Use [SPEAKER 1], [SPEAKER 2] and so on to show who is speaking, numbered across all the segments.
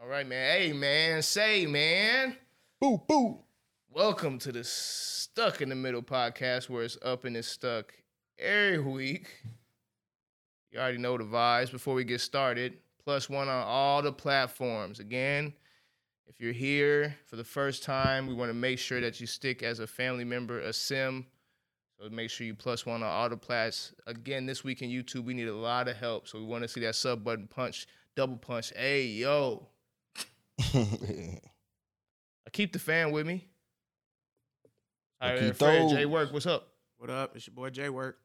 [SPEAKER 1] All right, man. Hey, man. Say, man.
[SPEAKER 2] Boo, boo.
[SPEAKER 1] Welcome to the Stuck in the Middle podcast, where it's up and it's stuck every week. You already know the vibes. Before we get started, plus one on all the platforms. Again, if you're here for the first time, we want to make sure that you stick as a family member, a sim. So make sure you plus one on all the plats. Again, this week in YouTube, we need a lot of help. So we want to see that sub button punch, double punch. Hey, yo. I keep the fan with me. All right,
[SPEAKER 2] Keep
[SPEAKER 1] Fred,
[SPEAKER 2] those.
[SPEAKER 1] J Work, what's up?
[SPEAKER 3] What up? It's your boy Jay Work.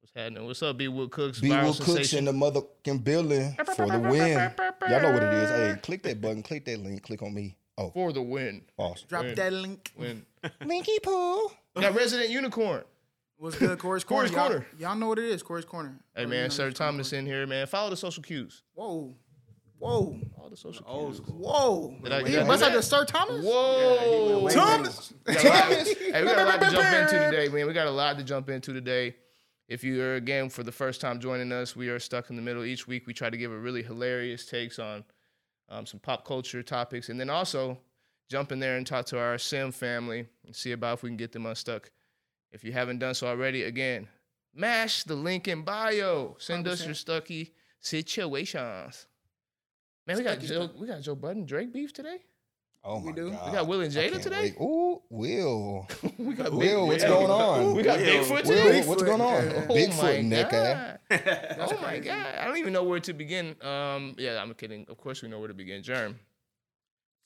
[SPEAKER 1] What's happening? What's up, B Wood Cooks?
[SPEAKER 2] B.
[SPEAKER 1] viral
[SPEAKER 2] Will Cooks in
[SPEAKER 1] sensation?
[SPEAKER 2] the motherfucking building for the win. Y'all know what it is. Hey, click that button, click that link, click on me. Oh,
[SPEAKER 1] For the win.
[SPEAKER 2] boss.
[SPEAKER 3] Drop
[SPEAKER 1] Win.
[SPEAKER 3] that link.
[SPEAKER 1] Win.
[SPEAKER 2] Linky Pooh.
[SPEAKER 1] Got Resident Unicorn.
[SPEAKER 3] What's good, Corey's Corner?
[SPEAKER 1] Corey's
[SPEAKER 3] y'all,
[SPEAKER 1] Corner.
[SPEAKER 3] Y'all know what it is, Corey's Corner.
[SPEAKER 1] Hey,
[SPEAKER 3] Oh, you know
[SPEAKER 1] man, Sir
[SPEAKER 3] it's
[SPEAKER 1] Thomas in here, man. Follow the social cues.
[SPEAKER 3] Whoa. Whoa.
[SPEAKER 1] All the social
[SPEAKER 4] Old
[SPEAKER 1] cues.
[SPEAKER 4] school.
[SPEAKER 3] Whoa.
[SPEAKER 1] Did I-
[SPEAKER 3] He
[SPEAKER 1] did I
[SPEAKER 3] bust
[SPEAKER 1] do
[SPEAKER 3] out the
[SPEAKER 1] that?
[SPEAKER 3] Sir Thomas?
[SPEAKER 1] Whoa.
[SPEAKER 3] Wait,
[SPEAKER 4] Thomas!
[SPEAKER 3] wait.
[SPEAKER 1] We got a lot- hey, we got a lot to jump into today, man. We got a lot to jump into today. If you are again for the first time joining us, we are stuck in the middle. Each week, we try to give a really hilarious takes on um, some pop culture topics, and then also jump in there and talk to our Sim family and see about if we can get them unstuck. If you haven't done so already, again, mash the link in bio. Send us your stucky situations. Man, we got
[SPEAKER 3] Stucky
[SPEAKER 1] Joe,
[SPEAKER 3] stuff.
[SPEAKER 1] we got Joe Budden Drake beef today.
[SPEAKER 2] Oh, my
[SPEAKER 3] We do. We
[SPEAKER 2] God.
[SPEAKER 1] We got Will and
[SPEAKER 2] I
[SPEAKER 1] Jada
[SPEAKER 2] can't
[SPEAKER 1] today.
[SPEAKER 2] wait. Ooh, Will.
[SPEAKER 1] we got Big-
[SPEAKER 2] Will, what's going on?
[SPEAKER 1] We got
[SPEAKER 4] Will.
[SPEAKER 1] Bigfoot
[SPEAKER 2] Will,
[SPEAKER 1] today.
[SPEAKER 2] what's
[SPEAKER 3] Bigfoot.
[SPEAKER 2] going on?
[SPEAKER 3] Yeah.
[SPEAKER 1] Oh
[SPEAKER 2] Bigfoot,
[SPEAKER 1] my
[SPEAKER 2] nigga.
[SPEAKER 1] God. oh my god! I don't even know where to begin. Um, yeah, I'm kidding. Of course, we know where to begin. Germ.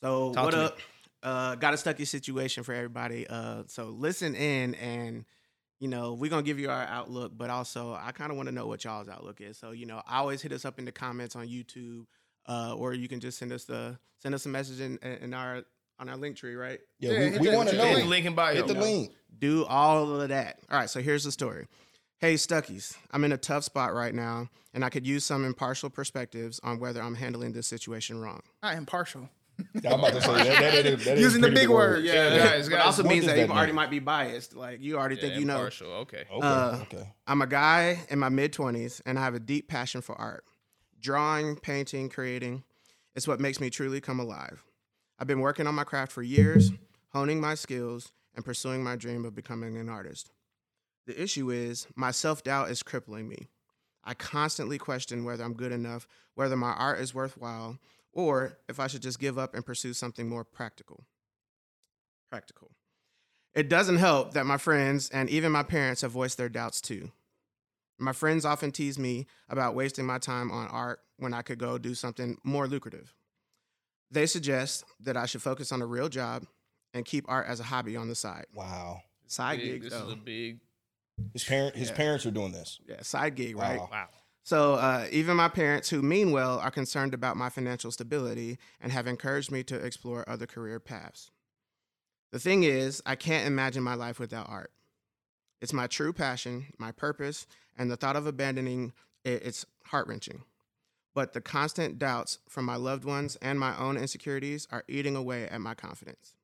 [SPEAKER 3] So
[SPEAKER 1] Talk
[SPEAKER 3] what
[SPEAKER 1] to me.
[SPEAKER 3] up? Uh, got a stucky situation for everybody. Uh, so listen in, and you know we're gonna give you our outlook, but also I kind of want to know what y'all's outlook is. So you know, always hit us up in the comments on YouTube, uh, or you can just send us the send us a message in, in our on our link tree, right?
[SPEAKER 2] Yeah,
[SPEAKER 3] Yeah,
[SPEAKER 2] we,
[SPEAKER 3] hit
[SPEAKER 2] we
[SPEAKER 3] that-
[SPEAKER 2] want to
[SPEAKER 3] hit
[SPEAKER 1] Hit the
[SPEAKER 2] know.
[SPEAKER 1] link in bio.
[SPEAKER 2] Hit the
[SPEAKER 3] No.
[SPEAKER 2] link.
[SPEAKER 3] do all of that. All right, so here's the story. Hey, Stuckies, I'm in a tough spot right now, and I could use some impartial perspectives on whether I'm handling this situation wrong. Not impartial.
[SPEAKER 2] I'm about to say that. that- that is- that is
[SPEAKER 3] Using the
[SPEAKER 2] pretty
[SPEAKER 3] big
[SPEAKER 2] good
[SPEAKER 3] word. Yeah,
[SPEAKER 1] Yeah, guys,
[SPEAKER 3] but
[SPEAKER 1] guys,
[SPEAKER 3] also
[SPEAKER 2] what
[SPEAKER 3] means
[SPEAKER 2] does
[SPEAKER 3] that,
[SPEAKER 2] that
[SPEAKER 3] you already
[SPEAKER 2] mean?
[SPEAKER 3] might be biased. Like, you already think you know.
[SPEAKER 1] impartial. Okay.
[SPEAKER 2] Okay,
[SPEAKER 3] Uh,
[SPEAKER 2] okay.
[SPEAKER 3] I'm a guy in my mid 20s, and I have a deep passion for art. Drawing, painting, creating. It's what makes me truly come alive. I've been working on my craft for years, honing my skills, and pursuing my dream of becoming an artist. The issue is, my self doubt is crippling me. I constantly question whether I'm good enough, whether my art is worthwhile, or if I should just give up and pursue something more practical. Practical. It doesn't help that my friends and even my parents have voiced their doubts too. My friends often tease me about wasting my time on art when I could go do something more lucrative. They suggest that I should focus on a real job and keep art as a hobby on the side.
[SPEAKER 2] Wow.
[SPEAKER 3] Side
[SPEAKER 1] Big-
[SPEAKER 3] gig
[SPEAKER 1] this
[SPEAKER 3] though.
[SPEAKER 1] is a big.
[SPEAKER 2] His, parent, his
[SPEAKER 3] Yeah.
[SPEAKER 2] parents are doing this.
[SPEAKER 3] yeah, side gig, right?
[SPEAKER 2] Wow.
[SPEAKER 1] Wow.
[SPEAKER 3] So uh, even my parents, who mean well, are concerned about my financial stability and have encouraged me to explore other career paths. The thing is, I can't imagine my life without art. It's my true passion, my purpose, and the thought of abandoning it, it's heart wrenching. But the constant doubts from my loved ones and my own insecurities are eating away at my confidence.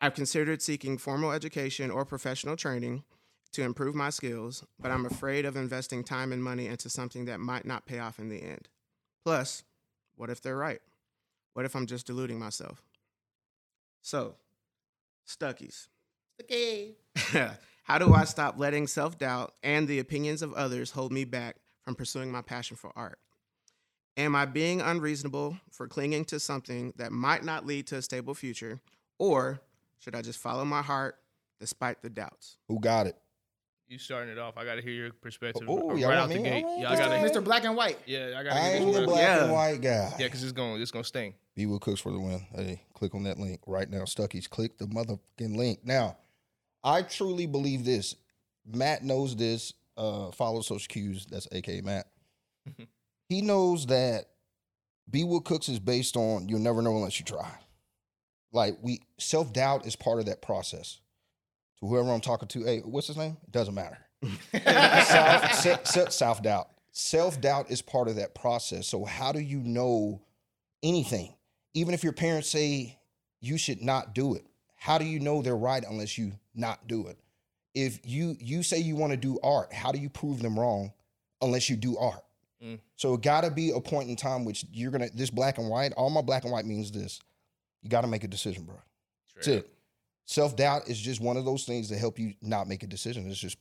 [SPEAKER 3] I've considered seeking formal education or professional training, to improve my skills, but I'm afraid of investing time and money into something that might not pay off in the end. Plus, what if they're right? What if I'm just deluding myself? So, Stuckies. Stucky. How do I stop letting self doubt and the opinions of others hold me back from pursuing my passion for art? Am I being unreasonable for clinging to something that might not lead to a stable future, or should I just follow my heart despite the doubts?
[SPEAKER 2] Who got it?
[SPEAKER 1] You starting it off. I got to hear your perspective
[SPEAKER 2] Ooh,
[SPEAKER 1] right
[SPEAKER 2] y'all want
[SPEAKER 1] out the
[SPEAKER 2] me?
[SPEAKER 1] gate.
[SPEAKER 2] All right,
[SPEAKER 1] Yeah, I got to.
[SPEAKER 2] Mr.
[SPEAKER 3] Black and White.
[SPEAKER 1] Yeah, I got to
[SPEAKER 2] I
[SPEAKER 1] hear
[SPEAKER 2] ain't
[SPEAKER 1] this.
[SPEAKER 2] the
[SPEAKER 1] one.
[SPEAKER 2] black
[SPEAKER 1] Yeah,
[SPEAKER 2] and
[SPEAKER 3] Yeah.
[SPEAKER 2] white guy.
[SPEAKER 1] because it's going. to It's going to sting.
[SPEAKER 2] B Will Cooks for the win. Hey, click on that link right now. Stuckies, click the motherfucking link. Now, I truly believe this. Matt knows this. Uh, follow social cues. That's AK Matt. he knows that B Will Cooks is based on you'll never know unless you try. Like we self doubt is part of that process. To whoever I'm talking to, hey, what's his name? It doesn't matter. self, self doubt. Self doubt is part of that process. So how do you know anything? Even if your parents say you should not do it, how do you know they're right unless you not do it? If you you say you want to do art, how do you prove them wrong unless you do art?
[SPEAKER 1] Mm.
[SPEAKER 2] So it gotta be a point in time which you're gonna this black and white. All my black and white means this: you gotta make a decision, bro. That's it. Self doubt is just one of those things that help you not make a decision. It's just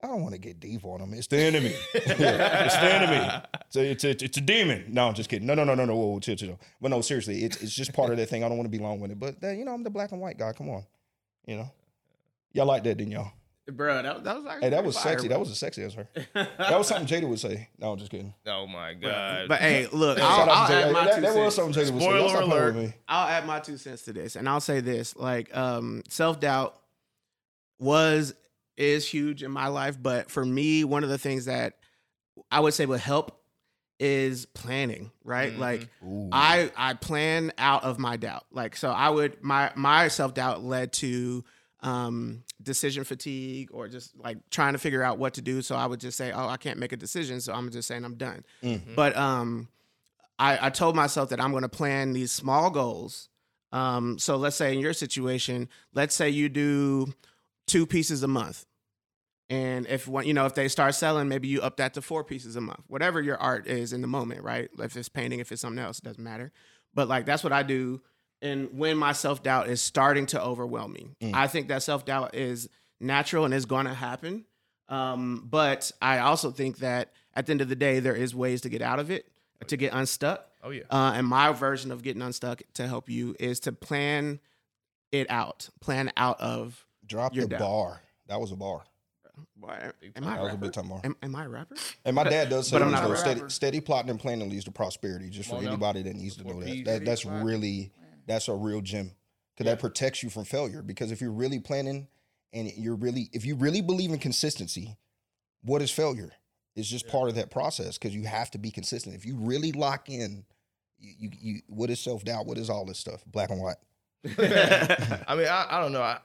[SPEAKER 2] I don't want to get deep on them. It's the enemy. it's the enemy. So it's a, it's a demon. No, I'm just kidding. No, no, no, no, no. Whoa, whoa, chill, chill, chill. But no, seriously, it's it's just part of that thing. I don't want to be long winded. But that, you know, I'm the black and white guy. Come on, you know, y'all like that, didn't y'all?
[SPEAKER 4] Bro, that, that was actually
[SPEAKER 2] Hey, that
[SPEAKER 4] pretty
[SPEAKER 2] was
[SPEAKER 4] Mm-hmm. fire,
[SPEAKER 2] sexy.
[SPEAKER 4] bro.
[SPEAKER 2] That was a sexy answer. That was something Jada would say. No, I'm just kidding.
[SPEAKER 1] Oh my god.
[SPEAKER 3] But hey, look,
[SPEAKER 2] Shout
[SPEAKER 3] I'll,
[SPEAKER 2] out
[SPEAKER 3] I'll
[SPEAKER 2] to Jada.
[SPEAKER 3] add my
[SPEAKER 2] That-
[SPEAKER 3] two
[SPEAKER 2] that was something
[SPEAKER 3] cents.
[SPEAKER 2] Jada would say. Y'all stop
[SPEAKER 1] Spoiler
[SPEAKER 2] playing with
[SPEAKER 1] alert.
[SPEAKER 2] me.
[SPEAKER 3] I'll add my two cents to this, and I'll say this: like, um, self doubt was is huge in my life, but for me, one of the things that I would say would help is planning. Right,
[SPEAKER 1] Mhm.
[SPEAKER 3] like
[SPEAKER 2] Ooh.
[SPEAKER 3] I I plan out of my doubt. Like, so I would my my self doubt led to um decision fatigue or just like trying to figure out what to do. So I would just say, oh, I can't make a decision, so I'm just saying I'm done.
[SPEAKER 2] Mm.
[SPEAKER 3] But um, I, I told myself that I'm going to plan these small goals. Um, so let's say in your situation, let's say you do two pieces a month. And if one, you know, if they start selling, maybe you up that to four pieces a month, whatever your art is in the moment, right? If it's painting, if it's something else, it doesn't matter. But like that's what I do. And when my self doubt is starting to overwhelm me,
[SPEAKER 2] Mm.
[SPEAKER 3] I think that self doubt is natural and is going to happen. Um, but I also think that at the end of the day, there is ways to get out of it, to get unstuck.
[SPEAKER 1] oh yeah.
[SPEAKER 3] Uh, and my version of getting unstuck to help you is to plan it out, plan out of.
[SPEAKER 2] Drop
[SPEAKER 3] You're
[SPEAKER 2] the
[SPEAKER 3] down.
[SPEAKER 2] bar. That was a bar.
[SPEAKER 3] Why,
[SPEAKER 1] Big
[SPEAKER 3] am
[SPEAKER 1] time.
[SPEAKER 3] I a
[SPEAKER 2] That was a
[SPEAKER 3] rapper?
[SPEAKER 2] big time bar.
[SPEAKER 3] Am, am I a rapper?
[SPEAKER 2] And my dad does say
[SPEAKER 3] But I'm
[SPEAKER 2] this,
[SPEAKER 3] not a
[SPEAKER 2] though, steady,
[SPEAKER 4] rapper.
[SPEAKER 2] steady plotting and planning leads to prosperity. Just
[SPEAKER 1] Come
[SPEAKER 2] for
[SPEAKER 1] on now.
[SPEAKER 2] anybody that needs to
[SPEAKER 1] Before
[SPEAKER 2] know
[SPEAKER 1] peace.
[SPEAKER 4] E
[SPEAKER 2] that. that that's
[SPEAKER 4] Steady plotting.
[SPEAKER 2] really that's a real gem because that protects you from failure. Because if you're really planning and you're really if you really believe in consistency, what is failure? It's just part of that process because you have to be consistent. If you really lock in, you you, you what is self doubt? What is all this stuff? Black and white.
[SPEAKER 1] I mean, I, I don't know. I,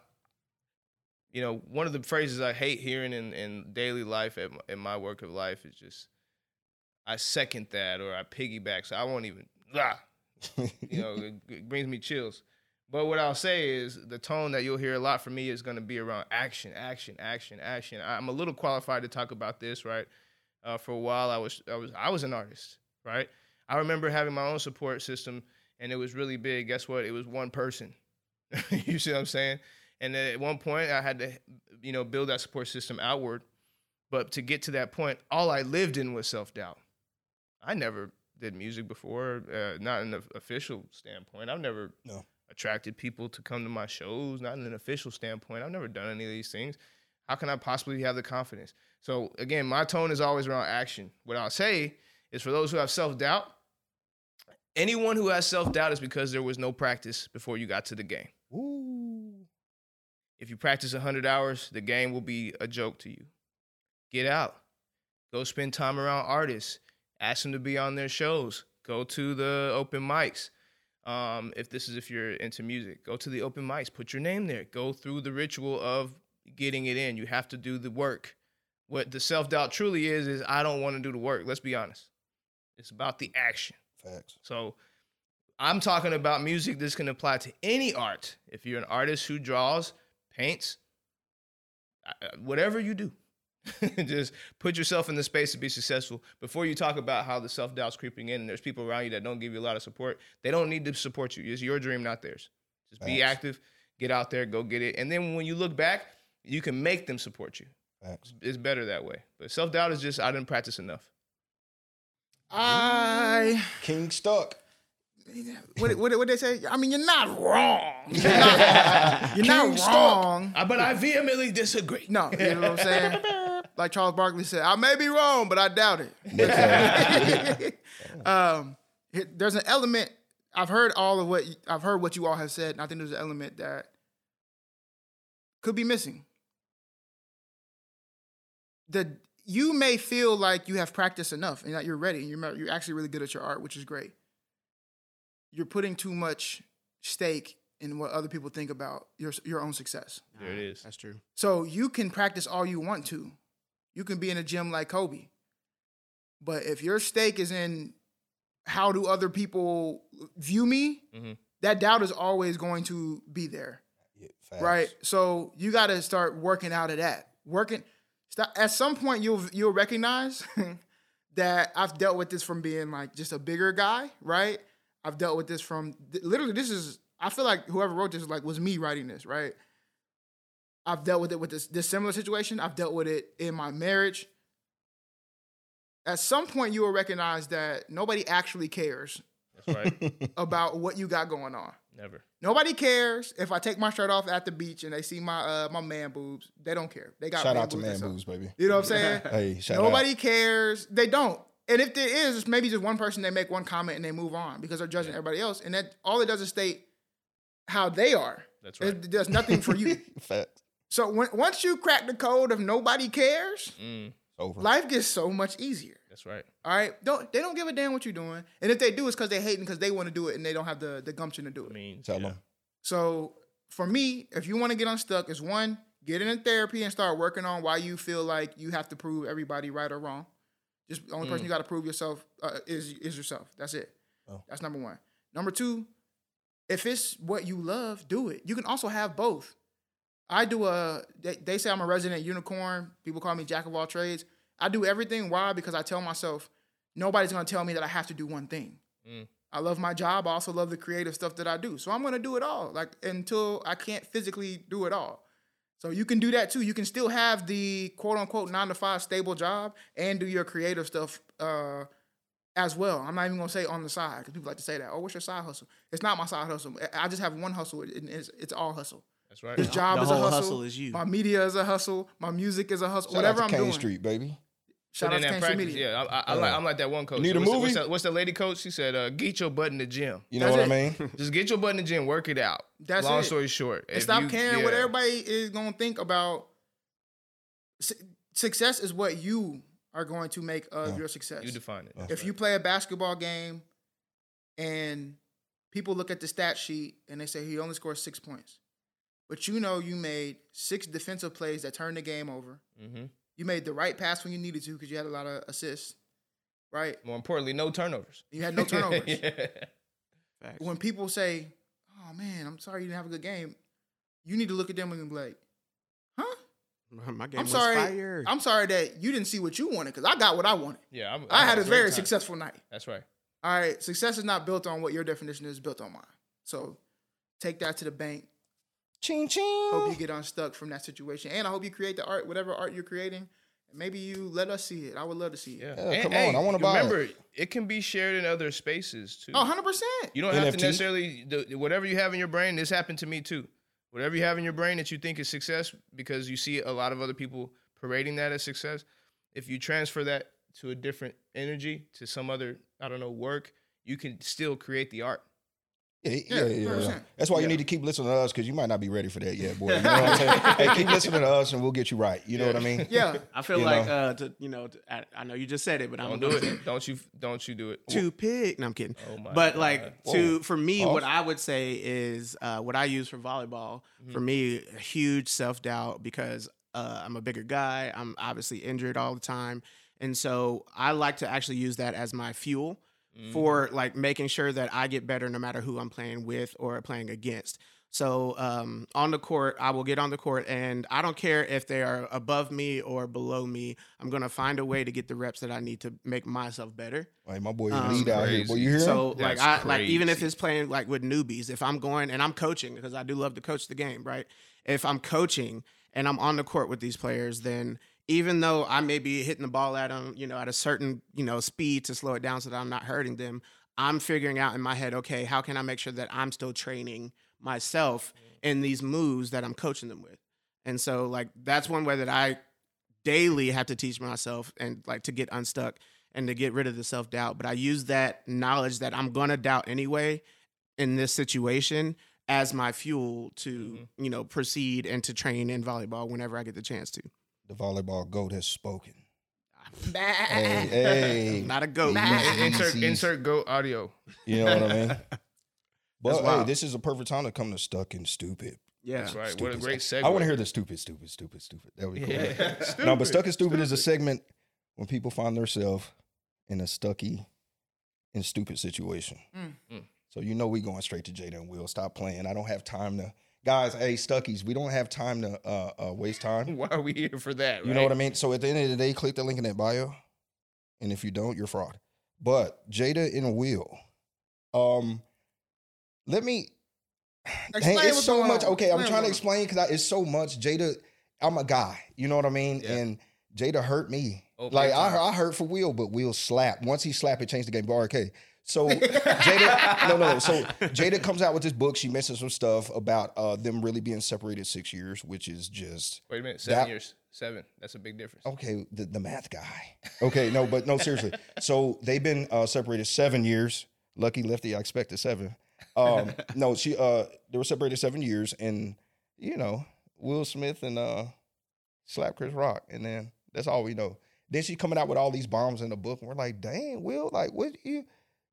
[SPEAKER 1] you know, one of the phrases I hate hearing in, in daily life at my, in my work of life is just, I second that or I piggyback. So I won't even, ah, you know, it, it brings me chills. But what I'll say is the tone that you'll hear a lot from me is going to be around action, action, action, action. I- I'm a little qualified to talk about this, right? Uh, for a while, I was, I was, I was an artist, right? I remember having my own support system, and it was really big. Guess what? It was one person. you see what I'm saying? And then at one point, I had to, you know, build that support system outward. But to get to that point, all I lived in was self doubt. I never did music before, uh, not in an official standpoint. I've never
[SPEAKER 2] No.
[SPEAKER 1] attracted people to come to my shows, not in an official standpoint. I've never done any of these things. How can I possibly have the confidence? So again, my tone is always around action. What I'll say is for those who have self doubt, anyone who has self doubt is because there was no practice before you got to the game.
[SPEAKER 2] Ooh.
[SPEAKER 1] If you practice 100 hours, the game will be a joke to you. Get out. Go spend time around artists. Ask them to be on their shows. Go to the open mics. Um, if this is if you're into music, go to the open mics. Put your name there. Go through the ritual of getting it in. You have to do the work. What the self doubt truly is is I don't want to do the work. Let's be honest. It's about the action.
[SPEAKER 2] Facts.
[SPEAKER 1] So I'm talking about music. This can apply to any art. If you're an artist who draws, paints, I- I- whatever you do, just put yourself in the space to be successful. Before you talk about how the self doubt's creeping in and there's people around you that don't give you a lot of support, they don't need to support you. It's your dream, not theirs. Just be
[SPEAKER 2] Facts.
[SPEAKER 1] active, get out there, go get it. And then when you look back, you can make them support you.
[SPEAKER 2] Facts.
[SPEAKER 1] It's better that way. But self doubt is just, I didn't practice enough.
[SPEAKER 3] I
[SPEAKER 2] King stuck.
[SPEAKER 3] what what what they say? I mean, you're not wrong.
[SPEAKER 4] You're not, you're not
[SPEAKER 3] King Stark.
[SPEAKER 4] wrong.
[SPEAKER 1] Uh, But I vehemently disagree.
[SPEAKER 4] No, you know what I'm saying? Like Charles Barkley said, I may be wrong, but I doubt it. um, it- there's an element. I've heard all of what you- I've heard what you all have said, and I think there's an element that could be missing. The you may feel like you have practiced enough and that you're ready and you're you're actually really good at your art, which is great. You're putting too much stake in what other people think about your your own success.
[SPEAKER 1] There it is.
[SPEAKER 3] That's true.
[SPEAKER 4] So you can practice all you want to. You can be in a gym like Kobe. But if your stake is in how do other people view me,
[SPEAKER 1] Mhm.
[SPEAKER 4] that doubt is always going to be there.
[SPEAKER 2] Yeah, facts.
[SPEAKER 4] Right? So you got to start working out of that. Working stop, at some point you'll you'll recognize that I've dealt with this from being like just a bigger guy, right? I've dealt with this from th- literally this is I feel like whoever wrote this like was me writing this, right? I've dealt with it with this this similar situation. I've dealt with it in my marriage. At some point you will recognize that nobody actually cares
[SPEAKER 1] That's right.
[SPEAKER 4] about what you got going on.
[SPEAKER 1] Never.
[SPEAKER 4] Nobody cares if I take my shirt off at the beach and they see my uh my man boobs. They don't care. They got
[SPEAKER 2] Shout out to Man
[SPEAKER 4] themselves.
[SPEAKER 2] Boobs, baby.
[SPEAKER 4] You know what I'm saying?
[SPEAKER 2] Hey, shout out.
[SPEAKER 4] Nobody cares. They don't. And if there is, it's maybe just one person. They make one comment and they move on because they're judging everybody else. And that all it does is state how they are.
[SPEAKER 1] That's right.
[SPEAKER 4] It does nothing for you.
[SPEAKER 2] Fact.
[SPEAKER 4] so when, once you crack the code of nobody cares,
[SPEAKER 1] Mm,
[SPEAKER 2] Over.
[SPEAKER 4] life gets so much easier.
[SPEAKER 1] that's right.
[SPEAKER 4] All right, don't they don't give a damn what you're doing. And if they do, it's because they hating because they want to do it and they don't have the the gumption to do
[SPEAKER 1] I
[SPEAKER 4] it.
[SPEAKER 1] mean,
[SPEAKER 2] Tell
[SPEAKER 1] yeah.
[SPEAKER 2] them.
[SPEAKER 4] So for me, if you want to get unstuck, is one, get in therapy and start working on why you feel like you have to prove everybody right or wrong. Just the only person you got to prove yourself uh, is is yourself. That's it.
[SPEAKER 2] Oh.
[SPEAKER 4] That's number one. Number two, if it's what you love, do it. You can also have both. I do a. They, they say I'm a resident unicorn. People call me jack of all trades. I do everything. Why? Because I tell myself nobody's gonna tell me that I have to do one thing.
[SPEAKER 1] Mm.
[SPEAKER 4] I love my job. I also love the creative stuff that I do. So I'm gonna do it all. Like until I can't physically do it all. So you can do that too. You can still have the quote unquote nine to five stable job and do your creative stuff uh, as well. I'm not even gonna say on the side because people like to say that. Oh, what's your side hustle? It's not my side hustle. I- I just have one hustle. and It's, it's all hustle.
[SPEAKER 1] That's right.
[SPEAKER 4] This job
[SPEAKER 3] the
[SPEAKER 4] is a
[SPEAKER 3] whole
[SPEAKER 4] hustle.
[SPEAKER 3] hustle is you.
[SPEAKER 4] My media is a hustle. My music is a hustle.
[SPEAKER 2] Shout
[SPEAKER 4] Whatever
[SPEAKER 2] out
[SPEAKER 4] I'm
[SPEAKER 2] to Kane
[SPEAKER 4] doing.
[SPEAKER 2] Street, baby.
[SPEAKER 4] Shout
[SPEAKER 1] Put
[SPEAKER 4] out
[SPEAKER 1] in
[SPEAKER 4] to
[SPEAKER 1] that
[SPEAKER 4] Kane Street
[SPEAKER 1] practice.
[SPEAKER 4] Media.
[SPEAKER 1] Yeah, I, I, I like, I'm like that one coach.
[SPEAKER 2] Need a
[SPEAKER 1] What's the-
[SPEAKER 2] movie?
[SPEAKER 1] What's that, what's that lady coach? She said, uh, "Get your butt in the gym.
[SPEAKER 2] You know
[SPEAKER 4] That's
[SPEAKER 2] what I mean?
[SPEAKER 1] Just get your butt in the gym. Work it out."
[SPEAKER 4] That's
[SPEAKER 1] Long
[SPEAKER 4] it.
[SPEAKER 1] story short,
[SPEAKER 4] and
[SPEAKER 1] if
[SPEAKER 4] stop
[SPEAKER 1] you-
[SPEAKER 4] caring
[SPEAKER 1] yeah,
[SPEAKER 4] what everybody is gonna think about. Su- success is what you are going to make of
[SPEAKER 2] Yeah.
[SPEAKER 4] your success.
[SPEAKER 1] You define it.
[SPEAKER 4] if you play a basketball game and people look at the stat sheet and they say he only scored six points, but you know you made six defensive plays that turned the game over.
[SPEAKER 1] hmm
[SPEAKER 4] You made the right pass when you needed to because you had a lot of assists, right?
[SPEAKER 1] More importantly, no turnovers.
[SPEAKER 4] You had no turnovers.
[SPEAKER 1] yeah.
[SPEAKER 3] Facts.
[SPEAKER 4] When people say, "Oh man, I'm sorry you didn't have a good game," you need to look at them and be like, "Huh?
[SPEAKER 3] My game
[SPEAKER 4] I'm
[SPEAKER 3] was
[SPEAKER 4] sorry.
[SPEAKER 3] fire.
[SPEAKER 4] I'm sorry that you didn't see what you wanted because I got what I wanted.
[SPEAKER 1] Yeah, I'm-
[SPEAKER 4] I had a
[SPEAKER 1] great
[SPEAKER 4] very
[SPEAKER 1] time.
[SPEAKER 4] successful night."
[SPEAKER 1] That's right.
[SPEAKER 4] All right, success is not built on what your definition is built on mine. So take that to the bank.
[SPEAKER 2] Ching
[SPEAKER 4] Hope
[SPEAKER 2] ching.
[SPEAKER 4] you get unstuck from that situation. And I hope you create the art, whatever art you're creating. Maybe you let us see it. I would love to see it.
[SPEAKER 1] Yeah.
[SPEAKER 2] Yeah, come on, I wanna buy it.
[SPEAKER 1] Remember, it. can be shared in other spaces too.
[SPEAKER 4] Oh, 100%.
[SPEAKER 1] You don't have
[SPEAKER 2] NFT?
[SPEAKER 1] to necessarily the, whatever you have in your brain. This happened to me too. Whatever you have in your brain that you think is success, because you see a lot of other people parading that as success. If you transfer that to a different energy, to some other, I don't know, work, you can still create the art.
[SPEAKER 2] Yeah,
[SPEAKER 4] Yeah,
[SPEAKER 2] yeah, yeah. yeah.
[SPEAKER 4] 100%.
[SPEAKER 2] That's why you need to keep listening to us because you might not be ready for that yet, boy. You know what I'm saying? hey, keep listening to us and we'll get you right. You know what I mean?
[SPEAKER 4] Yeah.
[SPEAKER 3] I feel
[SPEAKER 2] You
[SPEAKER 3] like
[SPEAKER 2] know.
[SPEAKER 3] uh, to, you know, to, I, I know you just said it, but I'm
[SPEAKER 1] Don't
[SPEAKER 3] gonna
[SPEAKER 1] do it. Don't you? Don't you do it?
[SPEAKER 3] Too pig. No, I'm kidding.
[SPEAKER 1] Oh my
[SPEAKER 3] but
[SPEAKER 1] God.
[SPEAKER 3] like uh,
[SPEAKER 2] Whoa.
[SPEAKER 3] to for me, what
[SPEAKER 2] Off.
[SPEAKER 3] I would say is uh, what I use for volleyball. For me, a huge self doubt because uh, I'm a bigger guy. I'm obviously injured all the time, and so I like to actually use that as my fuel
[SPEAKER 1] Mm.
[SPEAKER 3] for like making sure that I get better no matter who I'm playing with or playing against. So um, on the court, I will get on the court, and I don't care if they are above me or below me. I'm gonna find a way to get the reps that I need to make myself better.
[SPEAKER 2] Hey, my boy,
[SPEAKER 3] Um,
[SPEAKER 2] lead out here. Boy, you hear? him?
[SPEAKER 3] So like
[SPEAKER 1] That's
[SPEAKER 3] I like even if
[SPEAKER 1] crazy.
[SPEAKER 3] it's playing like with newbies, if I'm going and I'm coaching because I do love to coach the game, right? If I'm coaching and I'm on the court with these players, then even though I may be hitting the ball at them, you know, at a certain you know speed to slow it down so that I'm not hurting them, I'm figuring out in my head, okay, how can I make sure that I'm still training myself in these moves that I'm coaching them with? And so like that's one way that I daily have to teach myself and like to get unstuck and to get rid of the self doubt. But I use that knowledge that I'm gonna doubt anyway in this situation as my fuel to you know proceed and to train in volleyball whenever I get the chance to.
[SPEAKER 2] the volleyball goat has spoken. hey, hey.
[SPEAKER 3] Not a goat.
[SPEAKER 2] Nah.
[SPEAKER 1] insert
[SPEAKER 2] Easy.
[SPEAKER 1] insert goat audio.
[SPEAKER 2] You know what I mean? But hey,
[SPEAKER 3] wild.
[SPEAKER 2] this is a perfect time to come to stuck and stupid.
[SPEAKER 3] Yeah.
[SPEAKER 1] That's right. What a
[SPEAKER 2] Stupid
[SPEAKER 1] great
[SPEAKER 2] stuff.
[SPEAKER 1] segue.
[SPEAKER 2] I want to hear the stupid, stupid, stupid, stupid. That would be cool.
[SPEAKER 1] Yeah.
[SPEAKER 2] No, but stuck and stupid, is a segment when people find themselves in a stucky and stupid situation.
[SPEAKER 4] Mm.
[SPEAKER 1] Mm.
[SPEAKER 2] So you know we going straight to Jada and Will. Stop playing. I don't have time to guys. Hey, stuckies, we don't have time to uh, uh, waste time.
[SPEAKER 1] Why are we here for that?
[SPEAKER 2] You know what I mean? So at the end of the day, click the link in that bio And if you don't, you're fraud. But Jada and Will, um, let me. Dang,
[SPEAKER 4] Explain
[SPEAKER 2] it's
[SPEAKER 4] what's
[SPEAKER 2] so
[SPEAKER 4] going
[SPEAKER 2] much.
[SPEAKER 4] on.
[SPEAKER 2] Okay, I'm
[SPEAKER 4] Explain
[SPEAKER 2] trying to
[SPEAKER 4] what's
[SPEAKER 2] explain because it's so much. Jada, I'm a guy. You know what I mean?
[SPEAKER 5] Yeah.
[SPEAKER 2] And Jada hurt me.
[SPEAKER 1] Oh, big
[SPEAKER 2] like I,
[SPEAKER 1] time.
[SPEAKER 2] I hurt for Will, but Will slapped. Once he slapped, it changed the game. Bar okay. So Jada, no, no, no. So Jada comes out with this book. She mentions some stuff about uh, them really being separated six years, which is just
[SPEAKER 1] Wait a minute, seven
[SPEAKER 2] That-
[SPEAKER 1] years, seven. That's a big difference.
[SPEAKER 2] okay the, the math guy okay no but no seriously so they've been uh, separated seven years lucky lefty i expected seven um no she uh they were separated seven years and you know will smith and uh slap chris rock and then that's all we know then she coming out with all these bombs in the book and we're like dang will like what you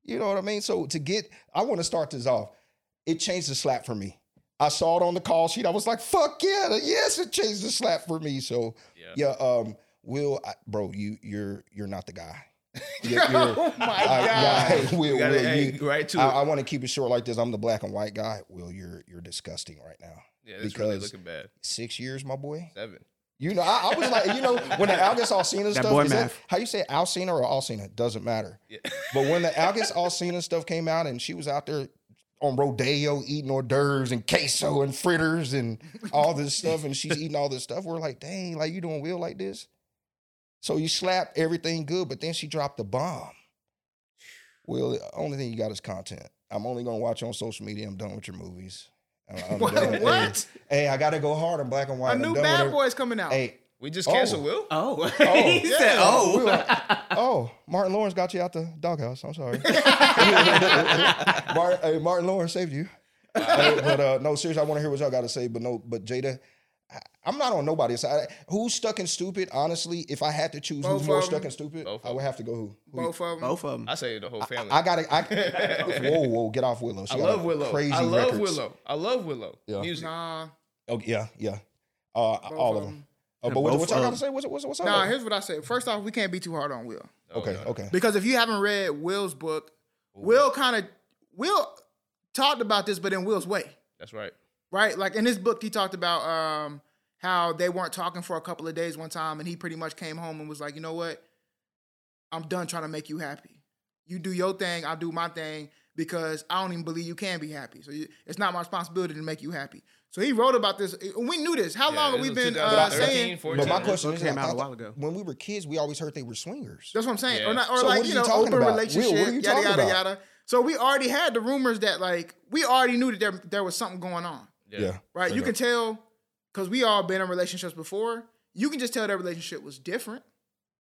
[SPEAKER 2] you know what i mean so to get i want to start this off it changed the slap for me i saw it on the call sheet i was like fuck yeah yes it changed the slap for me so
[SPEAKER 1] Yeah.
[SPEAKER 2] yeah, um, Will, I, bro, you you're you're not the guy. You're- you're-
[SPEAKER 1] oh my
[SPEAKER 2] I-
[SPEAKER 1] god.
[SPEAKER 2] yeah, Will,
[SPEAKER 1] We gotta
[SPEAKER 2] Will,
[SPEAKER 1] hey,
[SPEAKER 2] you-
[SPEAKER 1] right to
[SPEAKER 2] I,
[SPEAKER 1] it.
[SPEAKER 2] I want to keep it short like this. I'm the black and white guy. Will, you're you're disgusting right now.
[SPEAKER 1] yeah, that's really
[SPEAKER 2] because-
[SPEAKER 1] looking bad.
[SPEAKER 2] Six years, my boy.
[SPEAKER 1] Seven.
[SPEAKER 2] You know, I, I was like, you know, when the Algus Alcina
[SPEAKER 3] That
[SPEAKER 2] stuff,
[SPEAKER 3] boy
[SPEAKER 2] is that,
[SPEAKER 3] math.
[SPEAKER 2] how you say Alcina or Alcina? Doesn't matter.
[SPEAKER 1] Yeah.
[SPEAKER 2] But when the Algus Alcina stuff came out and she was out there on Rodeo eating hors d'oeuvres and queso and fritters and all this stuff, and she's eating all this stuff, we're like, dang, like you doing Will like this? So you slap everything good, but then she dropped the bomb. Well, the only thing you got is content. I'm only gonna watch you on social media. I'm done with your movies. I'm- I'm
[SPEAKER 4] What?
[SPEAKER 2] done. Hey,
[SPEAKER 4] What?
[SPEAKER 2] Hey, I gotta go hard on black and white.
[SPEAKER 4] A
[SPEAKER 2] I'm done
[SPEAKER 4] new
[SPEAKER 2] with
[SPEAKER 4] Bad
[SPEAKER 2] it.
[SPEAKER 4] Boy's coming out.
[SPEAKER 2] Hey,
[SPEAKER 1] We just
[SPEAKER 2] Oh.
[SPEAKER 1] canceled Will?
[SPEAKER 5] Oh,
[SPEAKER 2] Oh,
[SPEAKER 5] he said,
[SPEAKER 2] We
[SPEAKER 5] "Oh,
[SPEAKER 2] were- oh, Martin Lawrence got you out the doghouse. I'm sorry. Mar- hey, Martin Lawrence saved you. Hey, but uh, no, seriously, I want to hear what y'all got to say. But no, but Jada, I, I'm not on nobody's side. Who's stuck and stupid? Honestly, if I had to choose
[SPEAKER 4] Both
[SPEAKER 2] who's more
[SPEAKER 4] of 'em.
[SPEAKER 2] stuck and stupid,
[SPEAKER 1] Both of
[SPEAKER 2] I would have to go who. who
[SPEAKER 4] Both of them.
[SPEAKER 3] Both of them.
[SPEAKER 1] I say the whole family.
[SPEAKER 2] I gotta. I, whoa, whoa, get off Willow. She
[SPEAKER 1] I
[SPEAKER 2] got
[SPEAKER 1] love
[SPEAKER 2] a
[SPEAKER 1] Willow.
[SPEAKER 2] Crazy
[SPEAKER 1] I love
[SPEAKER 2] records.
[SPEAKER 1] Willow. I love Willow.
[SPEAKER 2] Yeah.
[SPEAKER 1] Music.
[SPEAKER 4] Nah,
[SPEAKER 2] Oh, yeah, yeah. Uh,
[SPEAKER 4] both
[SPEAKER 2] all of them. Uh, but what,
[SPEAKER 3] Both
[SPEAKER 2] what y'all
[SPEAKER 3] of
[SPEAKER 2] got to
[SPEAKER 3] 'em.
[SPEAKER 2] say? What's what's what's up?
[SPEAKER 4] Nah, here's what I say. First off, we can't be too hard on Will
[SPEAKER 1] Oh,
[SPEAKER 2] okay,
[SPEAKER 1] no, no.
[SPEAKER 2] okay.
[SPEAKER 4] because if you haven't read Will's book, Will kind of Will talked about this, but in Will's way.
[SPEAKER 1] That's right.
[SPEAKER 4] right? Like in his book, he talked about um, how they weren't talking for a couple of days one time, and he pretty much came home and was like, "You know what? I'm done trying to make you happy. You do your thing, I'll do my thing because I don't even believe you can be happy. So you, it's not my responsibility to make you happy." So he wrote about this. and We knew this. How
[SPEAKER 1] Yeah,
[SPEAKER 4] long have
[SPEAKER 1] this
[SPEAKER 4] we
[SPEAKER 1] was
[SPEAKER 4] been uh,
[SPEAKER 1] 2013,
[SPEAKER 4] saying?
[SPEAKER 1] 14.
[SPEAKER 2] But my
[SPEAKER 1] This
[SPEAKER 2] question
[SPEAKER 3] book
[SPEAKER 2] is,
[SPEAKER 3] came
[SPEAKER 2] I
[SPEAKER 3] out a
[SPEAKER 2] thought-
[SPEAKER 3] while ago.
[SPEAKER 2] When we were kids, we always heard they were swingers.
[SPEAKER 4] That's what I'm saying.
[SPEAKER 1] Yeah.
[SPEAKER 4] Or, not, or
[SPEAKER 2] So
[SPEAKER 4] like
[SPEAKER 2] what are
[SPEAKER 4] you
[SPEAKER 2] you
[SPEAKER 4] know,
[SPEAKER 2] talking
[SPEAKER 4] open
[SPEAKER 2] about? Will,
[SPEAKER 4] relationship,
[SPEAKER 2] what are you
[SPEAKER 4] yada
[SPEAKER 2] talking
[SPEAKER 4] yada
[SPEAKER 2] about?
[SPEAKER 4] yada. So we already had the rumors that like we already knew that there there was something going on.
[SPEAKER 1] Yeah.
[SPEAKER 4] right? You
[SPEAKER 2] Okay.
[SPEAKER 4] can tell because we all been in relationships before. You can just tell that relationship was different,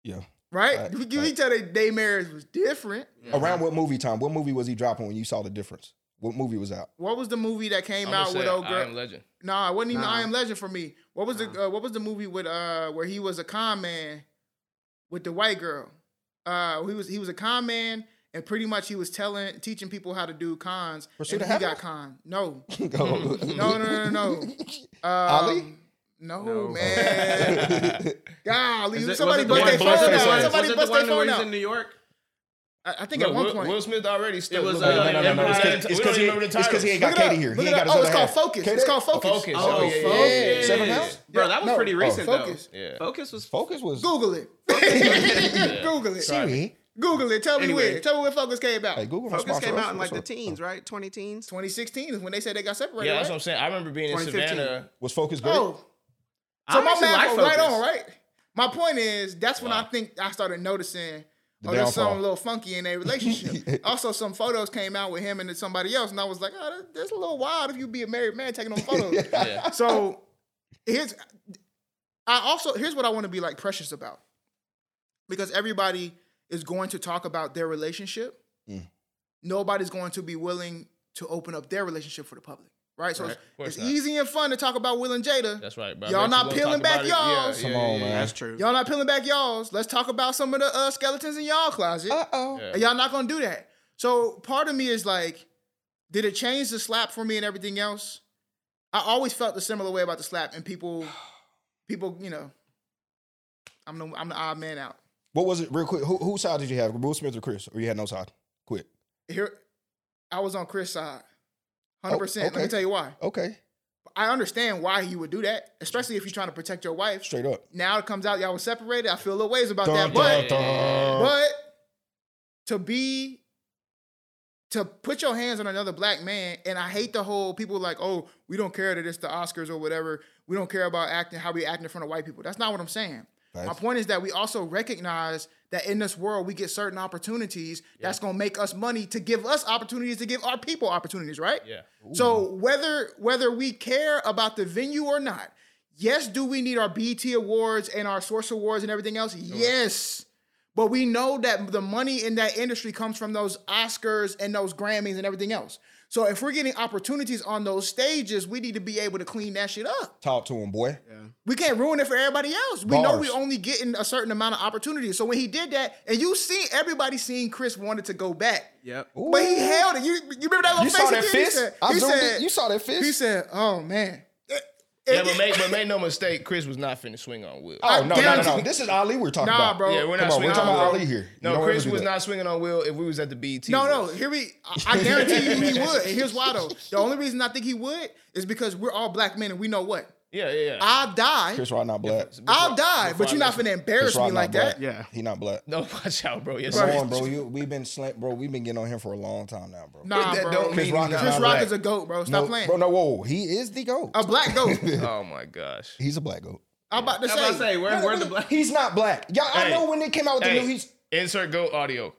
[SPEAKER 2] yeah.
[SPEAKER 4] right?
[SPEAKER 2] Right,
[SPEAKER 4] you can you
[SPEAKER 2] right.
[SPEAKER 4] can tell that day marriage was different.
[SPEAKER 2] Around
[SPEAKER 4] Mm-hmm.
[SPEAKER 2] what movie time? What movie was he dropping when you saw the difference? What movie was out?
[SPEAKER 4] What was the movie that came
[SPEAKER 1] I'm
[SPEAKER 4] out
[SPEAKER 1] out
[SPEAKER 4] with old
[SPEAKER 1] I
[SPEAKER 4] girl?
[SPEAKER 1] am legend.
[SPEAKER 4] Nah, it wasn't even
[SPEAKER 3] Nah.
[SPEAKER 4] I Am Legend for me. What was the uh, What was the movie with uh where he was a con man with the white girl? Uh, he was he was a con man. And pretty much he was telling, teaching people how to do cons.
[SPEAKER 2] Pursuit
[SPEAKER 4] and
[SPEAKER 2] of
[SPEAKER 4] he
[SPEAKER 2] Happiness?
[SPEAKER 4] got con. No,
[SPEAKER 2] no,
[SPEAKER 4] Hmm. no, no, no, no. Um,
[SPEAKER 2] Ali?
[SPEAKER 4] No,
[SPEAKER 1] No.
[SPEAKER 4] man. Golly, somebody
[SPEAKER 5] it
[SPEAKER 4] bust their
[SPEAKER 5] the one-
[SPEAKER 4] phone
[SPEAKER 5] was it the
[SPEAKER 4] out.
[SPEAKER 5] one-
[SPEAKER 4] Somebody
[SPEAKER 5] was it
[SPEAKER 4] bust
[SPEAKER 5] the
[SPEAKER 4] their phone
[SPEAKER 5] one where he's
[SPEAKER 4] out.
[SPEAKER 5] in New York?
[SPEAKER 4] I I think
[SPEAKER 1] Look,
[SPEAKER 4] at one
[SPEAKER 1] Will,
[SPEAKER 4] point.
[SPEAKER 1] Will Smith already still.
[SPEAKER 5] It was,
[SPEAKER 1] look,
[SPEAKER 5] uh,
[SPEAKER 1] look,
[SPEAKER 5] no, no,
[SPEAKER 1] look,
[SPEAKER 5] no, no,
[SPEAKER 1] look,
[SPEAKER 5] it's
[SPEAKER 1] look, look,
[SPEAKER 5] 'cause- it's
[SPEAKER 1] we
[SPEAKER 5] 'cause
[SPEAKER 1] don't
[SPEAKER 5] he-
[SPEAKER 1] even remember the
[SPEAKER 2] it's 'cause
[SPEAKER 1] title.
[SPEAKER 2] he ain't got
[SPEAKER 4] Look it
[SPEAKER 2] Katie
[SPEAKER 4] up.
[SPEAKER 2] here. He
[SPEAKER 4] Look it
[SPEAKER 2] ain't got his
[SPEAKER 4] up. Oh, it's
[SPEAKER 2] other
[SPEAKER 4] called
[SPEAKER 2] half.
[SPEAKER 4] Focus. It's
[SPEAKER 2] Katie?
[SPEAKER 4] called Focus.
[SPEAKER 1] Focus.
[SPEAKER 5] Oh,
[SPEAKER 1] Oh, yeah.
[SPEAKER 5] Focus.
[SPEAKER 2] Seven House?
[SPEAKER 5] Bro, that was
[SPEAKER 2] No,
[SPEAKER 5] pretty
[SPEAKER 2] oh.
[SPEAKER 5] recent
[SPEAKER 4] Focus.
[SPEAKER 5] though.
[SPEAKER 1] Yeah.
[SPEAKER 5] Focus was
[SPEAKER 2] Focus was
[SPEAKER 4] Google it. Google it.
[SPEAKER 2] Siri.
[SPEAKER 4] Google it. Tell me
[SPEAKER 5] Anyway.
[SPEAKER 4] when. Tell me when Focus came out.
[SPEAKER 2] Hey, Google don't
[SPEAKER 3] Focus
[SPEAKER 2] sponsor
[SPEAKER 3] came
[SPEAKER 2] us.
[SPEAKER 3] out in like the
[SPEAKER 2] What's up?
[SPEAKER 3] teens, right? Twenty teens.
[SPEAKER 4] 2016 is when they said they got separated.
[SPEAKER 1] Yeah, that's what I'm
[SPEAKER 4] right?
[SPEAKER 1] saying. I remember being in
[SPEAKER 3] 2015.
[SPEAKER 1] Savannah.
[SPEAKER 2] Was Focus great?
[SPEAKER 4] Oh,
[SPEAKER 5] I
[SPEAKER 4] so my
[SPEAKER 5] actually
[SPEAKER 4] man
[SPEAKER 5] like
[SPEAKER 4] was
[SPEAKER 5] Focus.
[SPEAKER 4] right on, right? My point is, that's when I think I started noticing. oh, there's
[SPEAKER 2] downfall.
[SPEAKER 4] something a little funky in their relationship. also, some photos came out with him and then somebody else, and I was like, oh, that- that's a little wild if you be a married man taking them photos.
[SPEAKER 1] Yeah.
[SPEAKER 4] So here's I also here's what I want to be like precious about. Because everybody is going to talk about their relationship.
[SPEAKER 2] Mm.
[SPEAKER 4] Nobody's going to be willing to open up their relationship for the public. Right? So
[SPEAKER 1] Right, of course
[SPEAKER 4] it's, it's
[SPEAKER 1] not.
[SPEAKER 4] easy and fun to talk about Will and Jada.
[SPEAKER 1] That's right. Bro.
[SPEAKER 4] Y'all not peeling back y'all.
[SPEAKER 2] Come on, man.
[SPEAKER 3] That's true.
[SPEAKER 4] Y'all not peeling back y'all's. Let's talk about some of the uh, skeletons in y'all closet.
[SPEAKER 2] Uh oh.
[SPEAKER 1] Yeah.
[SPEAKER 4] And y'all not gonna do that. So part of me is like, did it change the slap for me and everything else? I always felt the similar way about the slap, and people, people, you know, I'm the I'm the odd man out.
[SPEAKER 2] What was it, real quick? Who, whose side did you have? Will Smith or Chris? Or you had no side? Quick.
[SPEAKER 4] Here, I was on Chris' side, hundred
[SPEAKER 2] Oh,
[SPEAKER 4] percent. Let
[SPEAKER 2] okay.
[SPEAKER 4] me tell you why.
[SPEAKER 2] Okay.
[SPEAKER 4] I understand why you would do that, especially if you're trying to protect your wife.
[SPEAKER 2] Straight up.
[SPEAKER 4] Now it comes out y'all were separated. I feel a little ways about
[SPEAKER 2] Dun, dun,
[SPEAKER 4] that, but
[SPEAKER 2] dun.
[SPEAKER 4] but to be to put your hands on another black man, and I hate the whole people like, oh, we don't care that it's the Oscars or whatever. We don't care about acting how we act in front of white people. That's not what I'm saying. My
[SPEAKER 2] Facts.
[SPEAKER 4] point is that we also recognize that in this world we get certain opportunities that's gonna make us money to give us opportunities to give our people opportunities, right?
[SPEAKER 1] Yeah.
[SPEAKER 4] So whether whether we care about the venue or not, yes, do we need our BT awards and our source awards and everything else? Yes. But we know that the money in that industry comes from those Oscars and those Grammys and everything else. So if we're getting opportunities on those stages, we need to be able to clean that shit up.
[SPEAKER 2] Talk to him, boy.
[SPEAKER 4] We can't ruin it for everybody else. We know we
[SPEAKER 2] Bars.
[SPEAKER 4] only getting a certain amount of opportunities. So when he did that, and you see everybody seeing Chris wanted to go back.
[SPEAKER 3] Yep.
[SPEAKER 4] But he held it. You, you remember that little
[SPEAKER 2] You
[SPEAKER 4] face
[SPEAKER 2] saw
[SPEAKER 4] he
[SPEAKER 2] that
[SPEAKER 4] did? He
[SPEAKER 2] fist?
[SPEAKER 4] said-
[SPEAKER 2] I
[SPEAKER 4] he
[SPEAKER 2] zoomed
[SPEAKER 4] said-
[SPEAKER 2] in. You saw that fist?
[SPEAKER 4] He said, "Oh man." It-
[SPEAKER 1] Yeah,
[SPEAKER 4] it-
[SPEAKER 1] but make, but make no mistake, Chris was not finna swing on Will.
[SPEAKER 2] Oh, no, no, no, no.
[SPEAKER 4] guarantee-
[SPEAKER 2] This is Ali we're talking
[SPEAKER 4] Nah,
[SPEAKER 2] about.
[SPEAKER 4] bro.
[SPEAKER 1] yeah, we're not
[SPEAKER 2] Come on,
[SPEAKER 1] swinging
[SPEAKER 2] we're talking
[SPEAKER 1] on
[SPEAKER 2] about
[SPEAKER 1] Will.
[SPEAKER 2] Ali here. You
[SPEAKER 1] No,
[SPEAKER 2] don't
[SPEAKER 1] Chris
[SPEAKER 2] ever do
[SPEAKER 1] was
[SPEAKER 2] that.
[SPEAKER 1] not swinging on Will if we was at the BT.
[SPEAKER 4] No, no. Here we. I, I guarantee you, he would. And here's why though. The only reason I think he would is because we're all black men, and we know what.
[SPEAKER 1] Yeah, yeah, yeah.
[SPEAKER 4] I'll die.
[SPEAKER 2] Chris Rock not black.
[SPEAKER 4] I'll die. But
[SPEAKER 1] I
[SPEAKER 4] you're not
[SPEAKER 1] listen.
[SPEAKER 4] finna
[SPEAKER 2] Chris
[SPEAKER 4] embarrass
[SPEAKER 2] Rock
[SPEAKER 4] me
[SPEAKER 2] not
[SPEAKER 4] like
[SPEAKER 2] black.
[SPEAKER 4] that.
[SPEAKER 3] Yeah.
[SPEAKER 2] He not black.
[SPEAKER 1] no, watch out, bro. Yes,
[SPEAKER 2] Come
[SPEAKER 1] sir.
[SPEAKER 2] on, bro. You, we've been slant, bro. We've been getting on him for a long time now, bro.
[SPEAKER 4] Nah,
[SPEAKER 1] That
[SPEAKER 4] bro.
[SPEAKER 1] don't
[SPEAKER 4] Chris
[SPEAKER 1] mean
[SPEAKER 2] Rock
[SPEAKER 1] he's
[SPEAKER 2] is
[SPEAKER 1] not
[SPEAKER 2] not
[SPEAKER 4] Rock
[SPEAKER 1] black.
[SPEAKER 4] is a goat, bro. Stop
[SPEAKER 2] no,
[SPEAKER 4] playing.
[SPEAKER 2] Bro, no, whoa. He is the goat.
[SPEAKER 4] A black goat.
[SPEAKER 1] Oh my gosh.
[SPEAKER 2] He's a black goat.
[SPEAKER 4] I'm about to
[SPEAKER 3] I'm about to say,
[SPEAKER 4] say.
[SPEAKER 3] where, where the black?
[SPEAKER 2] He's not black. Y'all, I
[SPEAKER 1] Hey.
[SPEAKER 2] know when they came out with the new.
[SPEAKER 1] Hey,
[SPEAKER 2] He's.
[SPEAKER 1] insert goat audio.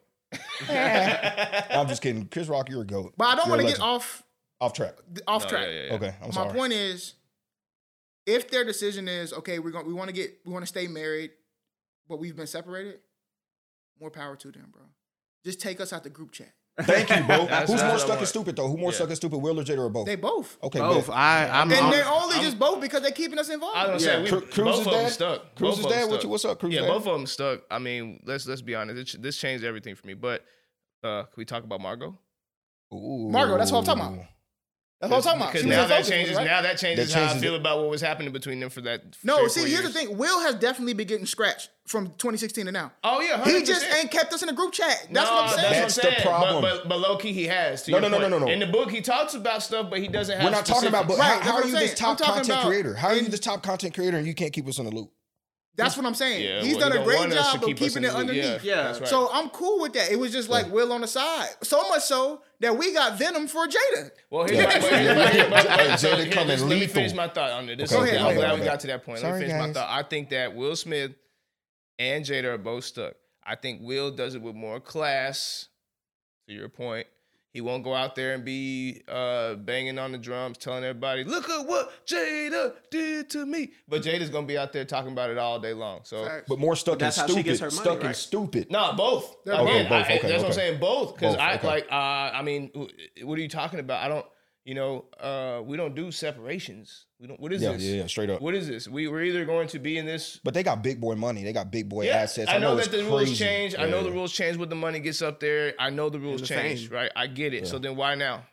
[SPEAKER 2] I'm just kidding. Chris Rock, you're a goat.
[SPEAKER 4] But I don't
[SPEAKER 2] You're
[SPEAKER 4] want
[SPEAKER 2] a
[SPEAKER 4] to get
[SPEAKER 2] legend.
[SPEAKER 4] off
[SPEAKER 2] off track.
[SPEAKER 4] off
[SPEAKER 1] No,
[SPEAKER 4] track.
[SPEAKER 1] yeah, yeah, yeah.
[SPEAKER 2] Okay, I'm
[SPEAKER 4] My
[SPEAKER 2] sorry.
[SPEAKER 4] point is, if their decision is okay, we're going to we want to get we want to stay married, but we've been separated. More power to them, bro. Just take us out the group chat.
[SPEAKER 2] Thank you, bro.
[SPEAKER 1] That's-
[SPEAKER 2] Who's
[SPEAKER 1] that's
[SPEAKER 2] more
[SPEAKER 1] what I
[SPEAKER 2] stuck and
[SPEAKER 1] want.
[SPEAKER 2] stupid though? Who more
[SPEAKER 1] Yeah.
[SPEAKER 2] stuck and stupid? Will or Jada or both?
[SPEAKER 4] They both,
[SPEAKER 2] okay,
[SPEAKER 3] Both.
[SPEAKER 2] bet.
[SPEAKER 3] I, I'm.
[SPEAKER 4] and
[SPEAKER 3] I'm-
[SPEAKER 4] they're only
[SPEAKER 1] I'm-
[SPEAKER 4] just both because they're keeping us involved.
[SPEAKER 1] I was
[SPEAKER 3] Yeah.
[SPEAKER 1] gonna say we
[SPEAKER 2] Cru- Cruz
[SPEAKER 1] both
[SPEAKER 2] is
[SPEAKER 1] of them
[SPEAKER 2] dead?
[SPEAKER 1] stuck.
[SPEAKER 2] Cruz
[SPEAKER 1] Both
[SPEAKER 2] is
[SPEAKER 1] of them
[SPEAKER 2] dead? What
[SPEAKER 1] stuck.
[SPEAKER 2] you- what's up, Cruz
[SPEAKER 1] Yeah,
[SPEAKER 2] dad?
[SPEAKER 1] both of them stuck. I mean, let's let's be honest. It, ch- this changed everything for me. But uh, can we talk about Margot?
[SPEAKER 2] Ooh.
[SPEAKER 4] Margo, that's what I'm talking about. That's
[SPEAKER 2] Oh,
[SPEAKER 4] what I'm talking about.
[SPEAKER 1] Because
[SPEAKER 4] She was
[SPEAKER 1] now
[SPEAKER 4] in
[SPEAKER 1] that
[SPEAKER 4] focus,
[SPEAKER 1] changes.
[SPEAKER 4] right?
[SPEAKER 1] Now that changes,
[SPEAKER 2] That
[SPEAKER 1] how I
[SPEAKER 2] changes
[SPEAKER 1] feel
[SPEAKER 2] it.
[SPEAKER 1] about what was happening between them for that. three
[SPEAKER 4] No,
[SPEAKER 1] or
[SPEAKER 4] see,
[SPEAKER 1] four
[SPEAKER 4] here's the
[SPEAKER 1] years.
[SPEAKER 4] thing. Will has definitely been getting scratched from 2016 to now.
[SPEAKER 1] Oh yeah,
[SPEAKER 4] He just
[SPEAKER 1] 100%.
[SPEAKER 4] ain't kept us in a group chat. That's
[SPEAKER 1] No,
[SPEAKER 4] what I'm saying.
[SPEAKER 2] That's the
[SPEAKER 1] saying. But-
[SPEAKER 2] problem.
[SPEAKER 1] But, but, low key, he has. To
[SPEAKER 2] No,
[SPEAKER 1] your
[SPEAKER 2] no, no,
[SPEAKER 1] point.
[SPEAKER 2] no, no, no.
[SPEAKER 1] In the book, he talks about stuff, but he doesn't have.
[SPEAKER 2] We're not talking about, but
[SPEAKER 1] specifics.
[SPEAKER 2] how,
[SPEAKER 4] Right, that's
[SPEAKER 2] how
[SPEAKER 4] what
[SPEAKER 2] are
[SPEAKER 4] I'm
[SPEAKER 2] you
[SPEAKER 4] saying.
[SPEAKER 2] this top
[SPEAKER 4] I'm talking
[SPEAKER 2] content
[SPEAKER 4] about-
[SPEAKER 2] creator? How are you
[SPEAKER 4] and-
[SPEAKER 2] this top content creator and you can't keep us in the loop?
[SPEAKER 4] That's what I'm saying.
[SPEAKER 1] Yeah,
[SPEAKER 4] He's
[SPEAKER 1] well,
[SPEAKER 4] done
[SPEAKER 1] you
[SPEAKER 4] a
[SPEAKER 1] don't
[SPEAKER 4] great
[SPEAKER 1] want us
[SPEAKER 4] job
[SPEAKER 1] to
[SPEAKER 4] of
[SPEAKER 1] keep us
[SPEAKER 4] keeping
[SPEAKER 1] in
[SPEAKER 4] it
[SPEAKER 1] the loop.
[SPEAKER 4] underneath.
[SPEAKER 1] Yeah,
[SPEAKER 3] Yeah.
[SPEAKER 1] that's right.
[SPEAKER 4] So I'm cool with that. It was just like Will on the side. So much so that we got Venom for Jada.
[SPEAKER 1] Well, here's my,
[SPEAKER 2] Yeah.
[SPEAKER 1] here's my, here's my,
[SPEAKER 2] Hey,
[SPEAKER 1] so
[SPEAKER 2] Jada
[SPEAKER 1] here,
[SPEAKER 2] coming
[SPEAKER 1] just let me
[SPEAKER 2] lethal.
[SPEAKER 1] finish my thought on it. This
[SPEAKER 2] Okay,
[SPEAKER 1] is-
[SPEAKER 4] okay,
[SPEAKER 1] I'm
[SPEAKER 4] okay,
[SPEAKER 1] glad we
[SPEAKER 2] okay.
[SPEAKER 1] got to that point.
[SPEAKER 2] Sorry,
[SPEAKER 1] let me finish my
[SPEAKER 2] guys.
[SPEAKER 1] thought. I think that Will Smith and Jada are both stuck. I think Will does it with more class. To your point, he won't go out there and be uh, banging on the drums, telling everybody, "Look at what Jada did to me." But Jada's gonna be out there talking about it all day long. So.
[SPEAKER 4] Facts.
[SPEAKER 2] But more stuck and
[SPEAKER 3] That's how she
[SPEAKER 2] stupid.
[SPEAKER 3] gets her money,
[SPEAKER 2] Stuck and
[SPEAKER 3] right?
[SPEAKER 2] stupid.
[SPEAKER 1] No, both.
[SPEAKER 4] They're
[SPEAKER 1] Again,
[SPEAKER 2] both. both,
[SPEAKER 1] I- I-
[SPEAKER 2] okay,
[SPEAKER 1] that's what I'm
[SPEAKER 2] okay.
[SPEAKER 1] saying. Both, because
[SPEAKER 2] Both,
[SPEAKER 1] I
[SPEAKER 2] okay.
[SPEAKER 1] like. Uh, I mean, wh- what are you talking about? I don't. You know, uh, we don't do separations. We don't. What is
[SPEAKER 2] Yeah,
[SPEAKER 1] this?
[SPEAKER 2] yeah, yeah, straight up.
[SPEAKER 1] What is this? We we're either going to be in this.
[SPEAKER 2] But they got big boy money. They got big boy
[SPEAKER 1] Yeah,
[SPEAKER 2] assets.
[SPEAKER 1] I know
[SPEAKER 2] it's
[SPEAKER 1] that the rules
[SPEAKER 2] crazy.
[SPEAKER 1] change. I know
[SPEAKER 2] Yeah.
[SPEAKER 1] the rules change when the money gets up there. I know the rules
[SPEAKER 3] the
[SPEAKER 1] change,
[SPEAKER 3] fame.
[SPEAKER 1] right? I get it. So then why now?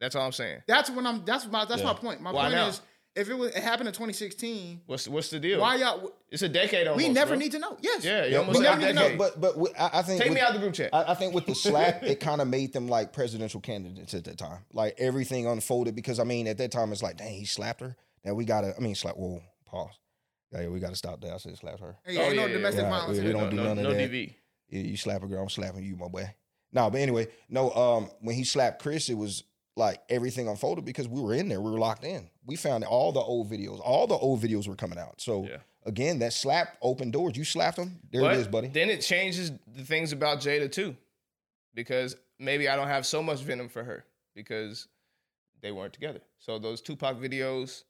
[SPEAKER 1] That's all I'm saying.
[SPEAKER 4] That's when I'm. That's my. That's
[SPEAKER 2] Yeah.
[SPEAKER 4] my point. My
[SPEAKER 1] Why
[SPEAKER 4] point
[SPEAKER 1] now?
[SPEAKER 4] is, if it was it happened in 2016,
[SPEAKER 1] What's what's the deal?
[SPEAKER 4] why y'all?
[SPEAKER 1] It's a decade almost.
[SPEAKER 4] We never
[SPEAKER 1] bro.
[SPEAKER 4] need to know. Yes.
[SPEAKER 1] Yeah, you
[SPEAKER 2] Yeah,
[SPEAKER 1] almost
[SPEAKER 2] but,
[SPEAKER 1] a
[SPEAKER 4] never need to know,
[SPEAKER 1] decade.
[SPEAKER 2] but but with- I, I think
[SPEAKER 1] Take
[SPEAKER 2] with-
[SPEAKER 1] me out the group chat.
[SPEAKER 2] I, I think with the slap, it kind of made them like presidential candidates at that time. Like everything unfolded because I mean at that time it's like, dang, he slapped her. Now we gotta, I mean, slap. Whoa, pause. Yeah, yeah, we gotta stop that. I said slap her.
[SPEAKER 1] Oh,
[SPEAKER 4] Hey, ain't no domestic
[SPEAKER 2] yeah.
[SPEAKER 4] violence.
[SPEAKER 2] Yeah, we
[SPEAKER 4] here.
[SPEAKER 2] don't do
[SPEAKER 1] no,
[SPEAKER 2] none of
[SPEAKER 1] no
[SPEAKER 2] that.
[SPEAKER 1] DV.
[SPEAKER 2] Yeah, you slap a girl, I'm slapping you, my boy. No, but anyway, no. Um, when he slapped Chris, it was like everything unfolded because we were in there, we were locked in. We found all the old videos, all the old videos were coming out. So
[SPEAKER 1] Yeah.
[SPEAKER 2] again, that slap opened doors. You slapped him. There
[SPEAKER 1] But
[SPEAKER 2] it is, buddy.
[SPEAKER 1] Then it changes the things about Jada too, because maybe I don't have so much venom for her because they weren't together. So those Tupac videos,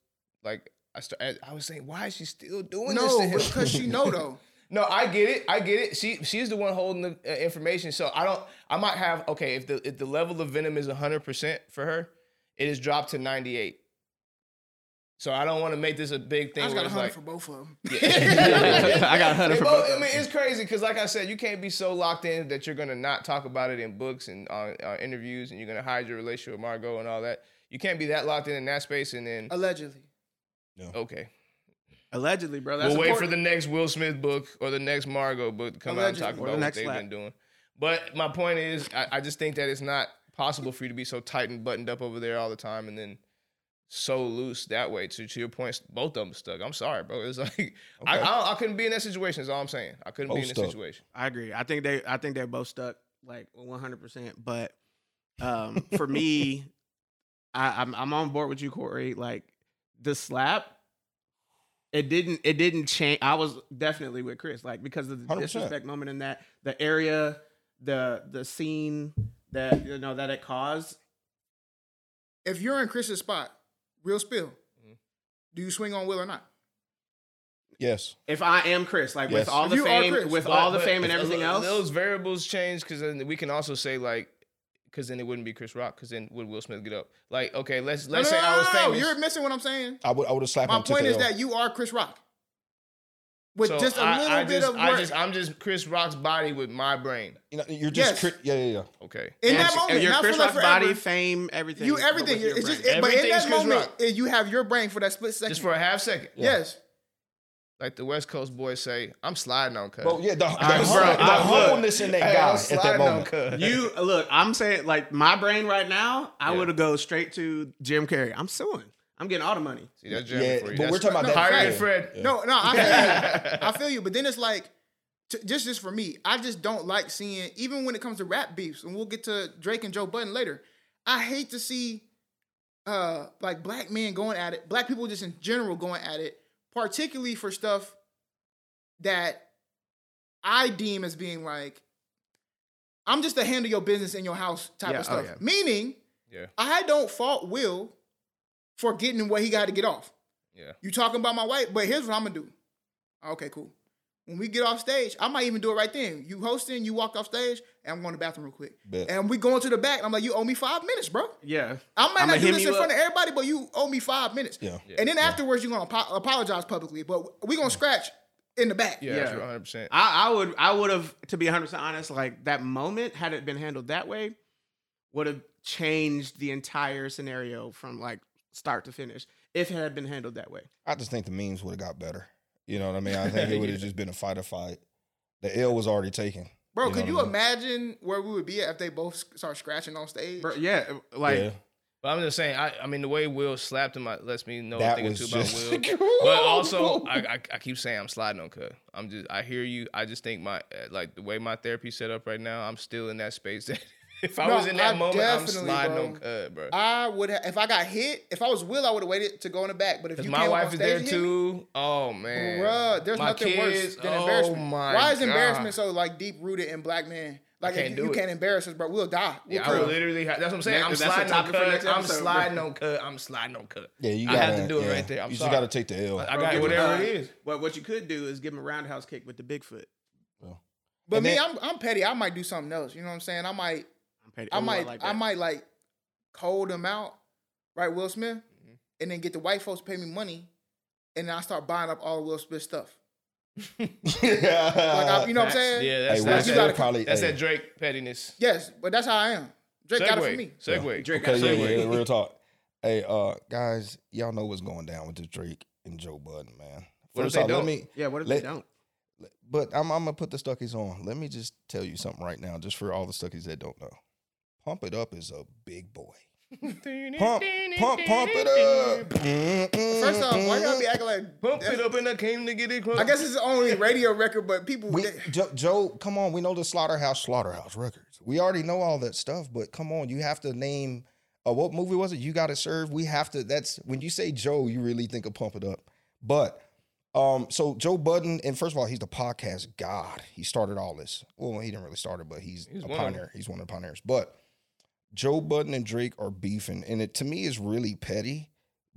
[SPEAKER 1] like I start, I- I was saying, why is she still doing this?
[SPEAKER 4] No,
[SPEAKER 1] to him?
[SPEAKER 4] because she know though.
[SPEAKER 1] No, I get it. I get it. She she's the one holding the uh, information. So I don't. I might have okay. If the if the level of venom is hundred percent for her, it is dropped to ninety eight. So I don't want to make this a big
[SPEAKER 4] I
[SPEAKER 1] thing.
[SPEAKER 4] just
[SPEAKER 1] where
[SPEAKER 4] got a
[SPEAKER 1] it's
[SPEAKER 4] hundred
[SPEAKER 1] like-
[SPEAKER 4] for both of them.
[SPEAKER 3] I got a hundred
[SPEAKER 1] They
[SPEAKER 3] for
[SPEAKER 1] both-
[SPEAKER 3] both.
[SPEAKER 1] I mean, it's crazy because, like I said, you can't be so locked in that you're gonna not talk about it in books and on uh, interviews, and you're gonna hide your relationship with Margot and all that. You can't be that locked in in that space, and then
[SPEAKER 4] Allegedly.
[SPEAKER 1] okay,
[SPEAKER 3] Allegedly, bro. That's
[SPEAKER 1] we'll wait for
[SPEAKER 3] important.
[SPEAKER 1] the next Will Smith book or the next Margot book to come out and talk
[SPEAKER 3] Or
[SPEAKER 4] Allegedly.
[SPEAKER 1] about
[SPEAKER 3] the
[SPEAKER 1] what
[SPEAKER 3] next
[SPEAKER 1] they've
[SPEAKER 3] lap.
[SPEAKER 1] been doing. But my point is, I, I just think that it's not possible for you to be so tight and buttoned up over there all the time, and then so loose that way. To to your point, both of them stuck. I'm sorry, bro. It's like I, I I couldn't be in that situation. Is all I'm saying. I couldn't be
[SPEAKER 2] Both
[SPEAKER 1] in that
[SPEAKER 2] stuck.
[SPEAKER 1] situation.
[SPEAKER 3] I agree. I think they I think they're both stuck like 100%, but um for me I I'm I'm on board with you Corey like the slap it didn't it didn't change I was definitely with Chris like because of the
[SPEAKER 2] 100%.
[SPEAKER 3] disrespect moment in that the area the the scene that you know that it caused
[SPEAKER 4] If you're in Chris's spot, real spill,
[SPEAKER 1] Mhm.
[SPEAKER 4] do you swing on Will or not?
[SPEAKER 2] Yes.
[SPEAKER 3] if I am Chris like
[SPEAKER 2] Yes.
[SPEAKER 3] with all the
[SPEAKER 4] You are
[SPEAKER 3] fame
[SPEAKER 4] Chris,
[SPEAKER 3] with
[SPEAKER 4] but-
[SPEAKER 3] all the
[SPEAKER 1] But-
[SPEAKER 3] fame and
[SPEAKER 1] but
[SPEAKER 3] everything
[SPEAKER 1] tho-
[SPEAKER 3] else
[SPEAKER 1] Those variables change because then we can also say like, because then it wouldn't be Chris Rock. Because then would Will Smith get up? Like, okay, let's let's
[SPEAKER 4] no,
[SPEAKER 1] say
[SPEAKER 4] no,
[SPEAKER 1] I was
[SPEAKER 4] no, no, no,
[SPEAKER 1] famous.
[SPEAKER 4] You're missing what I'm saying.
[SPEAKER 2] I would I would have slapped
[SPEAKER 4] My
[SPEAKER 2] him. took
[SPEAKER 4] point
[SPEAKER 2] the
[SPEAKER 4] is
[SPEAKER 2] L.
[SPEAKER 4] that you are Chris Rock. With
[SPEAKER 1] So
[SPEAKER 4] just a
[SPEAKER 1] I-
[SPEAKER 4] little
[SPEAKER 1] I
[SPEAKER 4] bit
[SPEAKER 1] just-
[SPEAKER 4] of
[SPEAKER 1] I
[SPEAKER 4] work.
[SPEAKER 1] just, I'm just Chris Rock's body with my brain.
[SPEAKER 2] you know, you're just
[SPEAKER 4] Yes.
[SPEAKER 2] crit- yeah, yeah, yeah.
[SPEAKER 1] Okay.
[SPEAKER 4] in
[SPEAKER 3] And-
[SPEAKER 4] that
[SPEAKER 3] and
[SPEAKER 4] moment,
[SPEAKER 3] your
[SPEAKER 4] not
[SPEAKER 3] Chris
[SPEAKER 4] for like
[SPEAKER 3] Rock's
[SPEAKER 4] forever.
[SPEAKER 3] body fame everything
[SPEAKER 4] you
[SPEAKER 3] but
[SPEAKER 4] everything.
[SPEAKER 3] with your
[SPEAKER 4] It's just,
[SPEAKER 3] brain.
[SPEAKER 4] it, but in
[SPEAKER 1] Everything is
[SPEAKER 4] that
[SPEAKER 1] Chris
[SPEAKER 4] moment,
[SPEAKER 1] Rock.
[SPEAKER 4] it, you have your brain for that split second.
[SPEAKER 1] Just for a half second.
[SPEAKER 4] yes,
[SPEAKER 1] Like the West Coast boys say, I'm sliding on cuz.
[SPEAKER 2] Bro, yeah, the, the,
[SPEAKER 3] right,
[SPEAKER 2] hu-
[SPEAKER 3] bro,
[SPEAKER 2] the
[SPEAKER 3] I- look.
[SPEAKER 2] humbleness in that
[SPEAKER 1] Hey,
[SPEAKER 2] guy
[SPEAKER 1] I'm
[SPEAKER 2] at that
[SPEAKER 1] sliding on
[SPEAKER 2] moment.
[SPEAKER 1] cuz.
[SPEAKER 3] You look, I'm saying like my brain right now, I
[SPEAKER 1] Yeah.
[SPEAKER 3] would have go straight to Jim Carrey. I'm suing. I'm getting all the money.
[SPEAKER 1] See, that's Jeremy
[SPEAKER 2] Yeah,
[SPEAKER 1] for you.
[SPEAKER 2] but we're
[SPEAKER 1] That's-
[SPEAKER 2] talking about
[SPEAKER 4] no,
[SPEAKER 2] that.
[SPEAKER 4] Higher
[SPEAKER 1] Hire
[SPEAKER 4] than
[SPEAKER 2] yeah.
[SPEAKER 1] Fred.
[SPEAKER 2] Yeah.
[SPEAKER 4] No, no, I feel you. I feel you. But then it's like, t- just just for me, I just don't like seeing, even when it comes to rap beefs, and we'll get to Drake and Joe Budden later. I hate to see uh like black men going at it, black people just in general going at it, particularly for stuff that I deem as being like, I'm just a handle your business in your house type
[SPEAKER 3] Yeah, oh,
[SPEAKER 4] of stuff.
[SPEAKER 3] yeah.
[SPEAKER 4] Meaning,
[SPEAKER 1] Yeah.
[SPEAKER 4] I don't fault Will for getting what he got to get off.
[SPEAKER 1] Yeah.
[SPEAKER 4] You talking about my wife, but here's what I'm gonna do. Okay, cool. When we get off stage, I might even do it right then. You hosting, you walk off stage, and I'm going to the bathroom real quick.
[SPEAKER 2] Bet.
[SPEAKER 4] And we going to the back. and I'm like, you owe me five minutes, bro.
[SPEAKER 3] Yeah.
[SPEAKER 4] I might
[SPEAKER 3] I'ma
[SPEAKER 4] not do
[SPEAKER 3] hit
[SPEAKER 4] this
[SPEAKER 3] you
[SPEAKER 4] in
[SPEAKER 3] up.
[SPEAKER 4] front of everybody, but you owe me five minutes.
[SPEAKER 2] Yeah.
[SPEAKER 4] And then afterwards, you're gonna apo- apologize publicly, but we gonna scratch in the back.
[SPEAKER 1] Yeah,
[SPEAKER 3] Yeah.
[SPEAKER 1] that's 100%.
[SPEAKER 3] I, I would I would have to be 100% honest like that moment had it been handled that way would have changed the entire scenario from like start to finish if it had been handled that way.
[SPEAKER 2] I just think the memes would have got better. You know what I mean? I think it would have just been a fight or fight. The L was already taken.
[SPEAKER 4] Bro,
[SPEAKER 2] You know
[SPEAKER 4] could you
[SPEAKER 2] what I mean?
[SPEAKER 4] imagine where we would be at if they both s- start scratching on stage?
[SPEAKER 3] Bro, yeah, like
[SPEAKER 2] yeah.
[SPEAKER 1] But I'm just saying, I, I mean, the way Will slapped him I, lets me know a
[SPEAKER 2] That
[SPEAKER 1] thing or
[SPEAKER 2] was
[SPEAKER 1] two about
[SPEAKER 2] just-
[SPEAKER 1] Will. But also, I, I, I keep saying I'm sliding on cut. I'm just, I hear you. I just think my, uh, like the way my therapy set up right now, I'm still in that space that if I
[SPEAKER 4] No,
[SPEAKER 1] was in that
[SPEAKER 4] I
[SPEAKER 1] moment, I'm
[SPEAKER 4] definitely,
[SPEAKER 1] sliding
[SPEAKER 4] bro.
[SPEAKER 1] on cut, bro.
[SPEAKER 4] I would have if I got hit. If I was Will, I would have waited to go in the back. But if
[SPEAKER 1] Because
[SPEAKER 4] you
[SPEAKER 1] my
[SPEAKER 4] came up
[SPEAKER 1] wife
[SPEAKER 4] on
[SPEAKER 1] is
[SPEAKER 4] stage
[SPEAKER 1] there
[SPEAKER 4] and hit me-
[SPEAKER 1] too. Oh man,
[SPEAKER 4] Bruh, there's
[SPEAKER 1] My
[SPEAKER 4] nothing worse
[SPEAKER 1] kids,
[SPEAKER 4] than
[SPEAKER 1] oh
[SPEAKER 4] embarrassment.
[SPEAKER 1] my
[SPEAKER 4] Why is
[SPEAKER 1] God.
[SPEAKER 4] embarrassment so like deep rooted in black men? Like
[SPEAKER 1] can't
[SPEAKER 4] if
[SPEAKER 1] do
[SPEAKER 4] you, you
[SPEAKER 1] it.
[SPEAKER 4] can't embarrass us, bro. We'll die. We'll
[SPEAKER 1] Yeah, I
[SPEAKER 4] cry.
[SPEAKER 1] would literally. Have, that's what I'm saying.
[SPEAKER 3] That-
[SPEAKER 1] I'm
[SPEAKER 3] that's the
[SPEAKER 1] sliding on
[SPEAKER 3] topic for next
[SPEAKER 1] cut. I'm
[SPEAKER 3] episode, bro.
[SPEAKER 1] sliding on cut. I'm sliding on cut.
[SPEAKER 2] Yeah, you
[SPEAKER 1] I
[SPEAKER 2] gotta,
[SPEAKER 1] had to do it
[SPEAKER 2] yeah.
[SPEAKER 1] right there. I'm
[SPEAKER 2] you
[SPEAKER 1] sorry.
[SPEAKER 2] just gotta take the L.
[SPEAKER 1] I got
[SPEAKER 3] give
[SPEAKER 1] whatever
[SPEAKER 3] him-
[SPEAKER 1] it is.
[SPEAKER 3] What what you could do is give him a roundhouse kick with the Bigfoot.
[SPEAKER 4] But
[SPEAKER 2] And
[SPEAKER 4] me,
[SPEAKER 2] then-
[SPEAKER 4] I'm I'm petty. I might do something else. You know what I'm saying? I might
[SPEAKER 3] I'm petty.
[SPEAKER 4] I
[SPEAKER 3] Ooh,
[SPEAKER 4] might I,
[SPEAKER 3] like that.
[SPEAKER 4] might like cold him out, right, Will Smith,
[SPEAKER 1] Mm-hmm.
[SPEAKER 4] and then get the white folks to pay me money, and then I start buying up all Will Smith stuff. Like I, you know what I'm
[SPEAKER 3] Facts.
[SPEAKER 4] saying?
[SPEAKER 1] Oh, Yeah, that's
[SPEAKER 2] Hey,
[SPEAKER 1] that's,
[SPEAKER 4] Will
[SPEAKER 1] that-
[SPEAKER 4] Smith
[SPEAKER 2] probably-
[SPEAKER 1] that's
[SPEAKER 2] hey.
[SPEAKER 1] that Drake pettiness.
[SPEAKER 4] Yes, but that's how I am. Drake got it for me.
[SPEAKER 1] Segway, segway.
[SPEAKER 3] Drake
[SPEAKER 2] Okay,
[SPEAKER 3] got
[SPEAKER 2] yeah, yeah,
[SPEAKER 3] segway.
[SPEAKER 2] real talk. Hey, uh, guys, y'all know what's going down with the Drake and Joe Budden, man.
[SPEAKER 1] What if
[SPEAKER 2] First
[SPEAKER 1] they
[SPEAKER 2] off, let
[SPEAKER 1] don't?
[SPEAKER 2] me.
[SPEAKER 3] Yeah, what if
[SPEAKER 2] Let-
[SPEAKER 3] they don't?
[SPEAKER 2] But I'm, I'm gonna put the Stuckies on. Let me just tell you something right now, just for all the Stuckies that don't know. Pump it up is a big boy. Pump, pump, pump it up.
[SPEAKER 4] First off, why y'all be acting like?
[SPEAKER 1] Pump it up and I came to get it close.
[SPEAKER 4] I guess it's only radio record, but people.
[SPEAKER 2] We,
[SPEAKER 4] they-
[SPEAKER 2] Joe, Joe, come on. We know the Slaughterhouse, Slaughterhouse Records. We already know all that stuff, but come on, you have to name. Uh, what movie was it? You got to serve. We have to. That's when you say Joe, you really think of Pump It Up. But um, so Joe Budden, and first of all, he's the podcast god. He started all this. Well, he didn't really start it, but he's,
[SPEAKER 1] He's
[SPEAKER 2] a
[SPEAKER 1] one of 'em.
[SPEAKER 2] pioneer. He's one of the pioneers. But Joe Budden and Drake are beefing, and it to me is really petty.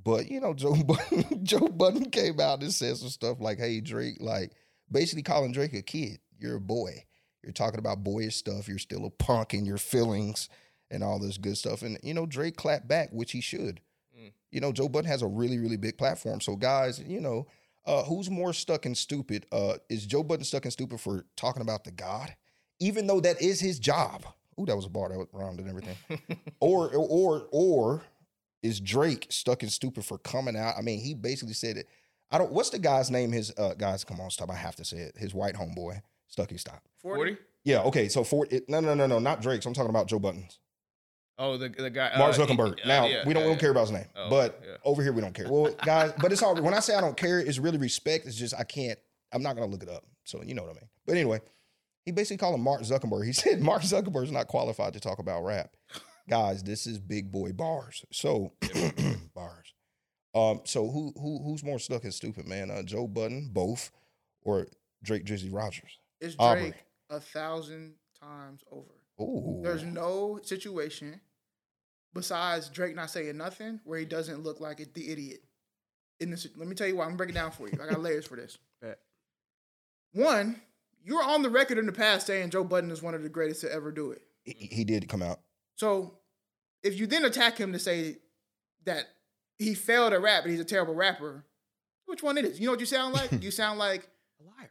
[SPEAKER 2] But you know, Joe Budden, Joe Budden came out and said some stuff like, "Hey Drake, like basically calling Drake a kid. You're a boy. You're talking about boyish stuff. You're still a punk in your feelings and all this good stuff." And you know, Drake clapped back, which he should.
[SPEAKER 1] Mm.
[SPEAKER 2] You know, Joe Budden has a really, really big platform. So guys, you know, uh, who's more stuck and stupid? Uh, is Joe Budden stuck and stupid for talking about the God, even though that is his job? Ooh, that was a bar that was round and everything or or or is Drake stuck in stupid for coming out? I mean, he basically said it. I don't. What's the guy's name? His uh, guys, come on, stop. I have to say it. His white homeboy, Stucky, stop.
[SPEAKER 1] Forty.
[SPEAKER 2] Yeah, okay. So for it, no, no, no, no, not Drake's. I'm talking about Joe Buttons,
[SPEAKER 1] Oh, the the guy uh,
[SPEAKER 2] Mark Zuckerberg.
[SPEAKER 1] uh,
[SPEAKER 2] now
[SPEAKER 1] yeah,
[SPEAKER 2] we don't, we
[SPEAKER 1] yeah,
[SPEAKER 2] don't care about his name,
[SPEAKER 1] Oh,
[SPEAKER 2] but
[SPEAKER 1] yeah.
[SPEAKER 2] Over here, we don't care. Well, guys, but it's all. When I say I don't care, it's really respect. It's just I can't. I'm not gonna look it up. So you know what I mean. But anyway, he basically called him Mark Zuckerberg. He said Mark Zuckerberg's not qualified to talk about rap. Guys, this is big boy bars. So bars. Um, so who who who's more stuck and stupid, man? Uh, Joe Budden, both, or Drake Drizzy Rogers?
[SPEAKER 4] It's Drake
[SPEAKER 2] Aubrey.
[SPEAKER 4] a thousand times over.
[SPEAKER 2] Ooh,
[SPEAKER 4] There's no situation besides Drake not saying nothing where he doesn't look like it, the idiot. In this, let me tell you why. I'm breaking it down for you. I got layers for this.
[SPEAKER 3] Bet.
[SPEAKER 4] One, you're on the record in the past saying Joe Budden is one of the greatest to ever do it.
[SPEAKER 2] he, he did come out.
[SPEAKER 4] So if you then attack him to say that he failed at rap and he's a terrible rapper, which one it is? You know what you sound like? you sound like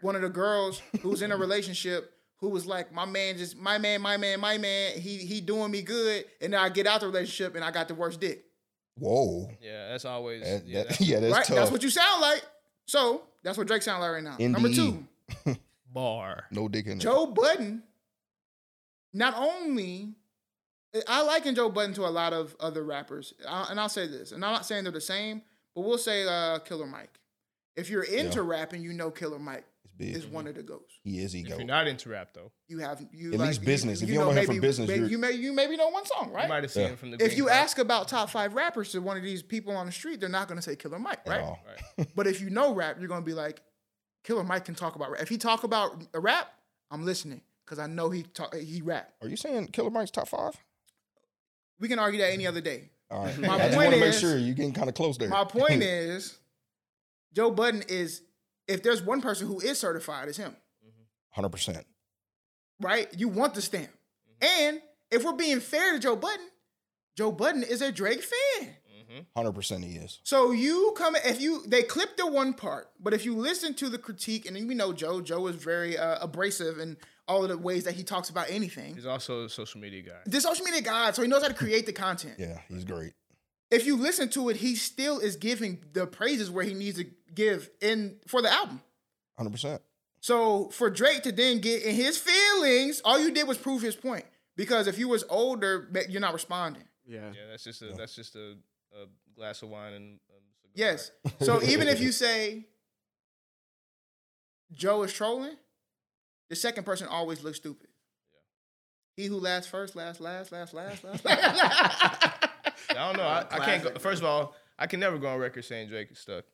[SPEAKER 4] one of the girls who's in a relationship who was like, My man just my man, my man, my man, he he doing me good, and then I get out the relationship and I got the worst dick.
[SPEAKER 2] Whoa,
[SPEAKER 1] Yeah, that's always.
[SPEAKER 2] That- that-
[SPEAKER 1] yeah,
[SPEAKER 2] yeah,
[SPEAKER 1] that's
[SPEAKER 2] that's
[SPEAKER 4] right?
[SPEAKER 2] tough.
[SPEAKER 4] That's what you sound like. So that's what Drake sound like right now. Number
[SPEAKER 2] NDE.
[SPEAKER 4] two,
[SPEAKER 1] bar.
[SPEAKER 2] no dick in there.
[SPEAKER 4] Joe Budden, not only I liken Joe Budden to a lot of other rappers, I, and I'll say this, and I'm not saying they're the same, but we'll say uh, Killer Mike. If you're into rapping, you know Killer Mike
[SPEAKER 2] It's big.
[SPEAKER 4] is one of the goats.
[SPEAKER 2] he is ego.
[SPEAKER 1] If you're not into rap though,
[SPEAKER 4] You have you
[SPEAKER 2] At
[SPEAKER 4] like,
[SPEAKER 2] least business. If you don't know him from business,
[SPEAKER 4] maybe,
[SPEAKER 2] you're-
[SPEAKER 4] you may you maybe know one song,
[SPEAKER 1] you might
[SPEAKER 4] right?
[SPEAKER 1] have seen
[SPEAKER 2] Yeah.
[SPEAKER 1] it from the.
[SPEAKER 4] If
[SPEAKER 1] green
[SPEAKER 4] you
[SPEAKER 1] grass.
[SPEAKER 4] ask about top five rappers to one of these people on the street, they're not going to say Killer Mike,
[SPEAKER 2] at
[SPEAKER 4] right?
[SPEAKER 2] all.
[SPEAKER 4] But if you know rap, you're gonna be like, Killer Mike can talk about rap. If he talk about a rap, I'm listening because I know he talk, he rap.
[SPEAKER 2] Are you saying Killer Mike's top five?
[SPEAKER 4] We can argue that any other day.
[SPEAKER 2] All right.
[SPEAKER 4] My
[SPEAKER 2] I just
[SPEAKER 4] point
[SPEAKER 2] want to make
[SPEAKER 4] is-
[SPEAKER 2] sure you're getting kind of close there.
[SPEAKER 4] My point is, Joe Budden is if there's one person who is certified, it's him,
[SPEAKER 2] 100%.
[SPEAKER 4] right? You want the stamp.
[SPEAKER 1] Mm-hmm.
[SPEAKER 4] And if we're being fair to Joe Budden, Joe Budden is a Drake fan.
[SPEAKER 2] 100% he is.
[SPEAKER 4] So you come if you they clip the one part, but if you listen to the critique, and we know Joe, Joe is very uh, abrasive in all of the ways that he talks about anything.
[SPEAKER 1] He's also a social media guy.
[SPEAKER 4] the social media guy, so he knows how to create the content.
[SPEAKER 2] Yeah, he's great.
[SPEAKER 4] If you listen to it, he still is giving the praises where he needs to give in for the album.
[SPEAKER 2] 100%.
[SPEAKER 4] So for Drake to then get in his feelings, all you did was prove his point. Because if you was older, ma- you're not responding.
[SPEAKER 3] Yeah.
[SPEAKER 1] Yeah, that's just a that's just a, a glass of wine and. Um, cigar.
[SPEAKER 4] Yes. So even if you say Joe is trolling, the second person always looks stupid. He who laughs first, last, last, last, last, last, last.
[SPEAKER 1] I don't know. I, I can't. Go, first of all, I can never go on record saying Drake is stuck.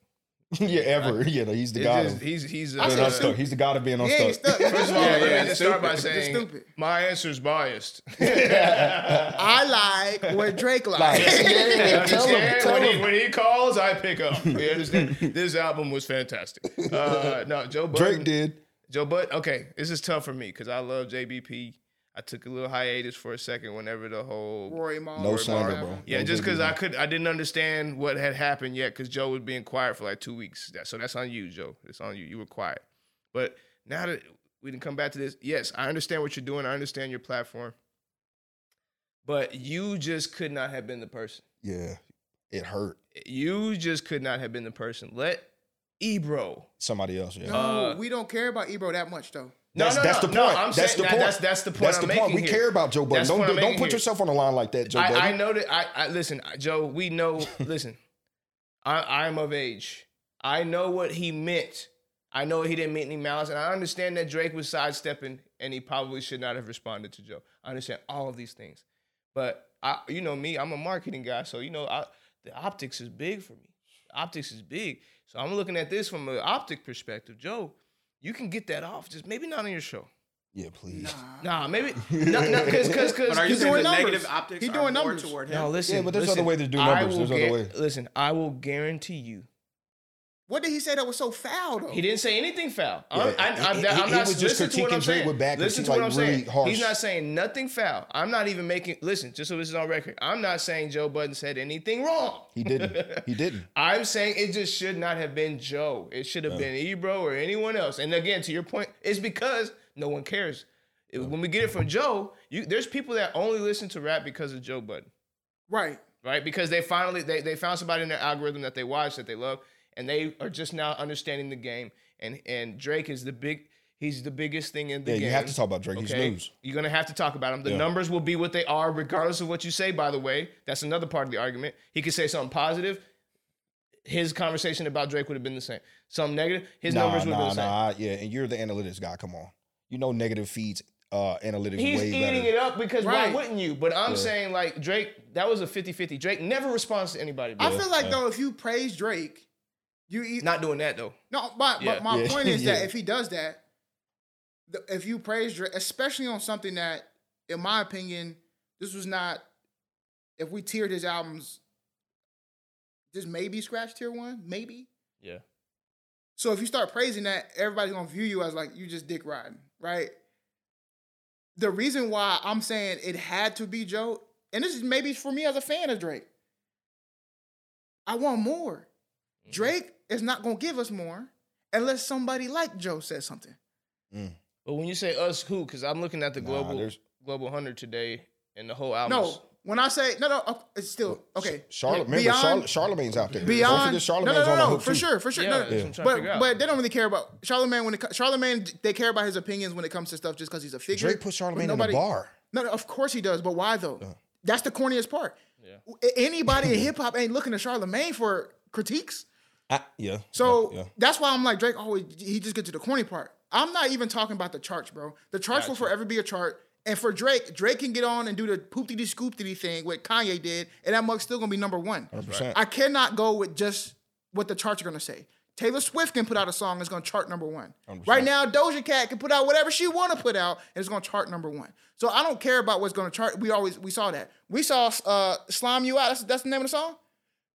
[SPEAKER 2] yeah, ever. Yeah, no, he's the
[SPEAKER 1] It
[SPEAKER 2] god
[SPEAKER 1] just,
[SPEAKER 2] of
[SPEAKER 1] he's he's.
[SPEAKER 4] I
[SPEAKER 1] uh,
[SPEAKER 2] being
[SPEAKER 4] said
[SPEAKER 2] unstuck. He's the god of being
[SPEAKER 4] he ain't
[SPEAKER 2] unstuck.
[SPEAKER 4] stuck.
[SPEAKER 1] First of all,
[SPEAKER 4] Yeah,
[SPEAKER 1] let me
[SPEAKER 4] yeah,
[SPEAKER 1] just start by
[SPEAKER 4] It's just
[SPEAKER 1] saying
[SPEAKER 4] stupid.
[SPEAKER 1] my answer's biased.
[SPEAKER 4] I like what Drake
[SPEAKER 2] Like,
[SPEAKER 4] likes.
[SPEAKER 2] yeah, yeah, tell him,
[SPEAKER 1] Yeah,
[SPEAKER 2] tell
[SPEAKER 1] when,
[SPEAKER 2] him.
[SPEAKER 1] he, when he calls, I pick up. You understand? this album was fantastic. Uh, no, Joe Budden.
[SPEAKER 2] Drake did.
[SPEAKER 1] Joe Bud. Okay, this is tough for me because I love JBP. I took a little hiatus for a second whenever the whole
[SPEAKER 4] Rory Maul.
[SPEAKER 2] No
[SPEAKER 4] Rory
[SPEAKER 2] slander,
[SPEAKER 4] Maul.
[SPEAKER 2] bro.
[SPEAKER 1] yeah,
[SPEAKER 2] No
[SPEAKER 1] just because I
[SPEAKER 2] JBP.
[SPEAKER 1] could I didn't understand what had happened yet because Joe was being quiet for like two weeks. That, so that's on you, Joe. It's on you. You were quiet. But now that we can come back to this, yes, I understand what you're doing. I understand your platform. But you just could not have been the person.
[SPEAKER 2] Yeah, it hurt.
[SPEAKER 1] You just could not have been the person. Let Ebro.
[SPEAKER 2] Somebody else, yeah.
[SPEAKER 4] No,
[SPEAKER 1] Uh,
[SPEAKER 4] we don't care about Ebro that much, though.
[SPEAKER 2] That's, that's the point.
[SPEAKER 1] I'm
[SPEAKER 2] that's
[SPEAKER 1] saying
[SPEAKER 2] the
[SPEAKER 1] that-
[SPEAKER 2] point.
[SPEAKER 1] That's, that's the point.
[SPEAKER 2] That's
[SPEAKER 1] I'm
[SPEAKER 2] the point.
[SPEAKER 1] making
[SPEAKER 2] We
[SPEAKER 1] here.
[SPEAKER 2] care about Joe Budden.
[SPEAKER 1] That's
[SPEAKER 2] Don't,
[SPEAKER 1] what I'm
[SPEAKER 2] do, don't
[SPEAKER 1] making
[SPEAKER 2] put
[SPEAKER 1] here.
[SPEAKER 2] yourself on the line like that, Joe Budden.
[SPEAKER 1] I, I know that. I, I listen, Joe. We know. listen, I, I'm of age. I know what he meant. I know he didn't mean any malice, and I understand that Drake was sidestepping, and he probably should not have responded to Joe. I understand all of these things, but I, you know me, I'm a marketing guy, so you know I, the optics is big for me. Optics is big, so I'm looking at this from an optic perspective. Joe, you can get that off, just maybe not on your show.
[SPEAKER 2] yeah, please.
[SPEAKER 1] Nah, maybe not, because because because
[SPEAKER 3] But are you
[SPEAKER 4] He's
[SPEAKER 3] saying the
[SPEAKER 4] doing numbers.
[SPEAKER 3] negative optics
[SPEAKER 4] He
[SPEAKER 3] are
[SPEAKER 4] doing
[SPEAKER 3] more
[SPEAKER 4] numbers.
[SPEAKER 3] toward him?
[SPEAKER 1] no, listen.
[SPEAKER 2] Yeah, but there's other
[SPEAKER 1] listen,
[SPEAKER 2] way to do
[SPEAKER 1] I
[SPEAKER 2] numbers.
[SPEAKER 1] will
[SPEAKER 2] There's other way.
[SPEAKER 1] Listen, I will guarantee you,
[SPEAKER 4] What did he say that was so foul, though?
[SPEAKER 1] he didn't say anything foul. I'm,
[SPEAKER 2] Yeah,
[SPEAKER 1] I, I,
[SPEAKER 2] he-
[SPEAKER 1] I'm
[SPEAKER 2] he- he
[SPEAKER 1] not
[SPEAKER 2] was just
[SPEAKER 1] listen to what
[SPEAKER 2] critiquing
[SPEAKER 1] I'm
[SPEAKER 2] Drake
[SPEAKER 1] saying.
[SPEAKER 2] with back
[SPEAKER 1] listen
[SPEAKER 2] critiques,
[SPEAKER 1] to what
[SPEAKER 2] like,
[SPEAKER 1] I'm
[SPEAKER 2] really
[SPEAKER 1] saying.
[SPEAKER 2] harsh.
[SPEAKER 1] He's not saying nothing foul. I'm not even making. Listen, just so this is on record, I'm not saying Joe Budden said anything wrong.
[SPEAKER 2] He didn't. He didn't.
[SPEAKER 1] I'm saying it just should not have been Joe. It should have been Ebro or anyone else. And again, to your point, it's because no one cares. It- When we get it from Joe, you, there's people that only listen to rap because of Joe Budden.
[SPEAKER 4] right.
[SPEAKER 1] right? Because they finally they, they found somebody in their algorithm that they watch that they love, and they are just now understanding the game. And and Drake is the big he's the biggest thing in the
[SPEAKER 2] Yeah,
[SPEAKER 1] game.
[SPEAKER 2] you have to talk about Drake. He's news.
[SPEAKER 1] You're gonna have to talk about him. The
[SPEAKER 2] Yeah.
[SPEAKER 1] numbers will be what they are, regardless of what you say. By the way, that's another part of the argument. He could say something positive. his conversation about Drake would have been the same. Some negative, his
[SPEAKER 2] nah,
[SPEAKER 1] numbers would
[SPEAKER 2] nah,
[SPEAKER 1] have been the same.
[SPEAKER 2] nah, yeah, and you're the analytics guy. Come on, you know negative feeds uh, analytics
[SPEAKER 1] He's
[SPEAKER 2] way
[SPEAKER 1] eating
[SPEAKER 2] better.
[SPEAKER 1] it up because
[SPEAKER 4] Right.
[SPEAKER 1] why wouldn't you? But I'm
[SPEAKER 2] Yeah.
[SPEAKER 1] saying like Drake, that was a 50-50. Drake never responds to anybody. bro.
[SPEAKER 4] I feel like
[SPEAKER 2] yeah.
[SPEAKER 4] though, if you praise Drake, you eat,
[SPEAKER 1] Not doing that though.
[SPEAKER 4] no. But,
[SPEAKER 1] Yeah.
[SPEAKER 4] but my
[SPEAKER 2] Yeah.
[SPEAKER 4] point is
[SPEAKER 2] Yeah.
[SPEAKER 4] that if he does that, the, if you praise Drake, especially on something that, in my opinion, this was not. If we tiered his albums, just maybe scratch tier one, maybe.
[SPEAKER 1] Yeah.
[SPEAKER 4] So if you start praising that, everybody's gonna view you as like you just dick riding, right? The reason why I'm saying it had to be Joe, and this is maybe for me as a fan of Drake. I want more.
[SPEAKER 2] Mm-hmm.
[SPEAKER 4] Drake is not gonna give us more unless somebody like Joe says something.
[SPEAKER 1] But when you say us who, because I'm looking at the
[SPEAKER 2] Nah,
[SPEAKER 1] global
[SPEAKER 2] there's-
[SPEAKER 1] global hundred today and the whole album.
[SPEAKER 4] No, when I say no, no, uh, it's still okay.
[SPEAKER 2] Charlotte, remember
[SPEAKER 4] Beyond-
[SPEAKER 2] Charlotte, Charlemagne's out there. Don't
[SPEAKER 4] Beyond,
[SPEAKER 2] forget
[SPEAKER 4] no, no,
[SPEAKER 2] Charlemagne's
[SPEAKER 4] no,
[SPEAKER 2] on the
[SPEAKER 4] no,
[SPEAKER 2] hook
[SPEAKER 4] for
[SPEAKER 2] too.
[SPEAKER 4] sure, for sure.
[SPEAKER 1] yeah,
[SPEAKER 4] no, no.
[SPEAKER 1] that's what I'm trying to
[SPEAKER 4] But
[SPEAKER 1] figure out.
[SPEAKER 4] but they don't really care about Charlemagne when it, co- Charlemagne they care about his opinions when it comes to stuff just because he's a figure.
[SPEAKER 2] Drake put
[SPEAKER 4] But
[SPEAKER 2] Charlemagne in the
[SPEAKER 4] nobody-
[SPEAKER 2] bar.
[SPEAKER 4] No, no, of course he does. But why though? That's the corniest part.
[SPEAKER 1] Yeah.
[SPEAKER 4] A- Anybody in hip hop ain't looking to Charlemagne for critiques.
[SPEAKER 2] I- yeah.
[SPEAKER 4] So
[SPEAKER 2] yeah.
[SPEAKER 4] that's why I'm like Drake always he just gets to the corny part. I'm not even talking about the charts, bro. The charts will forever be a chart. And for Drake, Drake can get on and do the poop-dee-dee scoop-dee-dee thing what Kanye did, and that mug's still gonna be number one.
[SPEAKER 2] 100%.
[SPEAKER 4] I cannot go with just what the charts are gonna say. Taylor Swift can put out a song that's gonna chart number one. Right now, Doja Cat can put out whatever she wanna put out and it's gonna chart number one. So I don't care about what's gonna chart. We always we saw that. We saw uh, "Slime You Out." That's, that's the name of the song.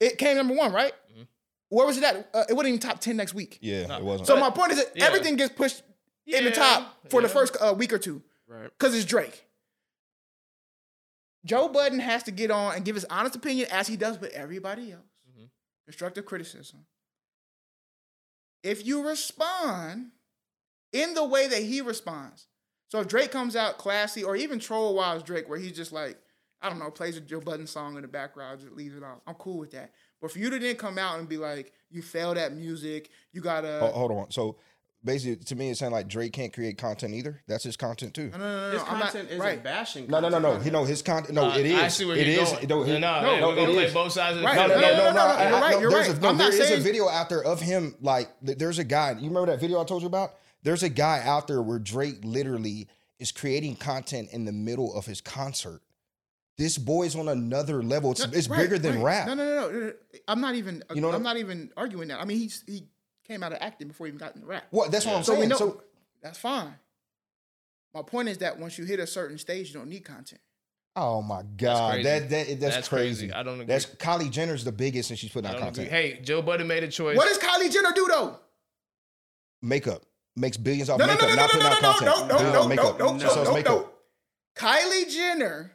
[SPEAKER 4] It came number one, right? Where was it at? Uh, it wasn't even top ten next week.
[SPEAKER 2] yeah, it wasn't.
[SPEAKER 4] So my point is that
[SPEAKER 1] Yeah.
[SPEAKER 4] everything gets pushed in the
[SPEAKER 1] Yeah,
[SPEAKER 4] top for the
[SPEAKER 1] yeah.
[SPEAKER 4] first uh, week or two
[SPEAKER 3] Right.
[SPEAKER 4] because it's Drake. Joe Budden has to get on and give his honest opinion as he does with everybody else. Constructive criticism. If you respond in the way that he responds, so if Drake comes out classy or even troll wise Drake, where he's just like, I don't know, plays a Joe Budden song in the background, just leaves it off. I'm cool with that. But for you to then come out and be like, you failed at music, you gotta.
[SPEAKER 2] Ho- hold on. So basically, to me, it sounded like Drake can't create content either. That's his content too.
[SPEAKER 4] no, no, no, no,
[SPEAKER 3] His
[SPEAKER 4] I'm not-
[SPEAKER 3] content isn't
[SPEAKER 4] right.
[SPEAKER 3] bashing.
[SPEAKER 2] No, no, no,
[SPEAKER 3] content.
[SPEAKER 2] no. He know his content. No, it is.
[SPEAKER 1] Uh, I see where
[SPEAKER 2] it
[SPEAKER 1] you're
[SPEAKER 2] is.
[SPEAKER 1] going.
[SPEAKER 2] No,
[SPEAKER 1] no,
[SPEAKER 2] it-
[SPEAKER 1] nah,
[SPEAKER 2] no,
[SPEAKER 1] man, we're
[SPEAKER 2] it
[SPEAKER 1] gonna play
[SPEAKER 2] is.
[SPEAKER 1] both sides of the
[SPEAKER 4] Right.
[SPEAKER 2] No, no, no, no, no,
[SPEAKER 4] no, no,
[SPEAKER 2] I-
[SPEAKER 4] you're
[SPEAKER 2] I-
[SPEAKER 4] right,
[SPEAKER 2] no,
[SPEAKER 4] you're
[SPEAKER 2] there's
[SPEAKER 4] right.
[SPEAKER 2] A, no,
[SPEAKER 4] I'm not
[SPEAKER 2] there is
[SPEAKER 4] saying-
[SPEAKER 2] a video out there of him. Like, th- there's a guy. You remember that video I told you about? There's a guy out there where Drake literally is creating content in the middle of his concert. This boy's on another level. It's, it's
[SPEAKER 4] Right,
[SPEAKER 2] bigger than
[SPEAKER 4] right.
[SPEAKER 2] rap.
[SPEAKER 4] No, no, no, no, no. I'm not even.
[SPEAKER 2] You know what
[SPEAKER 4] I'm
[SPEAKER 2] I'm-
[SPEAKER 4] not even arguing that. I mean, he's he came out of acting before he even got into rap.
[SPEAKER 2] What? That's what I'm
[SPEAKER 4] So we
[SPEAKER 2] saying.
[SPEAKER 4] know
[SPEAKER 2] So
[SPEAKER 4] that's fine. My point is that once you hit a certain stage, you don't need content.
[SPEAKER 2] Oh my God,
[SPEAKER 1] crazy.
[SPEAKER 2] that that that's,
[SPEAKER 1] That's
[SPEAKER 2] crazy.
[SPEAKER 1] crazy. I don't agree.
[SPEAKER 2] That's Kylie Jenner's the biggest, and she's putting
[SPEAKER 1] I
[SPEAKER 2] out
[SPEAKER 1] don't agree.
[SPEAKER 2] content.
[SPEAKER 1] Hey, Joe Budden made a choice.
[SPEAKER 4] What does Kylie Jenner do though?
[SPEAKER 2] Makeup makes billions off
[SPEAKER 4] No, no,
[SPEAKER 2] makeup,
[SPEAKER 4] no, no,
[SPEAKER 2] not
[SPEAKER 4] no,
[SPEAKER 2] putting
[SPEAKER 4] no,
[SPEAKER 2] out
[SPEAKER 4] no,
[SPEAKER 2] content.
[SPEAKER 4] no, no,
[SPEAKER 2] Billions
[SPEAKER 4] no,
[SPEAKER 2] on
[SPEAKER 4] no,
[SPEAKER 2] makeup.
[SPEAKER 4] no, no,
[SPEAKER 2] She sells
[SPEAKER 4] no,
[SPEAKER 2] makeup.
[SPEAKER 4] no. Kylie Jenner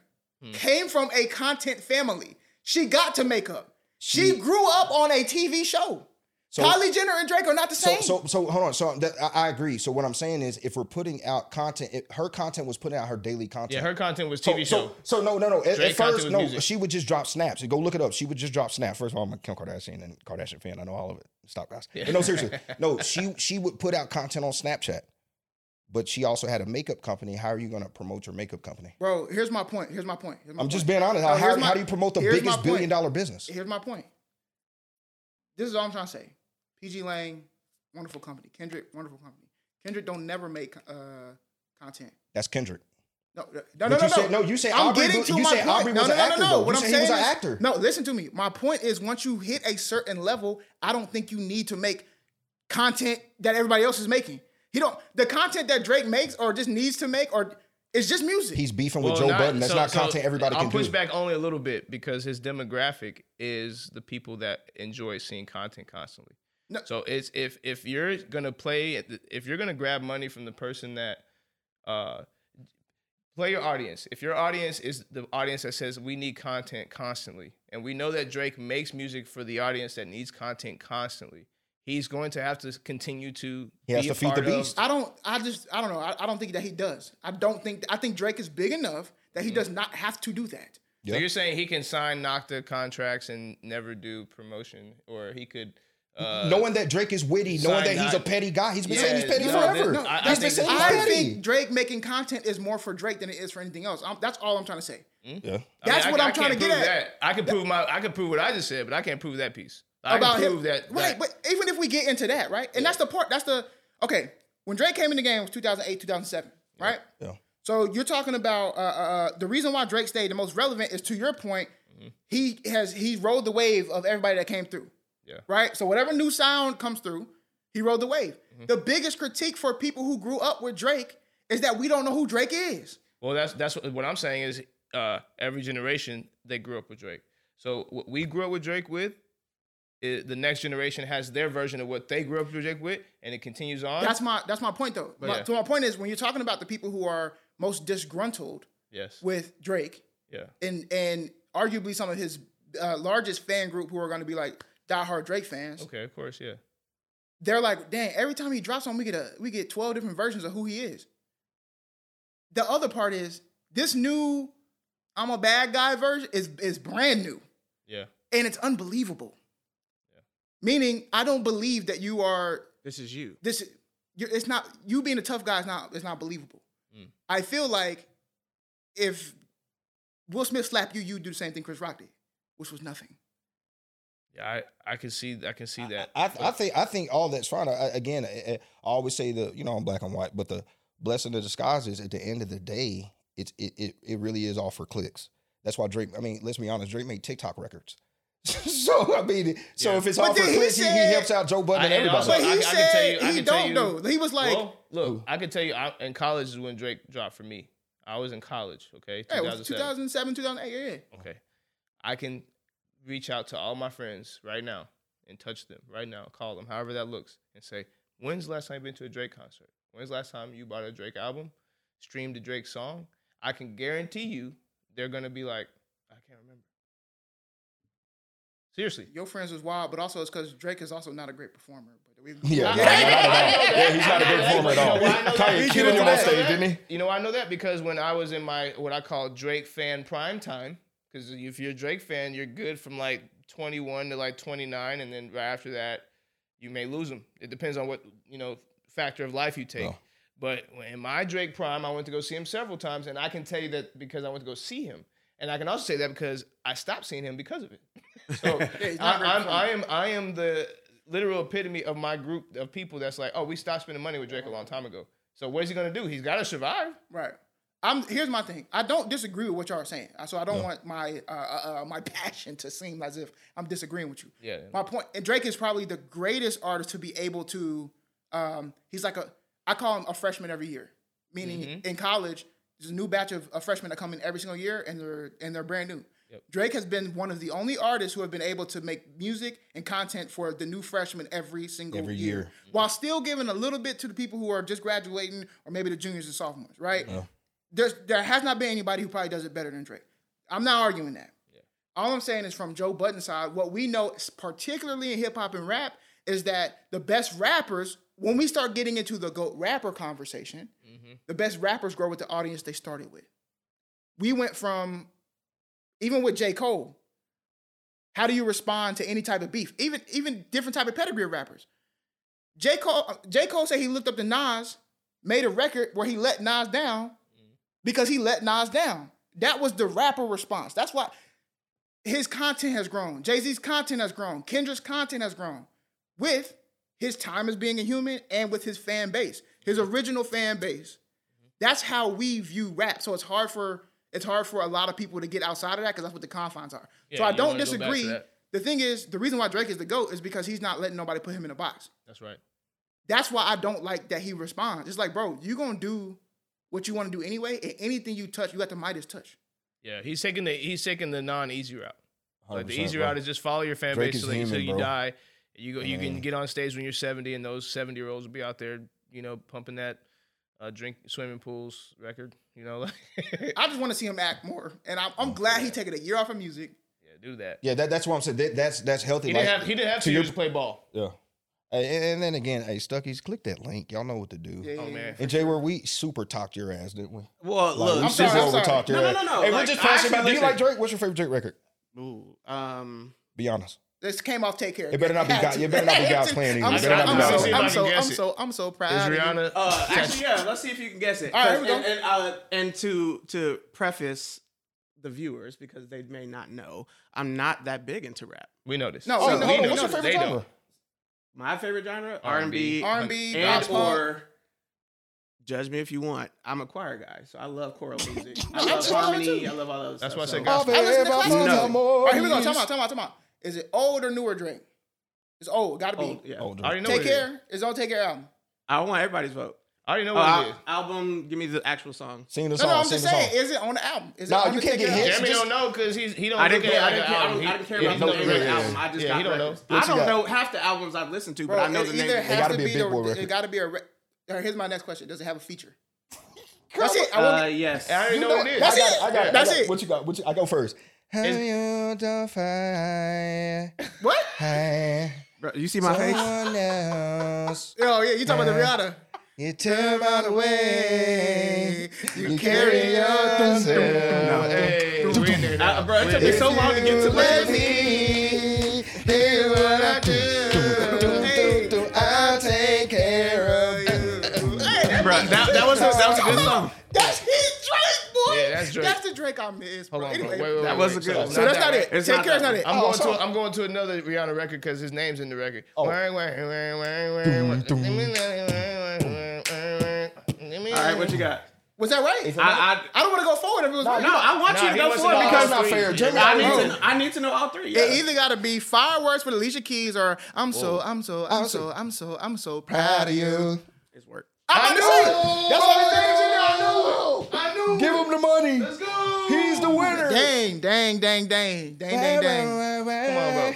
[SPEAKER 4] came from a content family. She got to makeup. She
[SPEAKER 2] She-
[SPEAKER 4] grew up on a TV show.
[SPEAKER 2] So-
[SPEAKER 4] Kylie Jenner and Drake are not the
[SPEAKER 2] So,
[SPEAKER 4] same.
[SPEAKER 2] so, so, hold on. So, um, that, I, I agree. So, what I'm saying is, if we're putting out content, it, her content was putting out her daily content.
[SPEAKER 1] Yeah, her content was
[SPEAKER 2] So-
[SPEAKER 1] TV
[SPEAKER 2] so,
[SPEAKER 1] show.
[SPEAKER 2] So, no, no, no. At,
[SPEAKER 1] Drake content
[SPEAKER 2] at first,
[SPEAKER 1] was
[SPEAKER 2] no,
[SPEAKER 1] music.
[SPEAKER 2] she would just drop snaps. Go look it up. She would just drop snaps. First of all, I'm a Kim Kardashian and Kardashian fan. I know all of it. Stop, guys. But no, seriously. no, she she would put out content on Snapchat, but she also had a makeup company. How are you going to promote your makeup company?
[SPEAKER 4] Bro, here's my point. Here's my point. Here's my
[SPEAKER 2] I'm
[SPEAKER 4] point.
[SPEAKER 2] just being honest. How,
[SPEAKER 4] No, here's
[SPEAKER 2] how,
[SPEAKER 4] my-
[SPEAKER 2] how do you promote the
[SPEAKER 4] here's my
[SPEAKER 2] biggest
[SPEAKER 4] point.
[SPEAKER 2] billion dollar business?
[SPEAKER 4] Here's my point. This is all I'm trying to say. PG Lang, wonderful company. Kendrick, wonderful company. Kendrick don't never make uh, content.
[SPEAKER 2] That's Kendrick.
[SPEAKER 4] No, no, no,
[SPEAKER 2] But
[SPEAKER 4] no,
[SPEAKER 2] you
[SPEAKER 4] no.
[SPEAKER 2] said- no, you said Aubrey was- you said Aubrey was an actor, though. You said he was an
[SPEAKER 4] is-
[SPEAKER 2] actor.
[SPEAKER 4] No, listen to me. My point is, once you hit a certain level, I don't think you need to make content that everybody else is making. He don't. The content that Drake makes, or just needs to make, or it's just music.
[SPEAKER 2] He's beefing with
[SPEAKER 1] Well,
[SPEAKER 2] Joe
[SPEAKER 1] not-
[SPEAKER 2] Budden. That's
[SPEAKER 1] so-
[SPEAKER 2] not
[SPEAKER 1] so
[SPEAKER 2] content everybody
[SPEAKER 1] I'll
[SPEAKER 2] can
[SPEAKER 1] push
[SPEAKER 2] do.
[SPEAKER 1] back only a little bit because his demographic is the people that enjoy seeing content constantly.
[SPEAKER 4] No.
[SPEAKER 1] So it's if if you're gonna play at the- if you're gonna grab money from the person that uh play your audience. If your audience is the audience that says we need content constantly, and we know that Drake makes music for the audience that needs content constantly, he's going to have to continue to
[SPEAKER 2] He has
[SPEAKER 1] be
[SPEAKER 2] to
[SPEAKER 1] a
[SPEAKER 2] feed the
[SPEAKER 1] part of-
[SPEAKER 2] beast.
[SPEAKER 4] I don't. I just. I don't know. I, I don't think that he does. I don't think. I think Drake is big enough that he
[SPEAKER 1] Mm.
[SPEAKER 4] does not have to do that.
[SPEAKER 1] So
[SPEAKER 2] Yeah.
[SPEAKER 1] you're saying he can sign Nocta contracts and never do promotion, or he could. Uh,
[SPEAKER 2] knowing that Drake is witty,
[SPEAKER 1] Sign
[SPEAKER 2] knowing that he's a
[SPEAKER 1] Not-
[SPEAKER 2] petty guy. He's been
[SPEAKER 1] Yeah,
[SPEAKER 2] saying he's petty
[SPEAKER 1] no,
[SPEAKER 2] forever.
[SPEAKER 1] no, I- I
[SPEAKER 2] he's been
[SPEAKER 1] think
[SPEAKER 2] saying
[SPEAKER 1] this-
[SPEAKER 2] he's
[SPEAKER 1] I
[SPEAKER 2] petty.
[SPEAKER 4] I think Drake making content is more for Drake than it is for anything else. I'm, that's all I'm trying to say.
[SPEAKER 2] yeah.
[SPEAKER 1] I mean,
[SPEAKER 4] That's
[SPEAKER 1] I-
[SPEAKER 4] what
[SPEAKER 1] I
[SPEAKER 4] am trying to
[SPEAKER 1] can't
[SPEAKER 4] get
[SPEAKER 1] prove
[SPEAKER 4] at.
[SPEAKER 1] That. I can prove my. I can prove what I just said, but I can't prove that piece. I
[SPEAKER 4] about
[SPEAKER 1] can
[SPEAKER 4] him.
[SPEAKER 1] prove that,
[SPEAKER 4] Right,
[SPEAKER 1] that-
[SPEAKER 4] but even if we get into that, right? And that's the part. That's the okay. When Drake came in the game it was 2008, 2007, right?
[SPEAKER 2] Yeah.
[SPEAKER 4] So you're talking about uh, uh, uh, the reason why Drake stayed the most relevant is to your point.
[SPEAKER 1] Mm-hmm.
[SPEAKER 4] He has he rode the wave of everybody that came through.
[SPEAKER 1] Yeah.
[SPEAKER 4] Right. So whatever new sound comes through, he rode the wave.
[SPEAKER 1] Mm-hmm.
[SPEAKER 4] The biggest critique for people who grew up with Drake is that we don't know who Drake is.
[SPEAKER 1] Well, that's that's what, what I'm saying is uh, every generation they grew up with Drake. So what we grew up with Drake with, i the next generation has their version of what they grew up with Drake with, and it continues on.
[SPEAKER 4] That's my that's my point though. My-
[SPEAKER 1] yeah.
[SPEAKER 4] So my point is when you're talking about the people who are most disgruntled
[SPEAKER 1] yes,
[SPEAKER 4] with Drake
[SPEAKER 1] yeah,
[SPEAKER 4] and and arguably some of his uh, largest fan group who are going to be like diehard Drake fans.
[SPEAKER 1] okay, of course, yeah.
[SPEAKER 4] They're like, dang, every time he drops on, we get a we get twelve different versions of who he is. The other part is this new "I'm a bad guy" version is is brand new
[SPEAKER 1] Yeah,
[SPEAKER 4] and it's unbelievable. Meaning, I don't believe that you are
[SPEAKER 3] This is you.
[SPEAKER 4] this you're, it's not you being a tough guy is not it's not believable.
[SPEAKER 1] Mm.
[SPEAKER 4] I feel like if Will Smith slapped you, you do the same thing Chris Rock did, which was nothing.
[SPEAKER 1] yeah. I I can see I can see that.
[SPEAKER 2] I, I think I think all that's fine. I, I- again, I, I always say the you know I'm black and white, but the blessing of disguise is at the end of the day, it's it it, it really is all for clicks. That's why Drake. I mean, let's be honest, Drake made TikTok records. so I mean, so
[SPEAKER 1] Yeah.
[SPEAKER 2] if it's
[SPEAKER 4] But
[SPEAKER 2] all for
[SPEAKER 4] then he
[SPEAKER 2] clicks, he, he
[SPEAKER 4] said-
[SPEAKER 2] helps out Joe Budden
[SPEAKER 1] I-
[SPEAKER 2] and
[SPEAKER 1] and also-
[SPEAKER 2] everybody.
[SPEAKER 4] But
[SPEAKER 1] I- I
[SPEAKER 4] he
[SPEAKER 1] can tell
[SPEAKER 4] said
[SPEAKER 1] you- I
[SPEAKER 4] he
[SPEAKER 1] can tell
[SPEAKER 4] don't
[SPEAKER 1] you-
[SPEAKER 4] though. He was like,
[SPEAKER 1] well, look, I can tell you, I, in college is when Drake dropped for me. I was in college, okay,
[SPEAKER 4] hey, it was 2007, 2008, yeah, yeah.
[SPEAKER 1] Okay, I can reach out to all my friends right now and touch them right now, call them, however that looks, and say, "When's the last time you been to a Drake concert? When's the last time you bought a Drake album, streamed a Drake song?" I can guarantee you, they're gonna be like, "I can't remember." Seriously,
[SPEAKER 4] Your friends was wild, but also it's because Drake is also not a great performer. But we,
[SPEAKER 2] yeah,
[SPEAKER 4] I-
[SPEAKER 2] no, not at all. Yeah, he's not a good performer at all.
[SPEAKER 1] You know why I know that?
[SPEAKER 2] Kanye
[SPEAKER 1] You
[SPEAKER 2] killed
[SPEAKER 1] know
[SPEAKER 2] him
[SPEAKER 1] why I
[SPEAKER 2] on
[SPEAKER 1] know
[SPEAKER 2] stage,
[SPEAKER 1] that?
[SPEAKER 2] didn't he?
[SPEAKER 1] You know, I know that because when I was in my what I call Drake fan prime time, because if you're a Drake fan, you're good from like 21 to like 29, and then right after that, you may lose them. It depends on what you know factor of life you take.
[SPEAKER 2] Oh.
[SPEAKER 1] But in my Drake prime, I went to go see him several times, and I can tell you that because I went to go see him, and I can also say that because I stopped seeing him because of it. So
[SPEAKER 4] he's
[SPEAKER 1] I,
[SPEAKER 4] not very
[SPEAKER 1] I'm,
[SPEAKER 4] funny.
[SPEAKER 1] I am I am the literal epitome of my group of people that's like, oh, we stopped spending money with Drake a long time ago. So what is he gonna do? He's gotta survive.
[SPEAKER 4] Right. I'm here's my thing. I don't disagree with what y'all are saying, so I don't want my uh, uh, uh, my passion to seem as if I'm disagreeing with you.
[SPEAKER 1] Yeah.
[SPEAKER 4] My point, and Drake is probably the greatest artist to be able to. Um, he's like a I call him a freshman every year, meaning in college there's a new batch of, of freshmen that come in every single year, and they're and they're brand new. Drake has been one of the only artists who have been able to make music and content for the new freshmen every single
[SPEAKER 2] Every
[SPEAKER 4] year,
[SPEAKER 2] year.
[SPEAKER 4] while still giving a little bit to the people who are just graduating or maybe the juniors and sophomores, right? There's there has not been anybody who probably does it better than Drake. I'm not arguing that. All I'm saying is from Joe Budden's side, what we know, is particularly in hip hop and rap, is that the best rappers, when we start getting into the GOAT rapper conversation,
[SPEAKER 1] Mm-hmm.
[SPEAKER 4] the best rappers grow with the audience they started with. We went from, even with J. Cole, how do you respond to any type of beef? Even even different type of pedigree of rappers. J. Cole, J. Cole said he looked up to Nas, made a record where he let Nas down because he let Nas down. That was the rapper response. That's why his content has grown. Jay Z's content has grown. Kendra's content has grown with his time as being a human and with his fan base, his original fan base. That's how we view rap. So it's hard for it's hard for a lot of people to get outside of that because that's what the confines are. so
[SPEAKER 1] Yeah,
[SPEAKER 4] I
[SPEAKER 1] you
[SPEAKER 4] don't
[SPEAKER 1] wanna go back to
[SPEAKER 4] disagree.
[SPEAKER 1] that.
[SPEAKER 4] The thing is, the reason why Drake is the goat is because he's not letting nobody put him in a box.
[SPEAKER 1] That's right.
[SPEAKER 4] That's why I don't like that he responds. It's like, bro, you gonna do what you want to do anyway, and anything you touch, you got the Midas touch.
[SPEAKER 1] Yeah. He's taking the he's taking the non easy route. Like the
[SPEAKER 2] 100%,
[SPEAKER 1] easy
[SPEAKER 2] bro.
[SPEAKER 1] route is just follow your fan
[SPEAKER 2] Drake
[SPEAKER 1] base
[SPEAKER 2] is
[SPEAKER 1] until, until
[SPEAKER 2] human,
[SPEAKER 1] you
[SPEAKER 2] bro.
[SPEAKER 1] die. You go, you
[SPEAKER 2] Man.
[SPEAKER 1] can get on stage when you're 70, and those 70 year olds will be out there, you know, pumping that uh, drink swimming pools record. You know, like yeah,
[SPEAKER 4] I just want to see him act more, and I'm, I'm glad he taking a year off of music.
[SPEAKER 1] do that.
[SPEAKER 2] Yeah, that, that's what I'm saying. That, that's that's healthy.
[SPEAKER 1] He didn't
[SPEAKER 2] like-
[SPEAKER 1] have he didn't have
[SPEAKER 2] to
[SPEAKER 1] two
[SPEAKER 2] your-
[SPEAKER 1] years to play ball.
[SPEAKER 2] Yeah. Hey, and, and then again, hey Stuckies, click that link. Y'all know what to do.
[SPEAKER 4] Yeah,
[SPEAKER 1] Oh man,
[SPEAKER 2] And Jay, were we super talked your ass, didn't we?
[SPEAKER 3] Well,
[SPEAKER 2] Like,
[SPEAKER 3] look.
[SPEAKER 2] we
[SPEAKER 4] I'm
[SPEAKER 2] super
[SPEAKER 4] sorry, I'm
[SPEAKER 2] over
[SPEAKER 4] sorry.
[SPEAKER 2] talked your
[SPEAKER 3] No, no,
[SPEAKER 2] ass.
[SPEAKER 3] no, no,
[SPEAKER 2] Hey, we're
[SPEAKER 3] like,
[SPEAKER 2] just
[SPEAKER 3] I
[SPEAKER 2] passionate about.
[SPEAKER 3] actually-
[SPEAKER 2] Do you like Drake? What's your favorite Drake record?
[SPEAKER 3] Ooh, um,
[SPEAKER 2] Be honest.
[SPEAKER 4] This came off. Take care.
[SPEAKER 2] It better not be
[SPEAKER 4] Had
[SPEAKER 2] God-
[SPEAKER 4] to.
[SPEAKER 2] it better not be
[SPEAKER 4] Had
[SPEAKER 2] God's
[SPEAKER 4] to.
[SPEAKER 2] plan either.
[SPEAKER 4] I'm
[SPEAKER 2] It
[SPEAKER 4] so,
[SPEAKER 2] better not
[SPEAKER 1] be
[SPEAKER 4] I'm
[SPEAKER 1] God's
[SPEAKER 4] so,
[SPEAKER 1] plan.
[SPEAKER 4] I'm
[SPEAKER 1] Let's see
[SPEAKER 4] so, I'm
[SPEAKER 1] if I can guess
[SPEAKER 4] so, I'm so
[SPEAKER 1] is
[SPEAKER 4] proud. of you.
[SPEAKER 1] Rihanna?
[SPEAKER 3] uh, actually, yeah. Let's see if you can guess it.
[SPEAKER 4] All right, here
[SPEAKER 3] 'Cause-
[SPEAKER 4] we go.
[SPEAKER 3] and, and, uh, and to to preface the viewers because they may not know, I'm not that big into rap.
[SPEAKER 1] We know this.
[SPEAKER 4] No,
[SPEAKER 2] Oh,
[SPEAKER 4] we
[SPEAKER 1] we
[SPEAKER 2] no,
[SPEAKER 4] know-
[SPEAKER 2] hold on,
[SPEAKER 4] we
[SPEAKER 2] what's
[SPEAKER 4] know
[SPEAKER 2] your favorite genre?
[SPEAKER 3] My favorite genre, R and
[SPEAKER 1] R&B.
[SPEAKER 3] B,
[SPEAKER 4] R&B,
[SPEAKER 3] and
[SPEAKER 4] gospel.
[SPEAKER 3] or judge me if you want. I'm a choir guy, so I love choral music. I love
[SPEAKER 4] choir
[SPEAKER 3] harmony.
[SPEAKER 4] too.
[SPEAKER 3] I love all those.
[SPEAKER 1] That's
[SPEAKER 3] stuff,
[SPEAKER 1] why I
[SPEAKER 3] so.
[SPEAKER 1] said gospel.
[SPEAKER 4] I listen to classical
[SPEAKER 2] Baby,
[SPEAKER 4] music.
[SPEAKER 2] I'm
[SPEAKER 4] All right, here we go.
[SPEAKER 2] always-
[SPEAKER 4] Time out, time out, time out. Is it old or newer drink? It's old. Gotta be.
[SPEAKER 3] Oh, yeah.
[SPEAKER 2] Older.
[SPEAKER 1] I already know
[SPEAKER 4] Take
[SPEAKER 1] what it is.
[SPEAKER 4] care. It's on Take Care album.
[SPEAKER 3] I want everybody's vote.
[SPEAKER 1] I already know
[SPEAKER 3] Oh,
[SPEAKER 1] what
[SPEAKER 3] al-
[SPEAKER 1] it is.
[SPEAKER 3] album, give me the actual song.
[SPEAKER 2] Sing the
[SPEAKER 4] No,
[SPEAKER 2] song.
[SPEAKER 4] no, I'm
[SPEAKER 2] sing
[SPEAKER 4] just
[SPEAKER 2] the song.
[SPEAKER 4] saying, is it on the album? Is it
[SPEAKER 2] Nah,
[SPEAKER 4] on
[SPEAKER 2] you
[SPEAKER 4] the
[SPEAKER 2] can't
[SPEAKER 4] Take
[SPEAKER 2] get
[SPEAKER 4] Care
[SPEAKER 2] hits.
[SPEAKER 1] Jeremy
[SPEAKER 4] album?
[SPEAKER 1] don't know because he's he don't.
[SPEAKER 3] I
[SPEAKER 1] look
[SPEAKER 3] didn't care.
[SPEAKER 1] at
[SPEAKER 3] I
[SPEAKER 1] the
[SPEAKER 3] didn't care, I
[SPEAKER 1] album.
[SPEAKER 3] don't,
[SPEAKER 1] He-
[SPEAKER 3] I didn't care
[SPEAKER 1] yeah,
[SPEAKER 3] about
[SPEAKER 1] he
[SPEAKER 3] the
[SPEAKER 1] don't
[SPEAKER 3] name
[SPEAKER 1] know
[SPEAKER 3] of the
[SPEAKER 1] what it is.
[SPEAKER 3] album. I just
[SPEAKER 1] Yeah, he
[SPEAKER 3] got
[SPEAKER 1] don't know.
[SPEAKER 3] records.
[SPEAKER 2] What
[SPEAKER 3] I
[SPEAKER 2] you
[SPEAKER 3] don't
[SPEAKER 2] got?
[SPEAKER 3] know half the albums I've listened to, but
[SPEAKER 4] Bro,
[SPEAKER 3] I know
[SPEAKER 4] it
[SPEAKER 3] the
[SPEAKER 4] either
[SPEAKER 3] name.
[SPEAKER 4] has
[SPEAKER 2] gotta
[SPEAKER 4] to
[SPEAKER 2] be a
[SPEAKER 4] be
[SPEAKER 2] big
[SPEAKER 4] the-
[SPEAKER 2] boy record.
[SPEAKER 4] It gotta be a. Re- all right, here's my next question. Does it have a feature?
[SPEAKER 2] Come
[SPEAKER 4] That's it. I
[SPEAKER 3] Uh,
[SPEAKER 4] want it.
[SPEAKER 3] yes.
[SPEAKER 1] I already
[SPEAKER 2] You
[SPEAKER 1] know
[SPEAKER 2] know
[SPEAKER 1] what it
[SPEAKER 2] it.
[SPEAKER 1] is.
[SPEAKER 2] I
[SPEAKER 4] That's
[SPEAKER 2] got it. I got it.
[SPEAKER 4] That's
[SPEAKER 2] I got
[SPEAKER 4] it.
[SPEAKER 2] What you got? What you, I go first. How
[SPEAKER 1] It's-
[SPEAKER 2] you define
[SPEAKER 4] What?
[SPEAKER 3] Bro, you see my face?
[SPEAKER 2] someone else?
[SPEAKER 4] Oh yeah, you talking about the Rihanna?
[SPEAKER 2] You turn right away. You carry
[SPEAKER 4] yourself.
[SPEAKER 2] yourself.
[SPEAKER 1] Hey, we in there now.
[SPEAKER 3] Uh, bro, it took me so long to get to
[SPEAKER 2] Let
[SPEAKER 3] this.
[SPEAKER 2] me do what I do.
[SPEAKER 4] Hey.
[SPEAKER 2] I'll take care of you.
[SPEAKER 4] Hey,
[SPEAKER 3] Bro, that, that was a, that was a good song.
[SPEAKER 4] that's his Drake, boy.
[SPEAKER 1] Yeah, that's Drake.
[SPEAKER 4] That's the Drake I miss.
[SPEAKER 1] Hold on,
[SPEAKER 4] bro.
[SPEAKER 1] bro.
[SPEAKER 4] Anyway,
[SPEAKER 1] Wait, wait, wait,
[SPEAKER 3] that
[SPEAKER 1] wait.
[SPEAKER 3] wasn't good.
[SPEAKER 4] so that's not,
[SPEAKER 3] that
[SPEAKER 4] it.
[SPEAKER 3] one. It's
[SPEAKER 4] Take
[SPEAKER 3] not
[SPEAKER 4] care is
[SPEAKER 3] that
[SPEAKER 4] not
[SPEAKER 3] one.
[SPEAKER 4] it.
[SPEAKER 1] I'm
[SPEAKER 2] Oh,
[SPEAKER 1] going
[SPEAKER 2] sorry.
[SPEAKER 1] to I'm going to another Rihanna record because his name's in the record.
[SPEAKER 2] Oh.
[SPEAKER 3] All right, what you got?
[SPEAKER 4] Was that right? I,
[SPEAKER 3] I, I,
[SPEAKER 4] don't want to go forward if it was right.
[SPEAKER 3] no, I want
[SPEAKER 1] Nah,
[SPEAKER 3] you to
[SPEAKER 1] he
[SPEAKER 3] go
[SPEAKER 1] wasn't
[SPEAKER 3] for it
[SPEAKER 1] gonna-
[SPEAKER 3] because
[SPEAKER 2] That's not fair. Jeremy, got
[SPEAKER 3] I need
[SPEAKER 2] it.
[SPEAKER 3] to, I need to know all three.
[SPEAKER 4] It
[SPEAKER 3] Yeah.
[SPEAKER 4] either got to be fireworks with Alicia Keys or I'm so, I'm so, I'm so, I'm so, I'm so proud of you.
[SPEAKER 3] It's work.
[SPEAKER 4] I'm
[SPEAKER 1] I
[SPEAKER 4] about to
[SPEAKER 1] knew
[SPEAKER 4] say
[SPEAKER 1] it.
[SPEAKER 4] it. That's all the things in there. I know.
[SPEAKER 1] I knew.
[SPEAKER 2] Give him the money.
[SPEAKER 1] Let's go.
[SPEAKER 2] He's the winner.
[SPEAKER 4] Dang, dang, dang, dang, dang, dang, dang.
[SPEAKER 1] Come on, bro.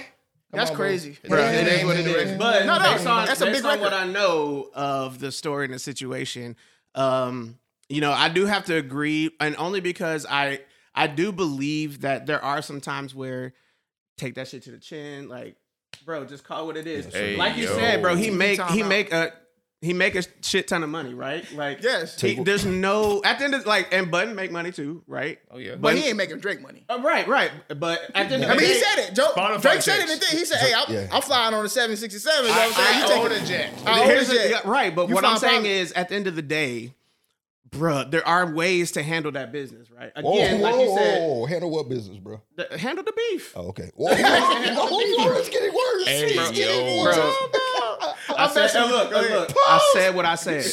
[SPEAKER 4] That's crazy.
[SPEAKER 1] Bro,
[SPEAKER 3] it is what it is. But
[SPEAKER 4] No, no,
[SPEAKER 3] based on,
[SPEAKER 4] that's a
[SPEAKER 3] based
[SPEAKER 4] big
[SPEAKER 3] on what
[SPEAKER 4] record.
[SPEAKER 3] I know of the story and the situation, um, you know, I do have to agree, and only because I I do believe that there are some times where take that shit to the chin, like, bro, just call it what it is.
[SPEAKER 1] Hey,
[SPEAKER 3] like you
[SPEAKER 1] yo.
[SPEAKER 3] said, bro, he make
[SPEAKER 4] Time
[SPEAKER 3] he
[SPEAKER 4] out.
[SPEAKER 3] make a he make a shit ton of money, right? Like,
[SPEAKER 4] Yes.
[SPEAKER 3] he, there's no at the end of like, and Button make money too, right?
[SPEAKER 1] Oh yeah.
[SPEAKER 4] But he ain't making Drake money.
[SPEAKER 3] Uh, right, right. But at the end of
[SPEAKER 4] I
[SPEAKER 3] the
[SPEAKER 4] mean, he
[SPEAKER 3] day-
[SPEAKER 4] said it. Joe,
[SPEAKER 1] Spotify
[SPEAKER 4] Drake said it
[SPEAKER 1] checks.
[SPEAKER 4] in the thing. He said, hey, I'm,
[SPEAKER 2] Yeah.
[SPEAKER 4] I'm flying on a 767. You know what I'm saying?
[SPEAKER 1] I
[SPEAKER 4] You
[SPEAKER 1] own
[SPEAKER 4] take
[SPEAKER 1] a jet.
[SPEAKER 4] I own a
[SPEAKER 3] Here's the-
[SPEAKER 4] jet.
[SPEAKER 3] yeah, right, but
[SPEAKER 4] You
[SPEAKER 3] what I'm
[SPEAKER 4] found
[SPEAKER 3] saying
[SPEAKER 4] something.
[SPEAKER 3] is, at the end of the day, bruh, there are ways to handle that business, right?
[SPEAKER 2] Whoa,
[SPEAKER 3] Again,
[SPEAKER 2] whoa,
[SPEAKER 3] like you said,
[SPEAKER 2] whoa, handle what business, bro?
[SPEAKER 3] th- handle the beef.
[SPEAKER 2] Oh, okay. Whoa, whoa, whoa, it's getting worse.
[SPEAKER 1] Hey,
[SPEAKER 2] it's
[SPEAKER 1] bro.
[SPEAKER 2] getting
[SPEAKER 1] Yo.
[SPEAKER 2] worse.
[SPEAKER 3] Bro. I said,
[SPEAKER 4] messing
[SPEAKER 3] hey, look,
[SPEAKER 4] with you.
[SPEAKER 3] hey,
[SPEAKER 4] Go
[SPEAKER 3] look, I said what I said.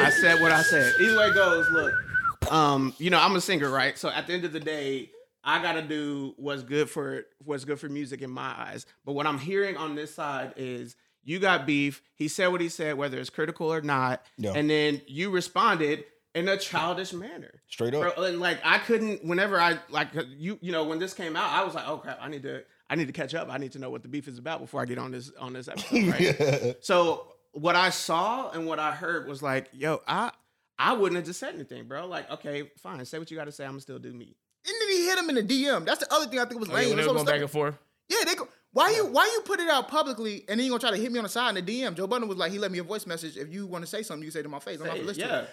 [SPEAKER 3] I said what I said. Either way it goes, look, um, you know, I'm a singer, right? So at the end of the day, I gotta do what's good for what's good for music in my eyes. But what I'm hearing on this side is you got beef. He said what he said, whether it's critical or not,
[SPEAKER 2] Yeah.
[SPEAKER 3] and then you responded in a childish manner.
[SPEAKER 2] Straight up.
[SPEAKER 3] Bro, and like I couldn't. Whenever I like uh, you, you know, when this came out, I was like, oh crap, I need to, I need to catch up. I need to know what the beef is about before I get on this on this episode. Right? So what I saw and what I heard was like, yo, I I wouldn't have just said anything, bro. Like, okay, fine, say what you got to say. I'm still do me.
[SPEAKER 4] And then he hit him in the DM. That's the other thing I think was
[SPEAKER 1] Oh, yeah,
[SPEAKER 4] lame.
[SPEAKER 1] when they
[SPEAKER 4] That's
[SPEAKER 1] were
[SPEAKER 4] what
[SPEAKER 1] going back
[SPEAKER 4] I'm saying.
[SPEAKER 1] and forth.
[SPEAKER 4] Yeah, they go. Why you why you put it out publicly and then you gonna try to hit me on the side in the DM? Joe Budden was like, he left me a voice message. If you want to say something, you can say it to my face. I'm not
[SPEAKER 3] Say
[SPEAKER 4] gonna
[SPEAKER 3] it,
[SPEAKER 4] listen. To
[SPEAKER 3] yeah,
[SPEAKER 4] it.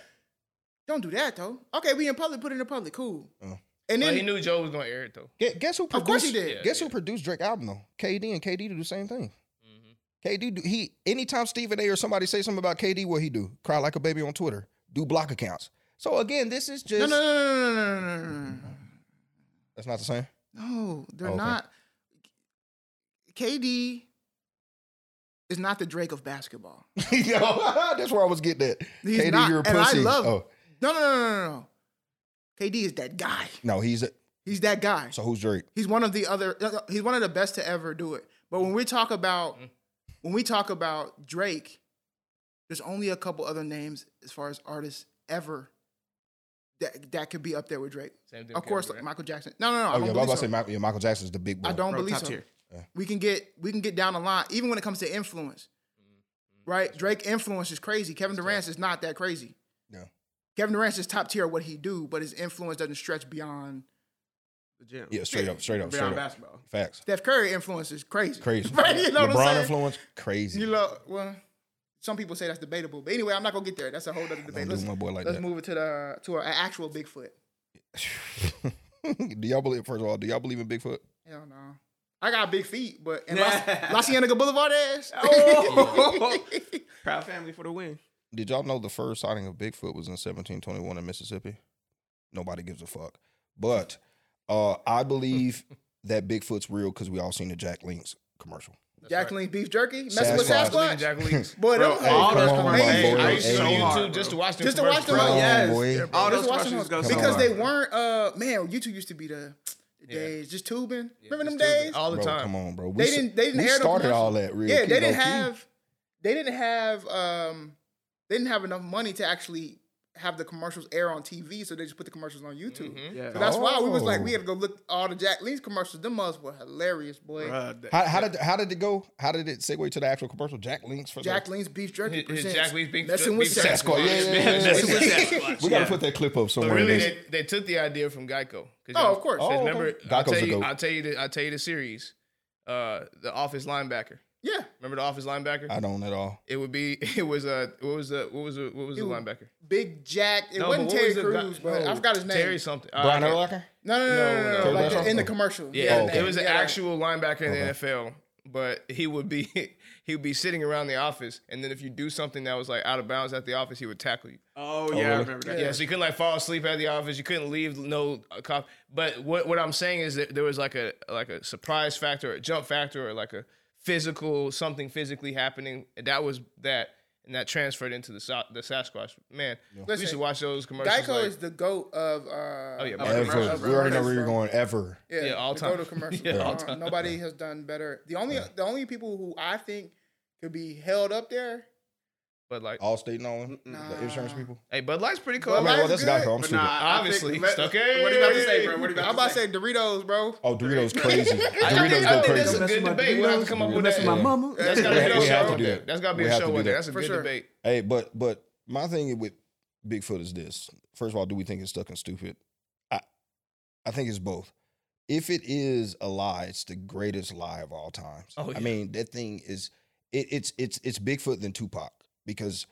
[SPEAKER 4] Don't do that though. Okay, we in public, put it in public, cool.
[SPEAKER 2] Oh.
[SPEAKER 4] And
[SPEAKER 1] Well,
[SPEAKER 4] then
[SPEAKER 1] he knew Joe was going to air it though.
[SPEAKER 2] Gu- Guess who produced?
[SPEAKER 4] Of course he did.
[SPEAKER 2] Guess who produced Drake album though? KD and KD do the same thing. KD do, he anytime Stephen A. or somebody say something about KD, what he do? Cry like a baby on Twitter. Do block accounts. So again, this is just
[SPEAKER 4] no, no, no, no, no, no, no, no,
[SPEAKER 2] that's not the same.
[SPEAKER 4] no. No, they're
[SPEAKER 2] Oh, Okay.
[SPEAKER 4] not. KD is not the Drake of basketball.
[SPEAKER 2] Yo, that's where I was getting at.
[SPEAKER 4] He's
[SPEAKER 2] KD,
[SPEAKER 4] not-
[SPEAKER 2] you're a
[SPEAKER 4] and I
[SPEAKER 2] pussy.
[SPEAKER 4] love-
[SPEAKER 2] oh
[SPEAKER 4] No, no, no, no, no, no. KD is that guy.
[SPEAKER 2] no, he's a,
[SPEAKER 4] He's that guy.
[SPEAKER 2] so who's Drake?
[SPEAKER 4] He's one of the other. uh, He's one of the best to ever do it. But when we talk about
[SPEAKER 3] Mm.
[SPEAKER 4] when we talk about Drake, there's only a couple other names as far as artists ever that that could be up there with Drake.
[SPEAKER 1] Same thing
[SPEAKER 4] Of
[SPEAKER 1] with
[SPEAKER 4] course,
[SPEAKER 1] Kevin
[SPEAKER 4] like
[SPEAKER 1] Durant.
[SPEAKER 4] Michael Jackson. No, no, no. I
[SPEAKER 2] Oh yeah, but I
[SPEAKER 4] don't
[SPEAKER 2] was about
[SPEAKER 4] believe
[SPEAKER 2] to say
[SPEAKER 4] so.
[SPEAKER 2] Michael, yeah, Michael Jackson's the big boy.
[SPEAKER 4] I don't
[SPEAKER 3] bro,
[SPEAKER 4] believe
[SPEAKER 3] top
[SPEAKER 4] so.
[SPEAKER 3] tier.
[SPEAKER 4] We can get we can get down the line even when it comes to influence, right? Drake influence is crazy. Kevin Durant's is not that crazy.
[SPEAKER 2] Yeah.
[SPEAKER 4] Kevin Durant's is top tier at what he do, but his influence doesn't stretch beyond.
[SPEAKER 3] the gym.
[SPEAKER 2] Yeah, straight up, straight up, straight
[SPEAKER 3] Beyond
[SPEAKER 2] up.
[SPEAKER 3] basketball.
[SPEAKER 2] Facts.
[SPEAKER 4] Steph Curry influence is crazy.
[SPEAKER 2] Crazy.
[SPEAKER 4] Right? You
[SPEAKER 2] LeBron
[SPEAKER 4] know what I'm saying?
[SPEAKER 2] influence, crazy.
[SPEAKER 4] You know, well, some people say that's debatable, but anyway, I'm not gonna get there. That's a whole other debate.
[SPEAKER 2] do
[SPEAKER 4] Let's,
[SPEAKER 2] my boy like
[SPEAKER 4] let's
[SPEAKER 2] that.
[SPEAKER 4] move it to the to an actual Bigfoot.
[SPEAKER 2] do y'all believe? First of all, do y'all believe in Bigfoot?
[SPEAKER 4] Hell no, I got big feet, but and
[SPEAKER 3] Nah.
[SPEAKER 4] La, La Cienega Boulevard ass.
[SPEAKER 3] Oh. Proud family for the win.
[SPEAKER 2] Did y'all know the first sighting of Bigfoot was in 1721 in Mississippi? Nobody gives a fuck. But uh, I believe that Bigfoot's real because we all seen the Jack Links commercial.
[SPEAKER 4] Jacqueline beef jerky, messing with
[SPEAKER 2] Sasquatch.
[SPEAKER 4] Sasquatch.
[SPEAKER 1] Jack Leaks.
[SPEAKER 4] Boy,
[SPEAKER 3] Bro,
[SPEAKER 4] those
[SPEAKER 3] hey,
[SPEAKER 1] All
[SPEAKER 2] come
[SPEAKER 1] those
[SPEAKER 2] on, my
[SPEAKER 1] commercials.
[SPEAKER 2] boy.
[SPEAKER 1] I used to
[SPEAKER 2] Hey,
[SPEAKER 1] go on
[SPEAKER 2] so
[SPEAKER 1] YouTube
[SPEAKER 3] hard,
[SPEAKER 1] just to
[SPEAKER 3] bro.
[SPEAKER 1] watch them.
[SPEAKER 4] Just to watch them,
[SPEAKER 1] commercials.
[SPEAKER 2] Come on,
[SPEAKER 4] Oh, yes.
[SPEAKER 2] boy.
[SPEAKER 4] Yeah,
[SPEAKER 1] Oh,
[SPEAKER 4] bro.
[SPEAKER 3] All
[SPEAKER 4] Just
[SPEAKER 3] those
[SPEAKER 4] watch them
[SPEAKER 3] commercials
[SPEAKER 4] all-
[SPEAKER 3] go
[SPEAKER 4] because
[SPEAKER 2] so
[SPEAKER 4] they
[SPEAKER 2] hard.
[SPEAKER 4] weren't. Uh, man, YouTube used to be the, the days just tubing. Remember them
[SPEAKER 1] Just do it
[SPEAKER 4] days?
[SPEAKER 1] all the
[SPEAKER 2] Bro,
[SPEAKER 1] time.
[SPEAKER 2] come on, bro. We,
[SPEAKER 4] They
[SPEAKER 2] s-
[SPEAKER 4] didn't. They didn't.
[SPEAKER 2] we
[SPEAKER 4] air no
[SPEAKER 2] started all
[SPEAKER 4] commercials.
[SPEAKER 2] that real
[SPEAKER 4] Yeah,
[SPEAKER 2] key,
[SPEAKER 4] they didn't
[SPEAKER 2] low key.
[SPEAKER 4] have. They didn't have. Um, they didn't have enough money to actually have the commercials air on TV, so they just put the commercials on YouTube.
[SPEAKER 1] Mm-hmm.
[SPEAKER 3] Yeah.
[SPEAKER 4] So that's why we was like,
[SPEAKER 2] Oh.
[SPEAKER 4] we had to go look all the Jack Lee's commercials. Them mugs were hilarious, boy.
[SPEAKER 3] Bruh, th-
[SPEAKER 2] How, how did how did it go? How did it segue to the actual commercial? Jack Links for
[SPEAKER 4] Jack
[SPEAKER 2] the,
[SPEAKER 4] Lee's beef jerky
[SPEAKER 1] His- his
[SPEAKER 4] presents
[SPEAKER 1] Jack Lee's beef-
[SPEAKER 4] messing
[SPEAKER 1] beef
[SPEAKER 4] with
[SPEAKER 1] jerky.
[SPEAKER 4] Sasquatch.
[SPEAKER 2] Squad. Yeah, yeah, yeah, yeah.
[SPEAKER 1] Messing with Sasquatch.
[SPEAKER 2] We gotta put that clip up somewhere.
[SPEAKER 1] Really,
[SPEAKER 2] That's-
[SPEAKER 1] they, they took the idea from Geico. 'Cause
[SPEAKER 4] Oh,
[SPEAKER 1] y'all-
[SPEAKER 4] of course.
[SPEAKER 1] so
[SPEAKER 2] Oh, okay.
[SPEAKER 1] remember, I'll,
[SPEAKER 2] Geico's
[SPEAKER 1] tell
[SPEAKER 2] a
[SPEAKER 1] you,
[SPEAKER 2] goat.
[SPEAKER 1] I'll tell you. The, I'll tell you the series. Uh, the office linebacker.
[SPEAKER 4] Yeah,
[SPEAKER 1] Remember the office linebacker?
[SPEAKER 2] I don't at all.
[SPEAKER 1] it would be. It was a. What was the? What was the? What was the
[SPEAKER 4] It was-
[SPEAKER 1] linebacker?
[SPEAKER 4] Big Jack. It
[SPEAKER 1] No, but
[SPEAKER 4] wasn't
[SPEAKER 1] what
[SPEAKER 4] Terry
[SPEAKER 1] was the guy-
[SPEAKER 4] Crews, but I
[SPEAKER 1] no,
[SPEAKER 4] forgot his name.
[SPEAKER 1] Terry something. Uh,
[SPEAKER 2] Brian
[SPEAKER 1] I can't-
[SPEAKER 2] Urlacher?
[SPEAKER 4] no, no, no, no, no, no,
[SPEAKER 1] no,
[SPEAKER 4] like
[SPEAKER 2] no.
[SPEAKER 4] in the commercial.
[SPEAKER 1] Yeah,
[SPEAKER 2] Oh, okay.
[SPEAKER 1] it was an
[SPEAKER 4] Yeah.
[SPEAKER 1] actual linebacker in the NFL, but he would be he would be sitting around the office, and then if you do something that was like out of bounds at the office, he would tackle you.
[SPEAKER 3] oh yeah, I
[SPEAKER 2] really?
[SPEAKER 3] remember that.
[SPEAKER 1] Yeah, so you couldn't like fall asleep at the office. You couldn't leave no uh, cop. But what what I'm saying is that there was like a like a surprise factor, or a jump factor, or like a physical something physically happening. And that was that, and that transferred into the Sa- the Sasquatch. Man, we used to
[SPEAKER 4] Listen,
[SPEAKER 1] watch those commercials.
[SPEAKER 4] Geico
[SPEAKER 1] like-
[SPEAKER 4] is the goat of. Uh,
[SPEAKER 1] oh yeah,
[SPEAKER 3] Ever.
[SPEAKER 1] Mark Russell.
[SPEAKER 2] Ever. We already know where you're going. Ever.
[SPEAKER 4] Yeah,
[SPEAKER 1] Yeah, all
[SPEAKER 4] the
[SPEAKER 1] time.
[SPEAKER 4] Go to commercial.
[SPEAKER 1] Yeah, all
[SPEAKER 4] Uh,
[SPEAKER 1] time.
[SPEAKER 4] Nobody has done better. The only the only people who I think could be held up there.
[SPEAKER 1] But like,
[SPEAKER 2] All state knowing
[SPEAKER 4] Nah.
[SPEAKER 2] the insurance people.
[SPEAKER 1] hey, Bud Light's pretty cool.
[SPEAKER 4] Bud
[SPEAKER 2] I mean, well,
[SPEAKER 4] Light's
[SPEAKER 2] that's
[SPEAKER 4] good,
[SPEAKER 2] Geico. I'm
[SPEAKER 3] But
[SPEAKER 2] stupid.
[SPEAKER 3] nah, I
[SPEAKER 1] Obviously,
[SPEAKER 3] think- let-
[SPEAKER 1] stuck- hey!
[SPEAKER 3] What are you about to say, bro? What are you
[SPEAKER 4] I'm
[SPEAKER 3] about,
[SPEAKER 4] about to
[SPEAKER 3] say?
[SPEAKER 4] say Doritos, bro.
[SPEAKER 2] Oh, Doritos crazy.
[SPEAKER 1] I think,
[SPEAKER 2] Doritos
[SPEAKER 1] I
[SPEAKER 2] go
[SPEAKER 1] think that's a
[SPEAKER 2] crazy.
[SPEAKER 1] good debate. We'll have to come up with that.
[SPEAKER 2] messing with my
[SPEAKER 3] mama.
[SPEAKER 1] That's gotta
[SPEAKER 2] We
[SPEAKER 1] be
[SPEAKER 2] have-
[SPEAKER 1] a
[SPEAKER 2] we
[SPEAKER 1] show.
[SPEAKER 2] have to
[SPEAKER 1] one
[SPEAKER 2] do
[SPEAKER 1] day.
[SPEAKER 2] that.
[SPEAKER 1] That's gotta be
[SPEAKER 2] We
[SPEAKER 1] a
[SPEAKER 2] have
[SPEAKER 1] show
[SPEAKER 2] to do
[SPEAKER 1] one day.
[SPEAKER 2] that.
[SPEAKER 1] That's a
[SPEAKER 4] For
[SPEAKER 1] good
[SPEAKER 4] sure.
[SPEAKER 1] debate.
[SPEAKER 2] Hey, but but my thing with Bigfoot is this. First of all, do we think it's stuck and stupid? I I think it's both. If it is a lie, it's the greatest lie of all times.
[SPEAKER 1] Oh, yeah.
[SPEAKER 2] I mean, that thing is it, it's it's it's Bigfoot than Tupac because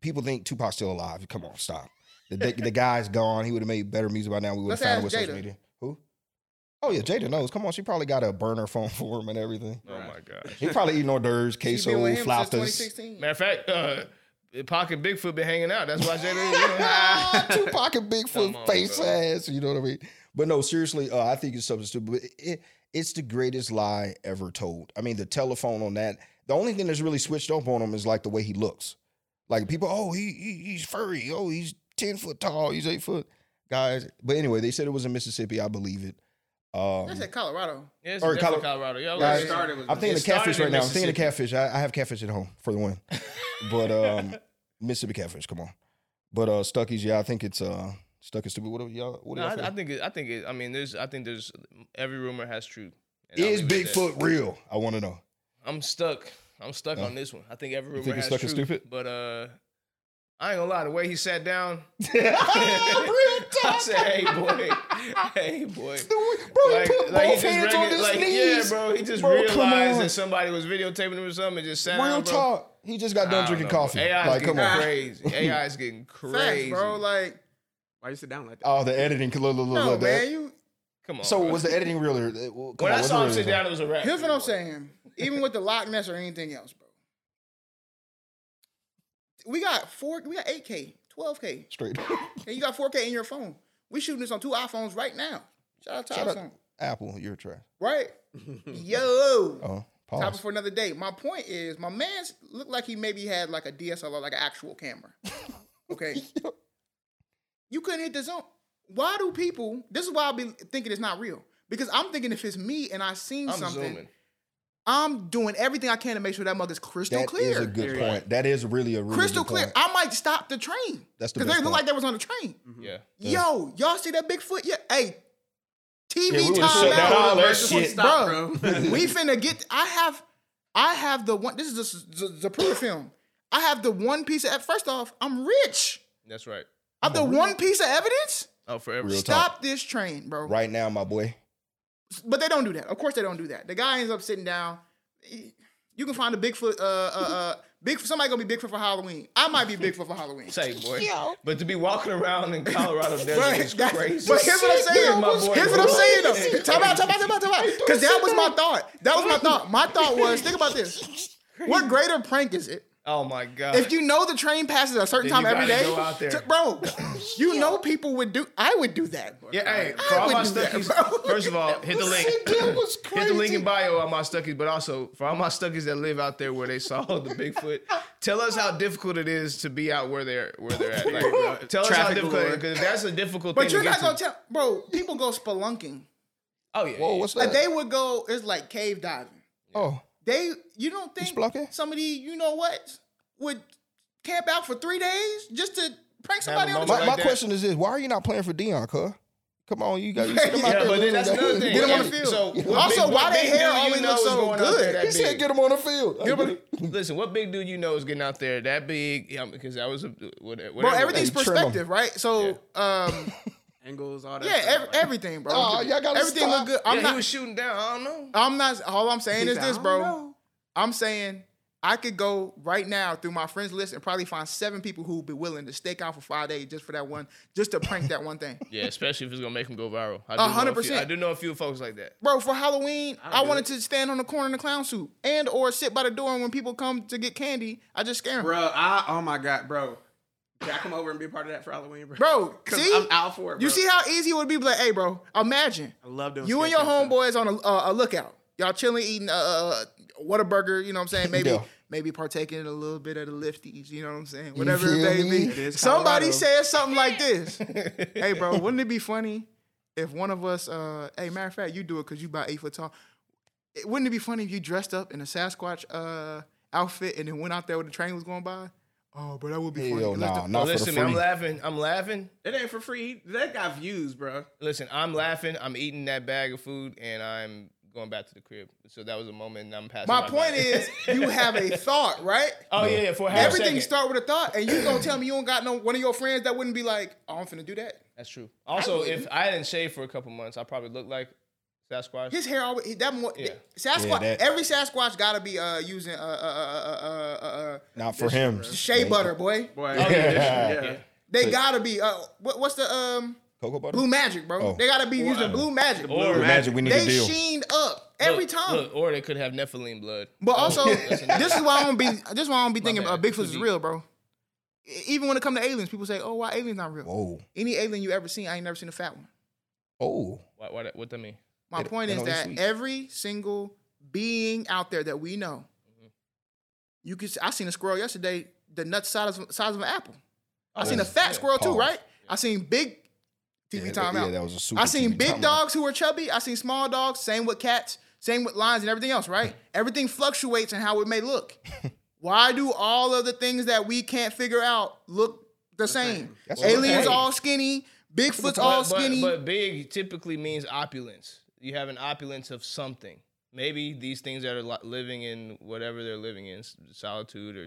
[SPEAKER 2] people think Tupac's still alive. Come on, stop. The the, the guy's gone. He would have made better music by now. We would have
[SPEAKER 4] Let's
[SPEAKER 2] found
[SPEAKER 4] ask
[SPEAKER 2] him with social
[SPEAKER 4] Jada.
[SPEAKER 2] media. Who? Oh yeah, Jada knows. Come on, she probably got a burner phone for him and everything.
[SPEAKER 1] Oh my god.
[SPEAKER 2] He probably eating hors d'oeuvres,
[SPEAKER 4] She's been
[SPEAKER 2] queso,
[SPEAKER 4] with him since
[SPEAKER 2] flautas.
[SPEAKER 4] 2016.
[SPEAKER 1] Matter of fact, uh, Pocket Bigfoot been hanging out. That's why Jada.
[SPEAKER 2] Ah, Tupac
[SPEAKER 1] Come
[SPEAKER 2] and Bigfoot
[SPEAKER 1] on,
[SPEAKER 2] face
[SPEAKER 1] bro.
[SPEAKER 2] ass. You know what I mean? But no, seriously, uh, I think it's substitute. But it, it, it's the greatest lie ever told. I mean, the telephone on that. The only thing that's really switched up on him is like the way he looks. Like people, oh, he, he he's furry. Oh, he's ten foot tall. He's eight foot. Guys, but anyway, they said it was in Mississippi. I believe it. Um,
[SPEAKER 4] I said Colorado.
[SPEAKER 1] yeah, it's
[SPEAKER 2] Or
[SPEAKER 1] definitely
[SPEAKER 2] Colo-
[SPEAKER 1] Colorado. Yeah,
[SPEAKER 2] Guys,
[SPEAKER 1] like-
[SPEAKER 3] started with
[SPEAKER 2] I'm thinking
[SPEAKER 1] It
[SPEAKER 2] of catfish
[SPEAKER 1] started
[SPEAKER 2] right
[SPEAKER 1] in
[SPEAKER 2] now. I'm thinking of
[SPEAKER 1] Mississippi.
[SPEAKER 2] catfish. I, I have catfish at home for the win. but um, Mississippi catfish, come on. But uh, Stuckies, yeah, I think it's uh, Stuck and Stupid. What do y'all? What do
[SPEAKER 1] No,
[SPEAKER 2] y'all
[SPEAKER 1] I, I
[SPEAKER 2] think?
[SPEAKER 1] think. It, I think. It, I mean, there's. I think there's. Every rumor has truth. And I'll
[SPEAKER 2] Is
[SPEAKER 1] leave it at that.
[SPEAKER 2] Bigfoot real? I want to know.
[SPEAKER 1] I'm stuck. I'm stuck
[SPEAKER 2] No.
[SPEAKER 1] on this one. I think every rumor
[SPEAKER 2] think it's
[SPEAKER 1] has
[SPEAKER 2] stuck and
[SPEAKER 1] truth,
[SPEAKER 2] stupid?
[SPEAKER 1] But uh, I ain't gonna lie. The way he sat down,
[SPEAKER 2] real
[SPEAKER 1] I
[SPEAKER 2] talk.
[SPEAKER 1] said, "Hey boy, hey boy."
[SPEAKER 2] Bro, he put both hands on
[SPEAKER 1] recogni-
[SPEAKER 2] his
[SPEAKER 1] like, yeah,
[SPEAKER 2] knees.
[SPEAKER 1] bro. He just
[SPEAKER 2] Bro, come
[SPEAKER 1] realized
[SPEAKER 2] on.
[SPEAKER 1] that somebody was videotaping him or something and just sat
[SPEAKER 2] Real
[SPEAKER 1] down, bro.
[SPEAKER 2] talk. He just got
[SPEAKER 1] I
[SPEAKER 2] done
[SPEAKER 1] don't
[SPEAKER 2] drinking
[SPEAKER 1] know, bro.
[SPEAKER 2] coffee.
[SPEAKER 1] AI is
[SPEAKER 2] Like, come
[SPEAKER 1] getting
[SPEAKER 2] on.
[SPEAKER 1] crazy. AI is getting
[SPEAKER 4] Facts,
[SPEAKER 1] crazy,
[SPEAKER 4] bro. Like,
[SPEAKER 3] Why you sit down like that?
[SPEAKER 2] Oh, the editing. Look, look, look,
[SPEAKER 4] no,
[SPEAKER 2] look,
[SPEAKER 4] man,
[SPEAKER 2] that.
[SPEAKER 4] you.
[SPEAKER 1] Come on.
[SPEAKER 2] So
[SPEAKER 1] bro.
[SPEAKER 2] was the editing real? Or, uh, well, come
[SPEAKER 1] when
[SPEAKER 2] on,
[SPEAKER 1] I
[SPEAKER 2] was
[SPEAKER 1] saw
[SPEAKER 2] it
[SPEAKER 1] him
[SPEAKER 2] real or
[SPEAKER 1] sit
[SPEAKER 2] not?
[SPEAKER 1] down, it was a wrap.
[SPEAKER 4] Here's what I'm saying. Even with the Loch Ness or anything else, bro. We got four. We got 8K, 12K,
[SPEAKER 2] straight.
[SPEAKER 4] and you got 4K in your phone. We shooting this on two iPhones right now. Shout out to
[SPEAKER 2] Shout out
[SPEAKER 4] iPhone,
[SPEAKER 2] Apple, you're trash.
[SPEAKER 4] right? Yo.
[SPEAKER 2] Oh,
[SPEAKER 4] Topic
[SPEAKER 2] pause.
[SPEAKER 4] for another day. My point is, my man's looked like he maybe had like a DSLR, like an actual camera. Okay. you couldn't hit the zone. Why do people? This is why I be thinking it's not real. Because I'm thinking if it's me and I seen
[SPEAKER 1] I'm
[SPEAKER 4] something,
[SPEAKER 1] zooming.
[SPEAKER 4] I'm doing everything I can to make sure that mug is crystal
[SPEAKER 2] That
[SPEAKER 4] clear.
[SPEAKER 2] is a good point. That is really a really
[SPEAKER 4] crystal
[SPEAKER 2] good
[SPEAKER 4] clear.
[SPEAKER 2] point.
[SPEAKER 4] I might stop the train.
[SPEAKER 2] That's the best
[SPEAKER 4] because they look
[SPEAKER 2] point.
[SPEAKER 4] like they was on the train.
[SPEAKER 1] Yeah.
[SPEAKER 4] Yo, y'all see that Bigfoot? Yeah. Hey, TV
[SPEAKER 2] Yeah, we would've
[SPEAKER 4] time
[SPEAKER 2] shut down
[SPEAKER 4] out.
[SPEAKER 2] all that
[SPEAKER 3] Just wanna
[SPEAKER 2] shit.
[SPEAKER 3] stop,
[SPEAKER 4] Bro.
[SPEAKER 3] bro.
[SPEAKER 4] we finna get. I have, I have the one. This is the Z- Zapruder film. I have the one piece of. e, First off, I'm rich.
[SPEAKER 1] That's right.
[SPEAKER 4] I have the one piece of evidence.
[SPEAKER 1] Oh, forever.
[SPEAKER 2] Real
[SPEAKER 4] Stop
[SPEAKER 2] talk.
[SPEAKER 4] this train, bro.
[SPEAKER 2] Right now, my boy.
[SPEAKER 4] But they don't do that. Of course, they don't do that. The guy ends up sitting down. You can find a Bigfoot. Uh, uh, uh, Big. Somebody gonna be Bigfoot for Halloween. I might be Bigfoot for Halloween.
[SPEAKER 1] Say, boy. But to be walking around in Colorado desert is
[SPEAKER 4] Right, that-
[SPEAKER 1] crazy.
[SPEAKER 4] But here's what I'm
[SPEAKER 1] Shit, my
[SPEAKER 4] saying.
[SPEAKER 1] boy,
[SPEAKER 4] here's what I'm
[SPEAKER 1] bro.
[SPEAKER 4] saying though. Talk about, talk about, talk about, talk about. Because that was my thought. That was my thought. My thought was, think about this. What greater prank is it
[SPEAKER 1] Oh my god.
[SPEAKER 4] If you know the train passes at a certain
[SPEAKER 1] Then
[SPEAKER 4] time
[SPEAKER 1] you
[SPEAKER 4] every
[SPEAKER 1] gotta
[SPEAKER 4] day,
[SPEAKER 1] go out there.
[SPEAKER 4] t- bro, you know people would do. I would do that.
[SPEAKER 1] yeah, hey,
[SPEAKER 4] I
[SPEAKER 1] for all my
[SPEAKER 4] would do that,
[SPEAKER 1] stuckies,
[SPEAKER 4] bro.
[SPEAKER 1] first of all, hit the link.
[SPEAKER 2] That was
[SPEAKER 1] Hit the link
[SPEAKER 2] crazy.
[SPEAKER 1] in bio on my stuckies, but also for all my stuckies that live out there where they saw the Bigfoot, tell us how difficult it is to be out where they're where they're at. Like, tell us how
[SPEAKER 3] Traffic
[SPEAKER 1] difficult
[SPEAKER 3] galore.
[SPEAKER 1] because that's a difficult thing.
[SPEAKER 4] But you're
[SPEAKER 1] to
[SPEAKER 4] not
[SPEAKER 1] get
[SPEAKER 4] gonna
[SPEAKER 1] to.
[SPEAKER 4] tell, bro. People go spelunking.
[SPEAKER 1] Oh yeah.
[SPEAKER 2] Whoa, what's
[SPEAKER 4] Like
[SPEAKER 2] that?
[SPEAKER 4] they would go. It's like cave diving.
[SPEAKER 2] oh,
[SPEAKER 4] They, you don't think
[SPEAKER 2] spelunking?
[SPEAKER 4] somebody, you know what, would camp out for three days just to prank somebody on the
[SPEAKER 1] moment
[SPEAKER 4] train?
[SPEAKER 2] my,
[SPEAKER 1] like
[SPEAKER 2] my
[SPEAKER 1] that.
[SPEAKER 2] question is this: Why are you not playing for Dion, cuz? Come on, you got you see him out
[SPEAKER 1] Yeah,
[SPEAKER 2] there
[SPEAKER 1] but
[SPEAKER 2] doing
[SPEAKER 1] then that's
[SPEAKER 2] that.
[SPEAKER 1] another thing.
[SPEAKER 4] Get him on
[SPEAKER 1] Every-
[SPEAKER 4] the field.
[SPEAKER 1] So what
[SPEAKER 4] Also,
[SPEAKER 1] big-
[SPEAKER 4] why
[SPEAKER 1] what
[SPEAKER 4] their
[SPEAKER 1] big
[SPEAKER 4] hair
[SPEAKER 1] dude you
[SPEAKER 4] always
[SPEAKER 1] know
[SPEAKER 4] look
[SPEAKER 1] is
[SPEAKER 4] so
[SPEAKER 1] going out there
[SPEAKER 4] good?
[SPEAKER 1] that
[SPEAKER 2] He said,
[SPEAKER 1] big?
[SPEAKER 2] "Get him on the field." Like,
[SPEAKER 1] Nobody- listen, what big dude you know is getting out there that big? Yeah, because that was a whatever.
[SPEAKER 4] Bro,
[SPEAKER 1] whatever.
[SPEAKER 4] everything's
[SPEAKER 2] Hey, trim 'em.
[SPEAKER 4] perspective, right? So, um,
[SPEAKER 3] Angles, all that.
[SPEAKER 4] yeah,
[SPEAKER 3] stuff.
[SPEAKER 4] ev- everything, bro.
[SPEAKER 2] Aw, y'all gotta
[SPEAKER 4] everything
[SPEAKER 2] stop.
[SPEAKER 4] look good.
[SPEAKER 1] Yeah,
[SPEAKER 4] I'm not.
[SPEAKER 1] he was shooting down. I don't know.
[SPEAKER 4] I'm not. All I'm saying
[SPEAKER 3] He
[SPEAKER 4] is
[SPEAKER 3] said,
[SPEAKER 4] this,
[SPEAKER 3] "I don't
[SPEAKER 4] bro.
[SPEAKER 3] know."
[SPEAKER 4] I'm saying I could go right now through my friends list and probably find seven people who would be willing to stake out for five days just for that one, just to prank that one thing.
[SPEAKER 1] Yeah, especially if it's gonna make him go viral. I do
[SPEAKER 4] A
[SPEAKER 1] know a
[SPEAKER 4] hundred
[SPEAKER 1] few-
[SPEAKER 4] percent.
[SPEAKER 1] I do know a few folks like that.
[SPEAKER 4] Bro, for Halloween, I,
[SPEAKER 3] do
[SPEAKER 4] wanted to stand on the corner in a clown suit and or sit by the door and when people come to get candy, I just scare them. Bro,
[SPEAKER 3] Bro, I oh my god, bro. Can I come over and be a part of that for Halloween, bro? 'Cause
[SPEAKER 4] see?
[SPEAKER 3] I'm out for it. Bro.
[SPEAKER 4] You see how easy it would be? Be Like, hey, bro, imagine
[SPEAKER 3] I love doing
[SPEAKER 4] you and your
[SPEAKER 3] sketch stuff.
[SPEAKER 4] homeboys on a, uh, a lookout. Y'all chilling, eating uh, a burger. You know what I'm saying? Maybe
[SPEAKER 2] Yeah.
[SPEAKER 4] maybe partaking in a little bit of the lifties. You know what I'm saying? Whatever
[SPEAKER 2] feel
[SPEAKER 4] it
[SPEAKER 2] me?
[SPEAKER 4] may
[SPEAKER 2] It
[SPEAKER 4] be.
[SPEAKER 3] is Colorado.
[SPEAKER 4] Somebody said something like this. hey, bro, wouldn't it be funny if one of us? Uh, hey, matter of fact, you do it because you about eight foot tall. It, wouldn't it be funny if you dressed up in a Sasquatch uh, outfit and then went out there when the train was going by? Oh, bro, that would be
[SPEAKER 2] Hell
[SPEAKER 4] funny. Let's
[SPEAKER 2] nah,
[SPEAKER 4] do-
[SPEAKER 2] not for the
[SPEAKER 1] Listen, I'm
[SPEAKER 2] free.
[SPEAKER 1] laughing. I'm laughing.
[SPEAKER 3] It ain't for free. That got views, bro.
[SPEAKER 1] Listen, I'm laughing. I'm eating that bag of food, and I'm going back to the crib. So that was a moment. And I'm passing.
[SPEAKER 4] My point
[SPEAKER 1] back.
[SPEAKER 4] is, you have a thought, right?
[SPEAKER 1] Oh yeah, yeah for a half
[SPEAKER 4] Everything
[SPEAKER 1] second.
[SPEAKER 4] start with a thought, and you gonna tell me you don't got no one of your friends that wouldn't be like, oh, I'm finna do that.
[SPEAKER 1] That's true. Also, if I hadn't shaved for a couple months, I probably looked like Sasquatch.
[SPEAKER 4] His hair always that more
[SPEAKER 1] Yeah.
[SPEAKER 4] Sasquatch.
[SPEAKER 2] Yeah, that-
[SPEAKER 4] every Sasquatch gotta be uh using uh uh uh uh, uh, uh
[SPEAKER 2] Not for him.
[SPEAKER 4] shea butter, boy.
[SPEAKER 3] Boy,
[SPEAKER 1] Oh, yeah,
[SPEAKER 3] yeah.
[SPEAKER 1] yeah.
[SPEAKER 4] They gotta be uh what, what's the um
[SPEAKER 2] Cocoa butter.
[SPEAKER 4] blue magic, bro?
[SPEAKER 2] Oh.
[SPEAKER 4] They gotta be
[SPEAKER 1] uh,
[SPEAKER 4] using blue magic.
[SPEAKER 1] Or
[SPEAKER 3] Blue
[SPEAKER 2] Imagine we need
[SPEAKER 4] they
[SPEAKER 2] a deal.
[SPEAKER 4] sheened up every
[SPEAKER 1] Look,
[SPEAKER 4] time.
[SPEAKER 1] look, or they could have Nephilim blood. Oh,
[SPEAKER 4] But also,
[SPEAKER 1] that's another-
[SPEAKER 4] this is why I don't be this is why I don't be thinking uh,
[SPEAKER 1] bad.
[SPEAKER 4] Bigfoot is
[SPEAKER 1] Too deep.
[SPEAKER 4] real, bro. E- Even when it comes to aliens, people say, "Oh, why aliens not real?"
[SPEAKER 2] Whoa.
[SPEAKER 4] Any alien you ever seen, I ain't never seen a fat one.
[SPEAKER 2] Oh.
[SPEAKER 1] Why, why, that- what that mean?
[SPEAKER 4] My
[SPEAKER 2] They-
[SPEAKER 4] point
[SPEAKER 2] they
[SPEAKER 4] is
[SPEAKER 2] don't eat
[SPEAKER 4] that
[SPEAKER 2] sweets.
[SPEAKER 4] every single being out there that we know,
[SPEAKER 2] Mm-hmm.
[SPEAKER 4] you could. I seen a squirrel yesterday, the nut size of, size of an apple. I seen a
[SPEAKER 2] Oh,
[SPEAKER 4] fat
[SPEAKER 2] yeah.
[SPEAKER 4] squirrel too,
[SPEAKER 2] Pause.
[SPEAKER 4] right? I seen big TV
[SPEAKER 2] Yeah,
[SPEAKER 4] time
[SPEAKER 2] yeah,
[SPEAKER 4] out.
[SPEAKER 2] that was a super
[SPEAKER 4] I seen
[SPEAKER 2] TV
[SPEAKER 4] big
[SPEAKER 2] timeout.
[SPEAKER 4] dogs who are chubby. I seen small dogs. Same with cats. Same with lions and everything else, right? everything fluctuates in how it may look. Why do all of the things that we can't figure out look the same?
[SPEAKER 2] That's what-
[SPEAKER 4] Aliens
[SPEAKER 2] hey.
[SPEAKER 4] all skinny. Bigfoot's
[SPEAKER 1] But-
[SPEAKER 4] all
[SPEAKER 1] but-
[SPEAKER 4] skinny.
[SPEAKER 1] But, big typically means opulence. You have an opulence of something. Maybe these things that are li- living in whatever they're living in, s- solitude or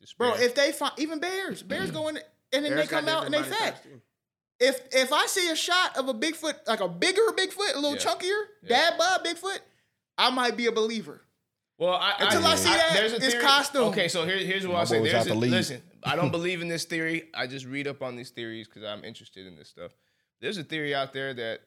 [SPEAKER 1] despair.
[SPEAKER 4] Bro, if they find even bears, bears go in and then
[SPEAKER 3] Bears
[SPEAKER 4] they come
[SPEAKER 3] got
[SPEAKER 4] out and they
[SPEAKER 3] different body
[SPEAKER 4] fat.
[SPEAKER 3] types, too.
[SPEAKER 4] If if I see a shot of a Bigfoot, like a bigger Bigfoot, a little
[SPEAKER 1] Yeah.
[SPEAKER 4] chunkier,
[SPEAKER 1] Yeah.
[SPEAKER 4] dad bod Bigfoot, I might be a believer.
[SPEAKER 1] well, I,
[SPEAKER 4] until I see that,
[SPEAKER 1] there's a
[SPEAKER 4] it's
[SPEAKER 1] theory-
[SPEAKER 4] costume.
[SPEAKER 1] Okay, so here, here's what
[SPEAKER 2] My
[SPEAKER 1] I say.
[SPEAKER 2] boy was
[SPEAKER 1] There's
[SPEAKER 2] out
[SPEAKER 1] a,
[SPEAKER 2] the league.
[SPEAKER 1] listen, I don't believe in this theory. I just read up on these theories because I'm interested in this stuff. There's a theory out there that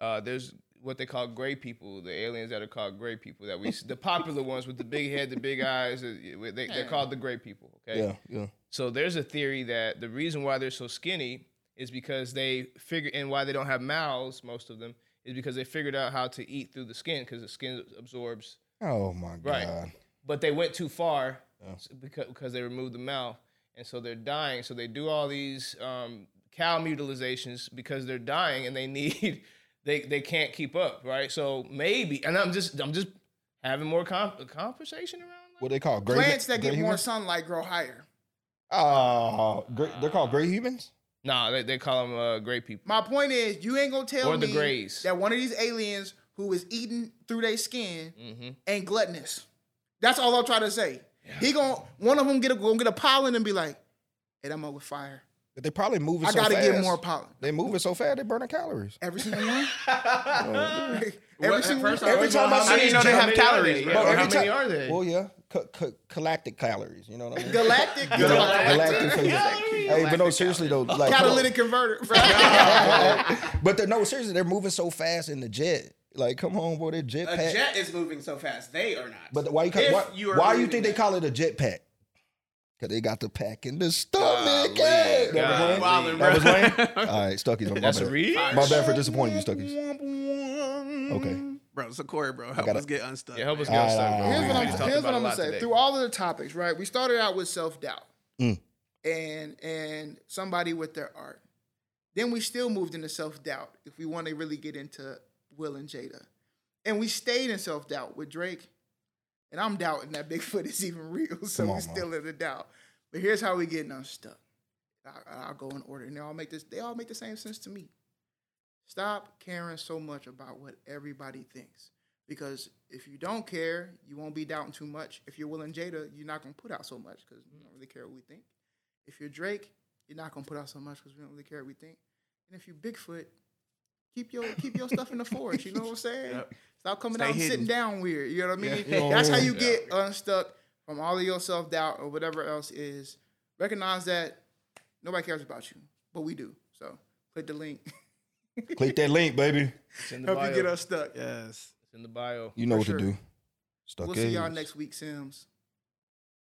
[SPEAKER 1] uh, there's what they call gray people, the aliens that are called gray people that we, the popular ones with the big head, the big eyes, uh, they, they're called the gray people. Okay,
[SPEAKER 2] Yeah. Yeah.
[SPEAKER 1] So there's a theory that the reason why they're so skinny is because they figure and why they don't have mouths, most of them, is because they figured out how to eat through the skin because the skin absorbs.
[SPEAKER 2] Oh my God.
[SPEAKER 1] Right. But they went too far because, because they removed the mouth, and so they're dying. So they do all these um, cow mutilizations because they're dying and they need they they can't keep up, right? So maybe, and I'm just I'm just having more com- conversation around.
[SPEAKER 2] What they call gray
[SPEAKER 4] Plants that
[SPEAKER 2] gray
[SPEAKER 4] get more
[SPEAKER 2] humans?
[SPEAKER 4] sunlight grow higher.
[SPEAKER 2] Oh, gray, they're called gray humans.
[SPEAKER 1] Nah, they, they call them uh, gray people.
[SPEAKER 4] My point is, you ain't gonna tell
[SPEAKER 1] Or the
[SPEAKER 4] me
[SPEAKER 1] grays.
[SPEAKER 4] that one of these aliens who is eating through their skin
[SPEAKER 1] Mm-hmm.
[SPEAKER 4] ain't gluttonous. That's all I'm trying to say. He gon' one of them get a, gonna get a pollen and be like, "Hey, I'm over fire.
[SPEAKER 2] But they probably moving.
[SPEAKER 4] I
[SPEAKER 2] so
[SPEAKER 4] gotta
[SPEAKER 2] fast.
[SPEAKER 4] get more pollen."
[SPEAKER 2] They moving so fast they burning calories.
[SPEAKER 4] Every single one.
[SPEAKER 3] Well,
[SPEAKER 4] every
[SPEAKER 3] at
[SPEAKER 4] single
[SPEAKER 3] first
[SPEAKER 4] one.
[SPEAKER 3] I
[SPEAKER 2] every
[SPEAKER 3] was
[SPEAKER 2] time
[SPEAKER 3] like,
[SPEAKER 2] I
[SPEAKER 3] how
[SPEAKER 2] see
[SPEAKER 3] do you
[SPEAKER 2] these
[SPEAKER 3] know they
[SPEAKER 2] how
[SPEAKER 3] have
[SPEAKER 1] many
[SPEAKER 3] calories,
[SPEAKER 1] are
[SPEAKER 3] bro?
[SPEAKER 1] they? Or
[SPEAKER 4] "Oh,
[SPEAKER 2] every
[SPEAKER 1] how many
[SPEAKER 2] time-
[SPEAKER 1] are there?
[SPEAKER 2] Well, yeah, ca- ca- galactic calories. You know what I mean?
[SPEAKER 4] Galactic,
[SPEAKER 2] galactic food. Hey, but no, seriously though, like
[SPEAKER 4] catalytic converter. bro.
[SPEAKER 2] But they're, no, seriously, they're moving so fast in the jet. Like, come on, boy, they're jet
[SPEAKER 3] A
[SPEAKER 2] pack.
[SPEAKER 3] jet is moving so fast. They are not.
[SPEAKER 2] But why you ca-
[SPEAKER 3] If
[SPEAKER 2] why,
[SPEAKER 3] you are
[SPEAKER 2] why you
[SPEAKER 3] moving
[SPEAKER 2] think they
[SPEAKER 3] that-
[SPEAKER 2] call it a jet pack? Cause they got the pack in the stomach.
[SPEAKER 1] Golly,
[SPEAKER 2] eh? That was
[SPEAKER 1] golly.
[SPEAKER 2] Wayne?
[SPEAKER 1] Wildin',
[SPEAKER 2] That was
[SPEAKER 1] bro.
[SPEAKER 2] Wayne? All right, Stuckies. I'm- my
[SPEAKER 1] That's a
[SPEAKER 2] bad.
[SPEAKER 1] read.
[SPEAKER 2] My bad for disappointing you, Stuckies.
[SPEAKER 3] Okay. Bro, so Corey, bro, help
[SPEAKER 2] gotta-
[SPEAKER 3] us get unstuck.
[SPEAKER 1] Yeah, help us
[SPEAKER 3] Oh, man.
[SPEAKER 1] get
[SPEAKER 2] All
[SPEAKER 1] us
[SPEAKER 2] right,
[SPEAKER 1] started.
[SPEAKER 2] all
[SPEAKER 1] bro.
[SPEAKER 2] right,
[SPEAKER 4] Here's
[SPEAKER 1] We
[SPEAKER 4] what I'm,
[SPEAKER 1] just talked
[SPEAKER 4] here's
[SPEAKER 1] about
[SPEAKER 4] what
[SPEAKER 1] a
[SPEAKER 4] I'm gonna
[SPEAKER 1] lot
[SPEAKER 4] say.
[SPEAKER 1] today.
[SPEAKER 4] Through all of the topics, right? We started out with self doubt,
[SPEAKER 2] Mm.
[SPEAKER 4] and and somebody with their art. Then we still moved into self doubt if we want to really get into Will and Jada, and we stayed in self doubt with Drake. And I'm doubting that Bigfoot is even real, so
[SPEAKER 2] Come
[SPEAKER 4] we're
[SPEAKER 2] on, man.
[SPEAKER 4] still in the doubt. But here's how we getting unstuck. I, I'll go in order, and they all make this. They all make the same sense to me. Stop caring so much about what everybody thinks. Because if you don't care, you won't be doubting too much. If you're willing Jada, you're not gonna put out so much because we don't really care what we think. If you're Drake, you're not gonna put out so much because we don't really care what we think. And if you Bigfoot, keep your keep your stuff in the forest. You know what I'm saying? Stop coming
[SPEAKER 3] Stay
[SPEAKER 4] out and
[SPEAKER 3] hidden.
[SPEAKER 4] sitting down weird. You know what I mean?
[SPEAKER 2] Yeah. You know
[SPEAKER 4] That's
[SPEAKER 2] what
[SPEAKER 4] how
[SPEAKER 2] I
[SPEAKER 4] you
[SPEAKER 1] mean?
[SPEAKER 4] get unstuck from all of your self doubt or whatever else is. Recognize that nobody cares about you, but we do. So click the link.
[SPEAKER 2] Click that link, baby.
[SPEAKER 1] It's in the
[SPEAKER 4] Help you get
[SPEAKER 1] bio.
[SPEAKER 4] unstuck.
[SPEAKER 3] Yes.
[SPEAKER 1] It's in the bio.
[SPEAKER 2] You know what
[SPEAKER 4] sure.
[SPEAKER 2] to do. Stuckies.
[SPEAKER 4] We'll see y'all next week, Sims.